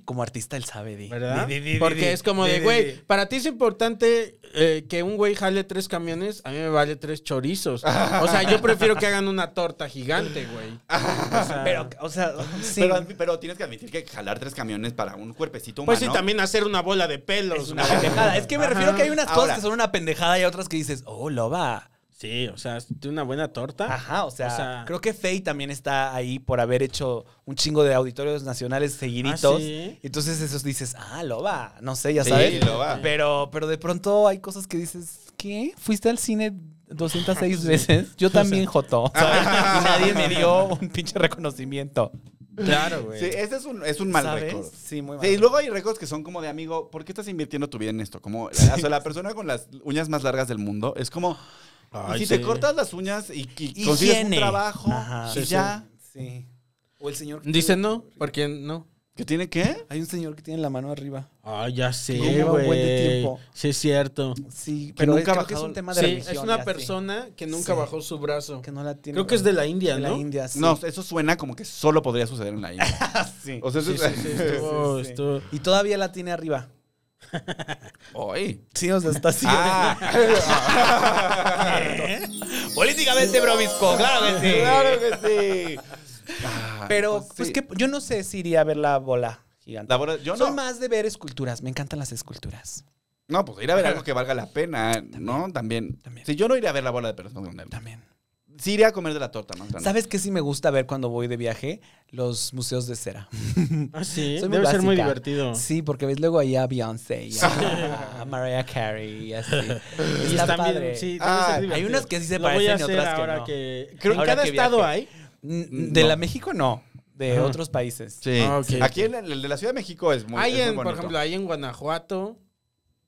Como artista él sabe, Di.
¿verdad?
Di, di, di, di.
Porque es como
Di,
de,
di,
güey,
di.
para ti es importante eh, que un güey jale tres camiones, a mí me vale tres chorizos. O sea, yo prefiero que hagan una torta gigante, güey. O sea,
Pero, o sea, sí.
Pero, pero tienes que admitir que jalar tres camiones para un cuerpecito humano.
pues sí, también hacer una bola de pelos.
es una
güey.
pendejada. Es que me refiero
Ajá.
que hay unas
Ahora.
cosas que son una pendejada y otras que dices, oh, loba.
Sí, o sea, de una buena torta.
Ajá, o sea,
O sea-
creo que Faye también está ahí por haber hecho un chingo de auditorios nacionales seguiditos.
¿Ah, sí?
Entonces esos dices, ah, loba, no sé, ya
Sí,
sabes.
loba.
Pero, pero de pronto hay cosas que dices, ¿qué? ¿Fuiste al cine 206 veces? Yo también, Joto. ¿sabes? Y nadie me dio un pinche reconocimiento.
Claro, güey.
Sí, ese es un, es un mal
¿Sabes?
récord.
Sí, muy mal.
Sí, y luego hay récords que son como de amigo, ¿por qué estás invirtiendo tu vida en esto? Como, o sea, la persona con las uñas más largas del mundo es como, y
Ay,
si
sí.
te cortas las uñas y, y
Higiene.
consigues un trabajo
Ajá.
y
Sí,
ya,
Sí. O el señor. que
Dice
tiene-
no, porque no.
¿qué tiene qué?
Hay un señor que tiene la mano arriba.
Ah, ya sé,
Que lleva un buen de tiempo.
Sí, es cierto.
Sí,
pero
pero
nunca
creo
ha
que es
bajado-
un tema de
Sí,
religión,
es una
ya, sí.
persona que nunca
Sí.
bajó su brazo.
que no la tiene.
Creo que es de la India,
De
¿no?
la India, sí.
No, eso suena como que solo podría suceder en la India.
Sí.
O sea, eso
Sí, sí, sí, estuvo-
Sí, sí.
estuvo-
Y todavía la tiene arriba.
Hoy.
Sí, o sea, está así.
Ah.
¿Eh? Políticamente promiscuo, claro que sí.
Claro que sí.
Pero,
Ah,
pues
sí.
que yo no sé si iría a ver la bola gigante.
La verdad, yo
Soy
no.
más de ver esculturas. Me encantan las esculturas.
No, pues ir a ver algo que valga la pena, ¿no? También.
También.
Si yo no iría a ver la bola de pelos más grande.
También.
Sí iría a comer de la torta más grande.
¿Sabes qué sí me gusta ver cuando voy de viaje? Los museos de cera.
Ah, sí,
Soy muy
debe ser muy
básica.
divertido.
Sí, porque ves luego ahí a Beyoncé y a, a Mariah Carey y así.
Y
Está,
están bien-
padre.
sí, debe
Ah, hay
ser
Hay
divertido.
unas que sí se
Lo voy a
parecen y
hacer
otras que
ahora
no.
que... Creo que
Ahora
en cada
que
estado
viaje.
hay.
Mm, De
No.
la México no, de
Ajá.
otros países.
Sí.
Ah, ok,
Aquí
ok.
en el, el de la Ciudad de México es muy, es
hay
muy
en, por
bonito.
ejemplo, hay en Guanajuato.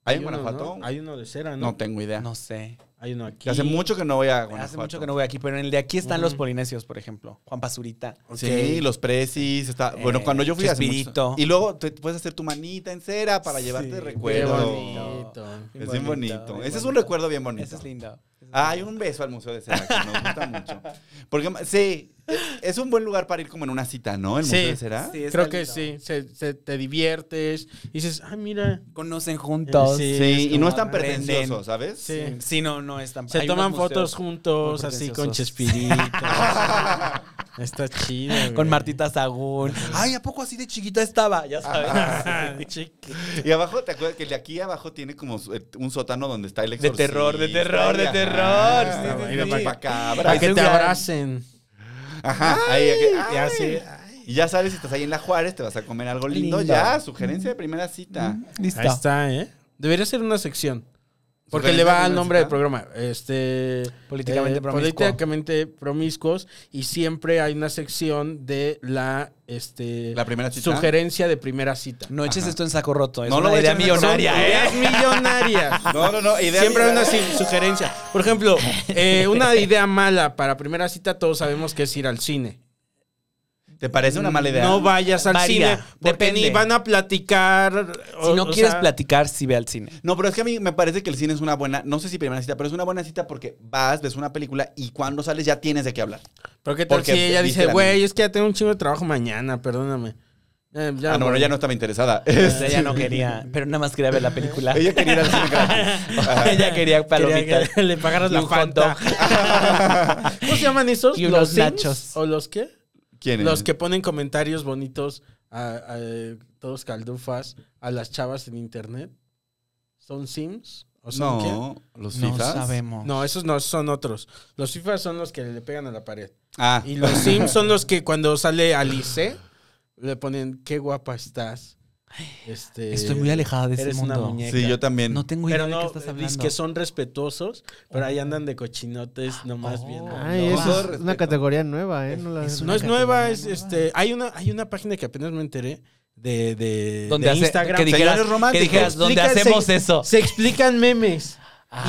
¿Hay en
uno,
Guanajuato?
¿no? Hay uno de cera, ¿no?
No tengo idea.
No sé.
Hay uno aquí.
Hace mucho que no voy a Guanajuato.
Hace mucho que no voy aquí, pero en el de aquí están los
Ujú.
polinesios, por ejemplo. Juan Pasurita.
Sí, los precis, está... bueno,
Eh,
cuando yo fui hace mucho.
Chespirito.
Y luego te puedes hacer tu manita en cera para
Sí,
llevarte
qué
Qué
recuerdos.
bonito.
Es bien bonito.
bien
Ese es un
bonito.
recuerdo bien bonito.
Ese es lindo.
Ah, hay un beso al Museo de Cera que nos gusta mucho. Porque, sí, es un buen lugar para ir como en una cita, ¿no? El
Sí.
Museo de Cera.
Sí, está
Creo que
lindo.
sí. Se, se- te diviertes. Y dices, ah, mira.
Conocen juntos.
Sí.
Sí.
Sí, y no es tan
aprenden.
pretencioso, ¿sabes?
Sí.
no, no es tan
Se
hay
toman
unos museos
fotos juntos,
muy
así con
pretenciosos.
Chespirito. Está chido. güey.
Con Martita Sagún. Ay, ¿a poco así de chiquita estaba? Ya sabes.
Ah, chiqui-
Y abajo, ¿te acuerdas que el de aquí abajo tiene como su- eh, un sótano donde está el
De
exorcista?
terror, de terror, de
Ajá.
terror.
Ah,
Sí, sí,
mira,
sí.
Macabra.
Para
Ahí
que
se
te
vean.
abracen.
Ajá. Ahí, aquí-
Y
ay.
así.
Y ya sabes, si estás ahí en la Juárez, te vas a comer algo lindo.
Lindo.
Ya, sugerencia de primera cita.
Listo.
Ahí está, ¿eh? Debería ser una sección. Porque
¿Sugerencia
le va al
de
nombre del
música?
programa. Este.
Políticamente promiscuo.
Políticamente promiscuos. Y siempre hay una sección de la. Este,
La primera cita.
Sugerencia de primera cita.
No eches esto en saco roto. Es
No lo
una
voy a
idea
echar en saco roto.
millonaria, ¿eh?
Ideas millonarias.
No, no, no. Idea
Siempre hay
mía,
una
¿verdad?
si- sugerencia. Por ejemplo, eh, una idea mala para primera cita, todos sabemos que es ir al cine.
¿Te parece una mala idea?
No vayas al
Varía,
cine porque
depende.
ni van a platicar.
Si
o-
no
o
quieres
sea,
platicar, sí ve al cine.
No, pero es que a mí me parece que el cine es una buena, no sé si primera cita, pero es una buena cita porque vas, ves una película y cuando sales ya tienes de qué hablar.
Pero qué tal
Porque
si ella
viste
dice,
la
güey,
misma.
es que ya tengo un chingo de trabajo mañana, perdóname. Eh, ya
ah, no,
voy.
bueno, ya no estaba interesada.
Ella no quería, pero nada más quería ver la película.
Ella quería ir al cine gratis. Ajá.
Ella quería palomitas.
Quería que le pagaras
Y
la
un
fanta.
hot
¿Cómo se llaman esos?
Y unos
¿Los Sims?
nachos.
¿O los qué?
¿Quién es?
Los que ponen comentarios bonitos a, a, eh, todos caldufas a las chavas en internet. ¿Son Sims? ¿O son qué?
No, los
No
FIFAs.
sabemos.
No, esos no, son otros. Los FIFA son los que le pegan a la pared.
Ah,
Y los Sims son los que cuando sale Alice le ponen qué guapa estás. Este,
Estoy muy alejada de ese
eres
mundo.
Una muñeca.
sí, yo también.
No tengo idea
Pero
de qué
no,
estás
es
hablando.
que son respetuosos, pero ahí andan de cochinotes nomás
Oh.
bien.
Ay,
No,
eso
todo
es una
respeto.
categoría nueva, ¿eh? No la-
Es
No
una
es nueva,
categoría
es
nueva.
este. Hay una, hay una página que apenas me enteré de, de,
donde
de
hace-
Instagram.
que dijeras,
Señores
que
románticos,
dijeras donde
Explican-
hacemos Ah.
se-
eso.
Se explican memes.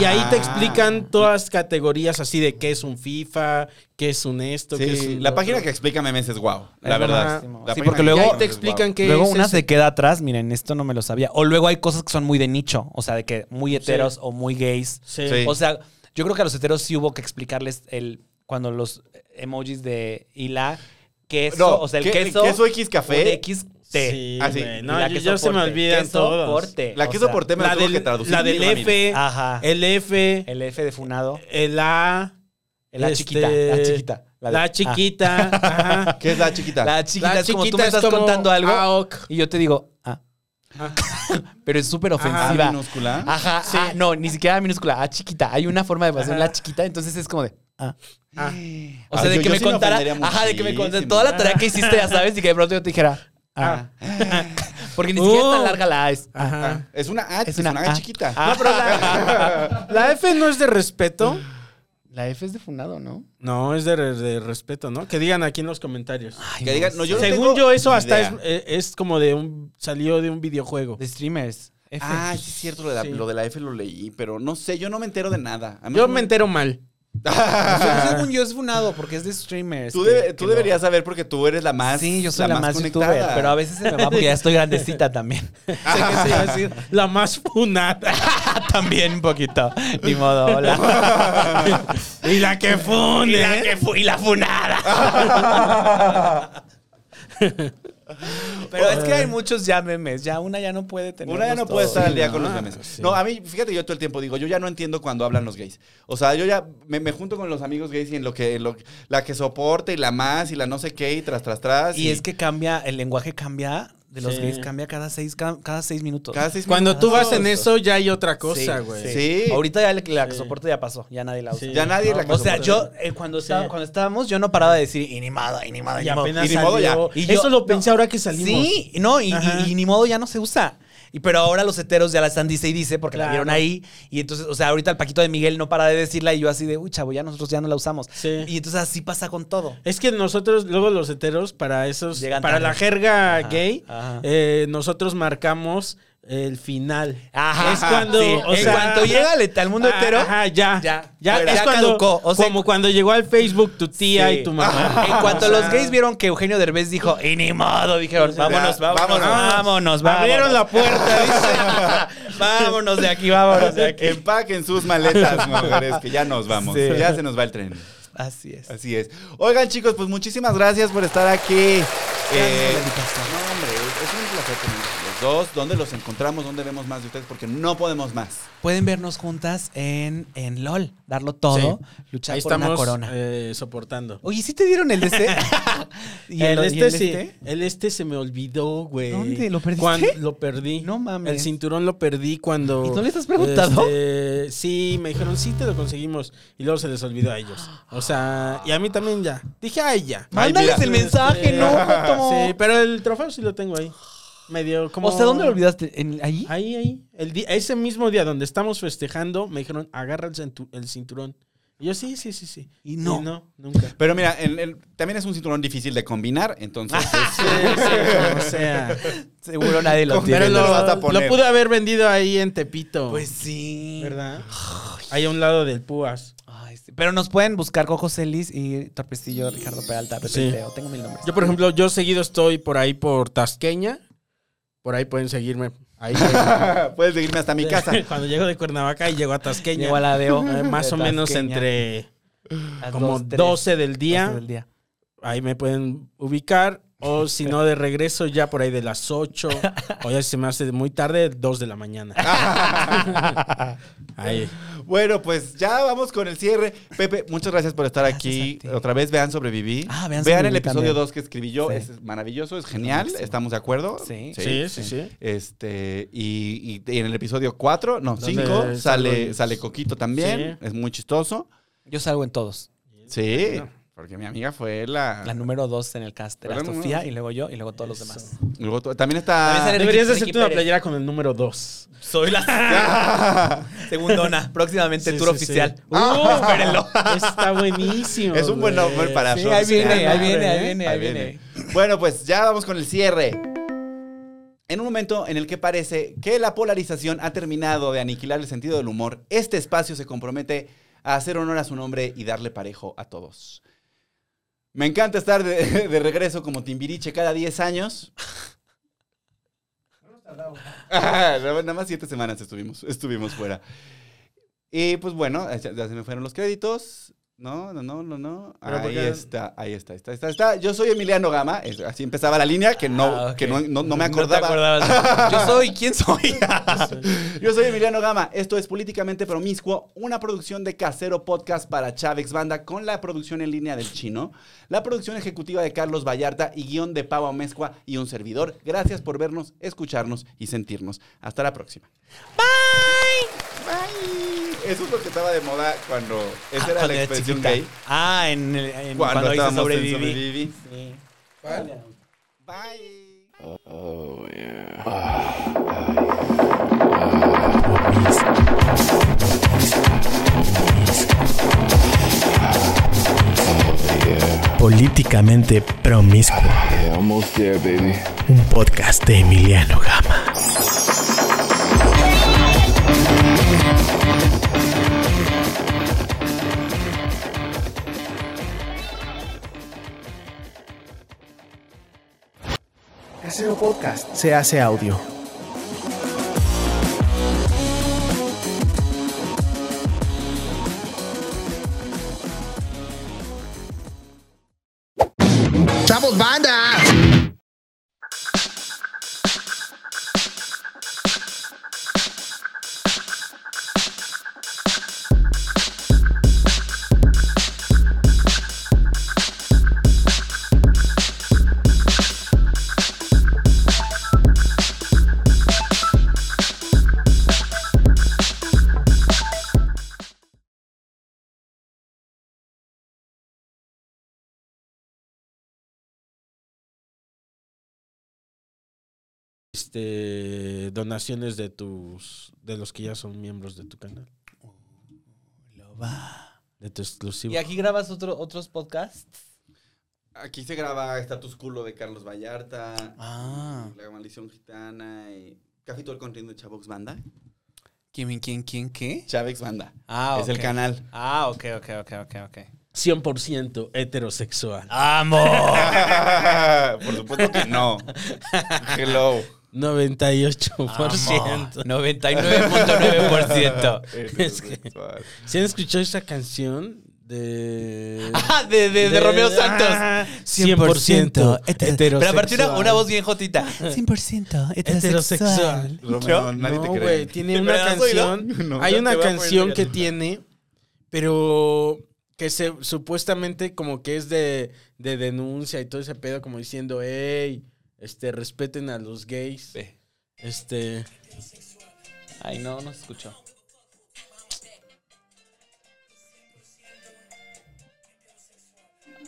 Y ahí te explican todas categorías así de qué es un FIFA, qué es un esto, qué es
Sí,
un
la
lo
página
otro.
que explica memes es guau, la
Es
verdad.
buenísimo.
La
Sí,
página
porque
que
luego-
Y
explica
ahí te
memes es
explican
guau.
qué
Luego
es
una
eso.
se queda atrás, miren, esto no me lo sabía. O luego hay cosas que son muy de nicho, o sea, de que muy heteros o muy gays.
Sí.
Sí.
O sea, yo creo que a los heteros sí hubo que explicarles el cuando los emojis de hila, queso,
No,
o sea, el
que-
queso,
queso X café.
un X T.
Sí,
Ah, sí.
güey.
Y
No,
la
yo-
queso
yo se me
porte.
olvidan
Queso
todos.
porte.
La
o
que
sea,
soporté me
La
la tuvo que
del,
traducir.
la del
Mil Ramírez.
F,
Ajá. Ah.
el
El,
F,
F de funado.
el A,
La
este,
chiquita, la chiquita.
la,
de-
chiquita. ajá.
¿Qué es la
Ah,
chiquita?
la chiquita es como tú me estás contando algo
Ah, ok.
y yo te digo, ah. Pero es súper
Ah,
ofensiva.
minúscula.
Ajá, ah, no, ni siquiera minúscula, ah, chiquita. Hay una forma de pasar la chiquita, entonces es como de. Ah.
Ah.
O sea,
Ah,
de
yo-
que
yo
me
sí me
contara.
ofendería
ajá, de que me contara
muchísimo.
toda la tarea que hiciste, ya sabes, y que de pronto yo te dijera. Ah. Porque ni siquiera es tan
Uh.
larga la A. Es,
Ajá.
Ah, Es una A,
es una,
A
ah.
chiquita.
Ah.
La F no es de respeto.
La F es de funado, ¿no?
No, es de, re- de respeto, ¿no? Que digan aquí en los comentarios.
Ay,
Que digan, no, yo no
Según
tengo
yo, eso
ni
hasta es,
idea.
eh, es como de un. salió de un videojuego.
De streamers. F.
Ah, sí es cierto, lo de, la,
Sí.
lo de la F lo leí, pero no sé, yo no me entero de nada. A mí
Yo
no-
me entero mal.
O sea, según yo es funado porque es de streamers.
Tú,
que-
debe- tú
que no.
deberías saber porque tú eres la más.
Sí, yo soy la, más,
conectada. Ah,
youtuber, pero a veces se me va porque ya estoy grandecita también.
Sé que se iba a decir la más funada.
también un poquito. Ni modo, hola.
y la que fune.
y, la que fu- y la funada. Pero es que hay muchos ya memes. Ya una ya no puede tener.
Una ya no puede estar al día con los
no,
memes.
sí.
No, a mí, fíjate, yo todo el tiempo digo, yo ya no entiendo cuando hablan los gays. O sea, yo ya me, me junto con los amigos gays y en lo que, en lo- la que soporte y la más y la no sé qué y tras, tras, tras.
Y es que cambia, el lenguaje cambia de los
Sí.
gays, cambia cada seis, cada, cada seis minutos.
cada seis
Cuando tú vas en
minutos.
eso, ya hay otra
Sí,
cosa, güey.
Sí.
Ahorita ya la, la que soporte ya pasó, ya nadie la usa.
Sí.
Ya nadie
No,
la que
O sea,
soporte.
yo eh, cuando, estaba- cuando estábamos, yo no paraba de decir inimada, inimada,
Y
inimada.
apenas
Y ni modo ya.
salió.
Y yo-
Eso lo pensé
no.
ahora que salimos.
Sí, no, y, y-
Ajá.
y ni modo ya no se usa. Y, pero ahora los heteros ya la están dice y dice porque la
Claro.
vieron ahí. Y entonces, o sea, ahorita el Paquito de Miguel no para de decirla y yo así de, uy, chavo, ya nosotros ya no la usamos.
Sí.
Y entonces así pasa con todo.
Es que nosotros, luego los heteros, para esos,
Llegan
para
tarde.
la jerga
Ajá,
gay,
ajá.
eh, nosotros marcamos el final.
Ajá,
Es cuando,
sí.
o
En
sea,
cuanto llega al- al mundo
ah,
hetero,
Ajá, ya.
ya,
Ya,
fuera.
es
Ya
cuando,
caducó, o sea-
como cuando llegó al Facebook tu tía
Sí.
y tu mamá.
En cuanto
O sea,
los gays vieron que Eugenio Derbez dijo, y ni modo, dijeron, vámonos,
Ya,
vámonos,
vámonos.
vámonos, vámonos.
Abrieron la puerta,
dice. vámonos de aquí, vámonos de aquí.
Empaquen sus maletas, mujeres, que ya nos vamos.
Sí.
Ya se nos va el tren.
Así es.
Así es. Oigan, chicos, pues muchísimas gracias por estar aquí. Eh,
por la invitación.
no, hombre, es un placer tenerlos los dos. ¿Dónde los encontramos? ¿Dónde vemos más de ustedes? Porque no podemos más.
Pueden vernos juntas en, en LOL, darlo todo, luchar
Ahí
por
estamos
una corona.
eh, soportando.
Oye, ¿sí te dieron el de este? ¿Y
el,
y
este sí, el este se me olvidó, güey.
¿Dónde? ¿Lo perdiste?
Cuando- lo perdí.
No mames.
El cinturón lo perdí cuando.
¿Y no les has preguntado?
este, sí, me dijeron, sí, te lo conseguimos. Y luego se les olvidó a ellos. O sea, y a mí también ya. Dije, ay, ya.
Mándales
Ay, mira.
el mensaje,
Este,
¿no? Joto?
Sí, pero el trofeo sí lo tengo ahí. Medio como.
O sea, ¿dónde lo olvidaste? ¿En- ¿Ahí?
Ahí, ahí. El di- ese mismo día donde estamos festejando, me dijeron, agarra el, cintu- el cinturón. Y yo, sí, sí, sí, sí.
Y no.
no, nunca.
Pero mira, el- el- también es un cinturón difícil de combinar, entonces. es-
Sí, sí, o sea.
Seguro nadie lo
Con-
tiene.
Pero
Pero
lo,
lo vas a poner.
lo pude haber vendido ahí en Tepito.
Pues sí.
¿Verdad? Ahí a un lado del Púas.
Ay, Ay, sí. Pero nos pueden buscar Coco Celis y Torpestillo, Ricardo Peralta, Pepe
Sí.
Teo. Tengo mil nombres.
Yo, por ejemplo, yo seguido estoy por ahí por Tasqueña. Por ahí pueden seguirme. Ahí
Puedes seguirme hasta mi casa.
Cuando llego de Cuernavaca y llego a Tasqueña.
Llego a la DO.
Eh, más
de
o menos
Tasqueña,
entre
las
como
dos, tres,
12 del día.
12 del día.
Ahí me pueden ubicar. O si no, de regreso ya por ahí de las 8. o ya se me hace muy tarde, 2 de la mañana. ahí.
Bueno, pues ya vamos con el cierre. Pepe, muchas gracias por estar aquí.
Gracias a ti.
Otra vez, vean Sobreviví.
Ah, vean
el
Sobreviví
episodio
también.
2 que escribí yo.
Sí.
Es maravilloso, es genial.
máximo.
¿Estamos de acuerdo?
Sí.
Sí, sí, sí.
Este, y, y- y en el episodio 4, no,
Donde
5,
es
sale,
algo-
sale Coquito también. Es muy chistoso.
Yo salgo en todos.
Sí, porque mi amiga fue la.
La número dos en el cast. Era
Pero no,
Sofía
no.
y luego yo y luego todos los demás.
Luego tú- también está.
También sale
Deberías de
Ricky
hacerte una
Pérez.
playera con el número 2.
Soy la segundona. Próximamente
Sí,
tour
sí,
oficial.
sí.
Uh, espérenlo.
Está buenísimo.
Es un buen
güey.
nombre para
Sí,
su
ahí viene,
canal,
ahí viene, ahí
¿eh?
viene, ahí viene.
Bueno, pues ya vamos con el cierre. En un momento en el que parece que la polarización ha terminado de aniquilar el sentido del humor, este espacio se compromete a hacer honor a su nombre y darle parejo a todos. Me encanta estar de, de regreso como Timbiriche cada 10 años. Ah, Nada más 7 semanas estuvimos, estuvimos fuera. Y pues bueno, ya, ya se me fueron los créditos. No, no, no, no, no.
Pero
Ahí
porque-
está, ahí está, está, está, está. Yo soy Emiliano Gama. Es- Así empezaba la línea que no,
Ah, ok.
que no, no- no me
te
acordaba.
acordabas. Yo soy, ¿quién soy?
Yo soy Emiliano Gama. Esto es Políticamente Promiscuo, una producción de Casero Podcast para Chávez Banda con la producción en línea del chino, la producción ejecutiva de Carlos Vallarta y guión de Pavo Mezcua y un servidor. Gracias por vernos, escucharnos y sentirnos. Hasta la próxima. Bye. Bye. Eso es lo que estaba de moda cuando esa era
Ah, Cuando
la
era
expresión
chiquita.
gay.
Ah, en, el- en-
Cuando,
cuando, dice
estábamos
sobreviví.
en Sobreviví.
Sí.
Bye.
Oh, yeah.
Políticamente promiscuo.
Yeah, almost there, baby.
Un podcast de Emiliano Gama. Casero Podcast se hace audio.
Este, donaciones de tus de los que ya son miembros de tu canal. De tu exclusivo.
¿Y aquí grabas otro, otros podcasts?
Aquí se graba Status Culo de Carlos Vallarta.
Ah.
La maldición gitana y casi todo el contenido de Chavox Banda.
¿Quién, quién, quién, qué?
Chávez Banda.
Ah,
Es el
ok.
canal.
Ah, ok, ok, ok, ok, ok.
100% heterosexual.
¡Amo!
Por supuesto que no. Hello.
98%.
99.9%.
Es que- ¿Se han escuchado esa canción de
Ah, de, de, de Romeo Santos.
Ah, 100% heterosexual.
Pero aparte una, una voz bien jotita. 100%
heterosexual.
Romeo, nadie te
No,
cree.
güey, tiene
¿De
una
verdad soy, no?
canción.
No,
hay
ya
una
te voy a poner
canción
la
que
canción.
tiene, pero que se supuestamente como que es de, de denuncia y todo ese pedo, como diciendo, hey, este, respeten a los gays.
Ve.
Este.
Ay, no, no se escuchó.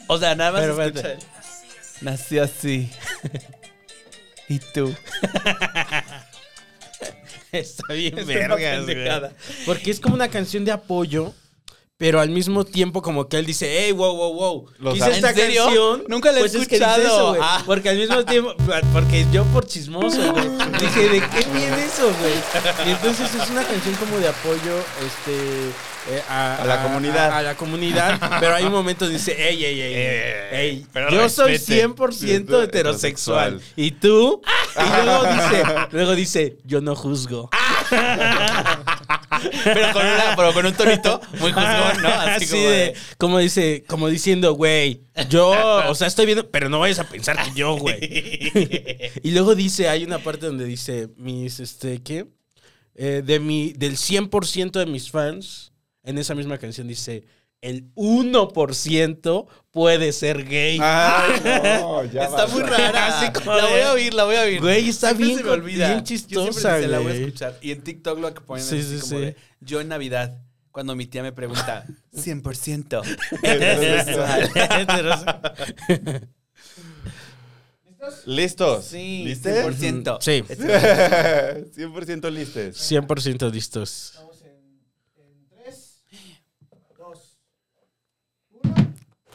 O sea, nada más
Pero
se escucha
espérate.
el- Nació así. y tú.
Está bien,
Es una
vergas, güey.
pendejada.
Porque es como una canción de apoyo, pero al mismo tiempo como que él dice, hey, wow, wow, wow,
Los
quise
amo.
esta
¿En serio?
canción.
Nunca la he
pues es que dice
escuchado.
eso, güey.
Ah.
Porque al mismo tiempo, porque yo por chismoso, güey, dije, ¿de qué viene eso, güey? Y entonces es una canción como de apoyo, este... eh, a,
A la comunidad. Eh.
A, a la comunidad, pero hay un momento dice, hey, hey, hey, hey,
pero
yo soy
respete.
100% heterosexual. ¿Y tú?
Ah.
Y luego dice, luego dice, yo no juzgo.
Ah. Pero con, una, pero con un tonito muy juzgón, ¿no?
Así, como de, como dice, como diciendo, güey, yo, o sea, estoy viendo, pero no vayas a pensar que yo, güey. y luego dice, hay una parte donde dice, mis, este, ¿qué? Eh, de mi, del 100% de mis fans, en esa misma canción dice, el 1% puede ser gay.
Ah,
Ay, no, ya
Está muy
basta.
rara.
Ah, Así como
la
de-
voy a oír, la voy a oír.
Güey, está
Siempre
bien
se me
co-
olvida.
bien
Yo siempre
chistosa,
se la voy a
güey.
escuchar. Y en TikTok lo que ponen
Sí,
así
sí,
como
sí.
de, yo en Navidad, cuando mi tía me pregunta, 100%.
¿Listos?
Sí,
¿Listes?
100%.
Sí,
100%, listes.
100% listos.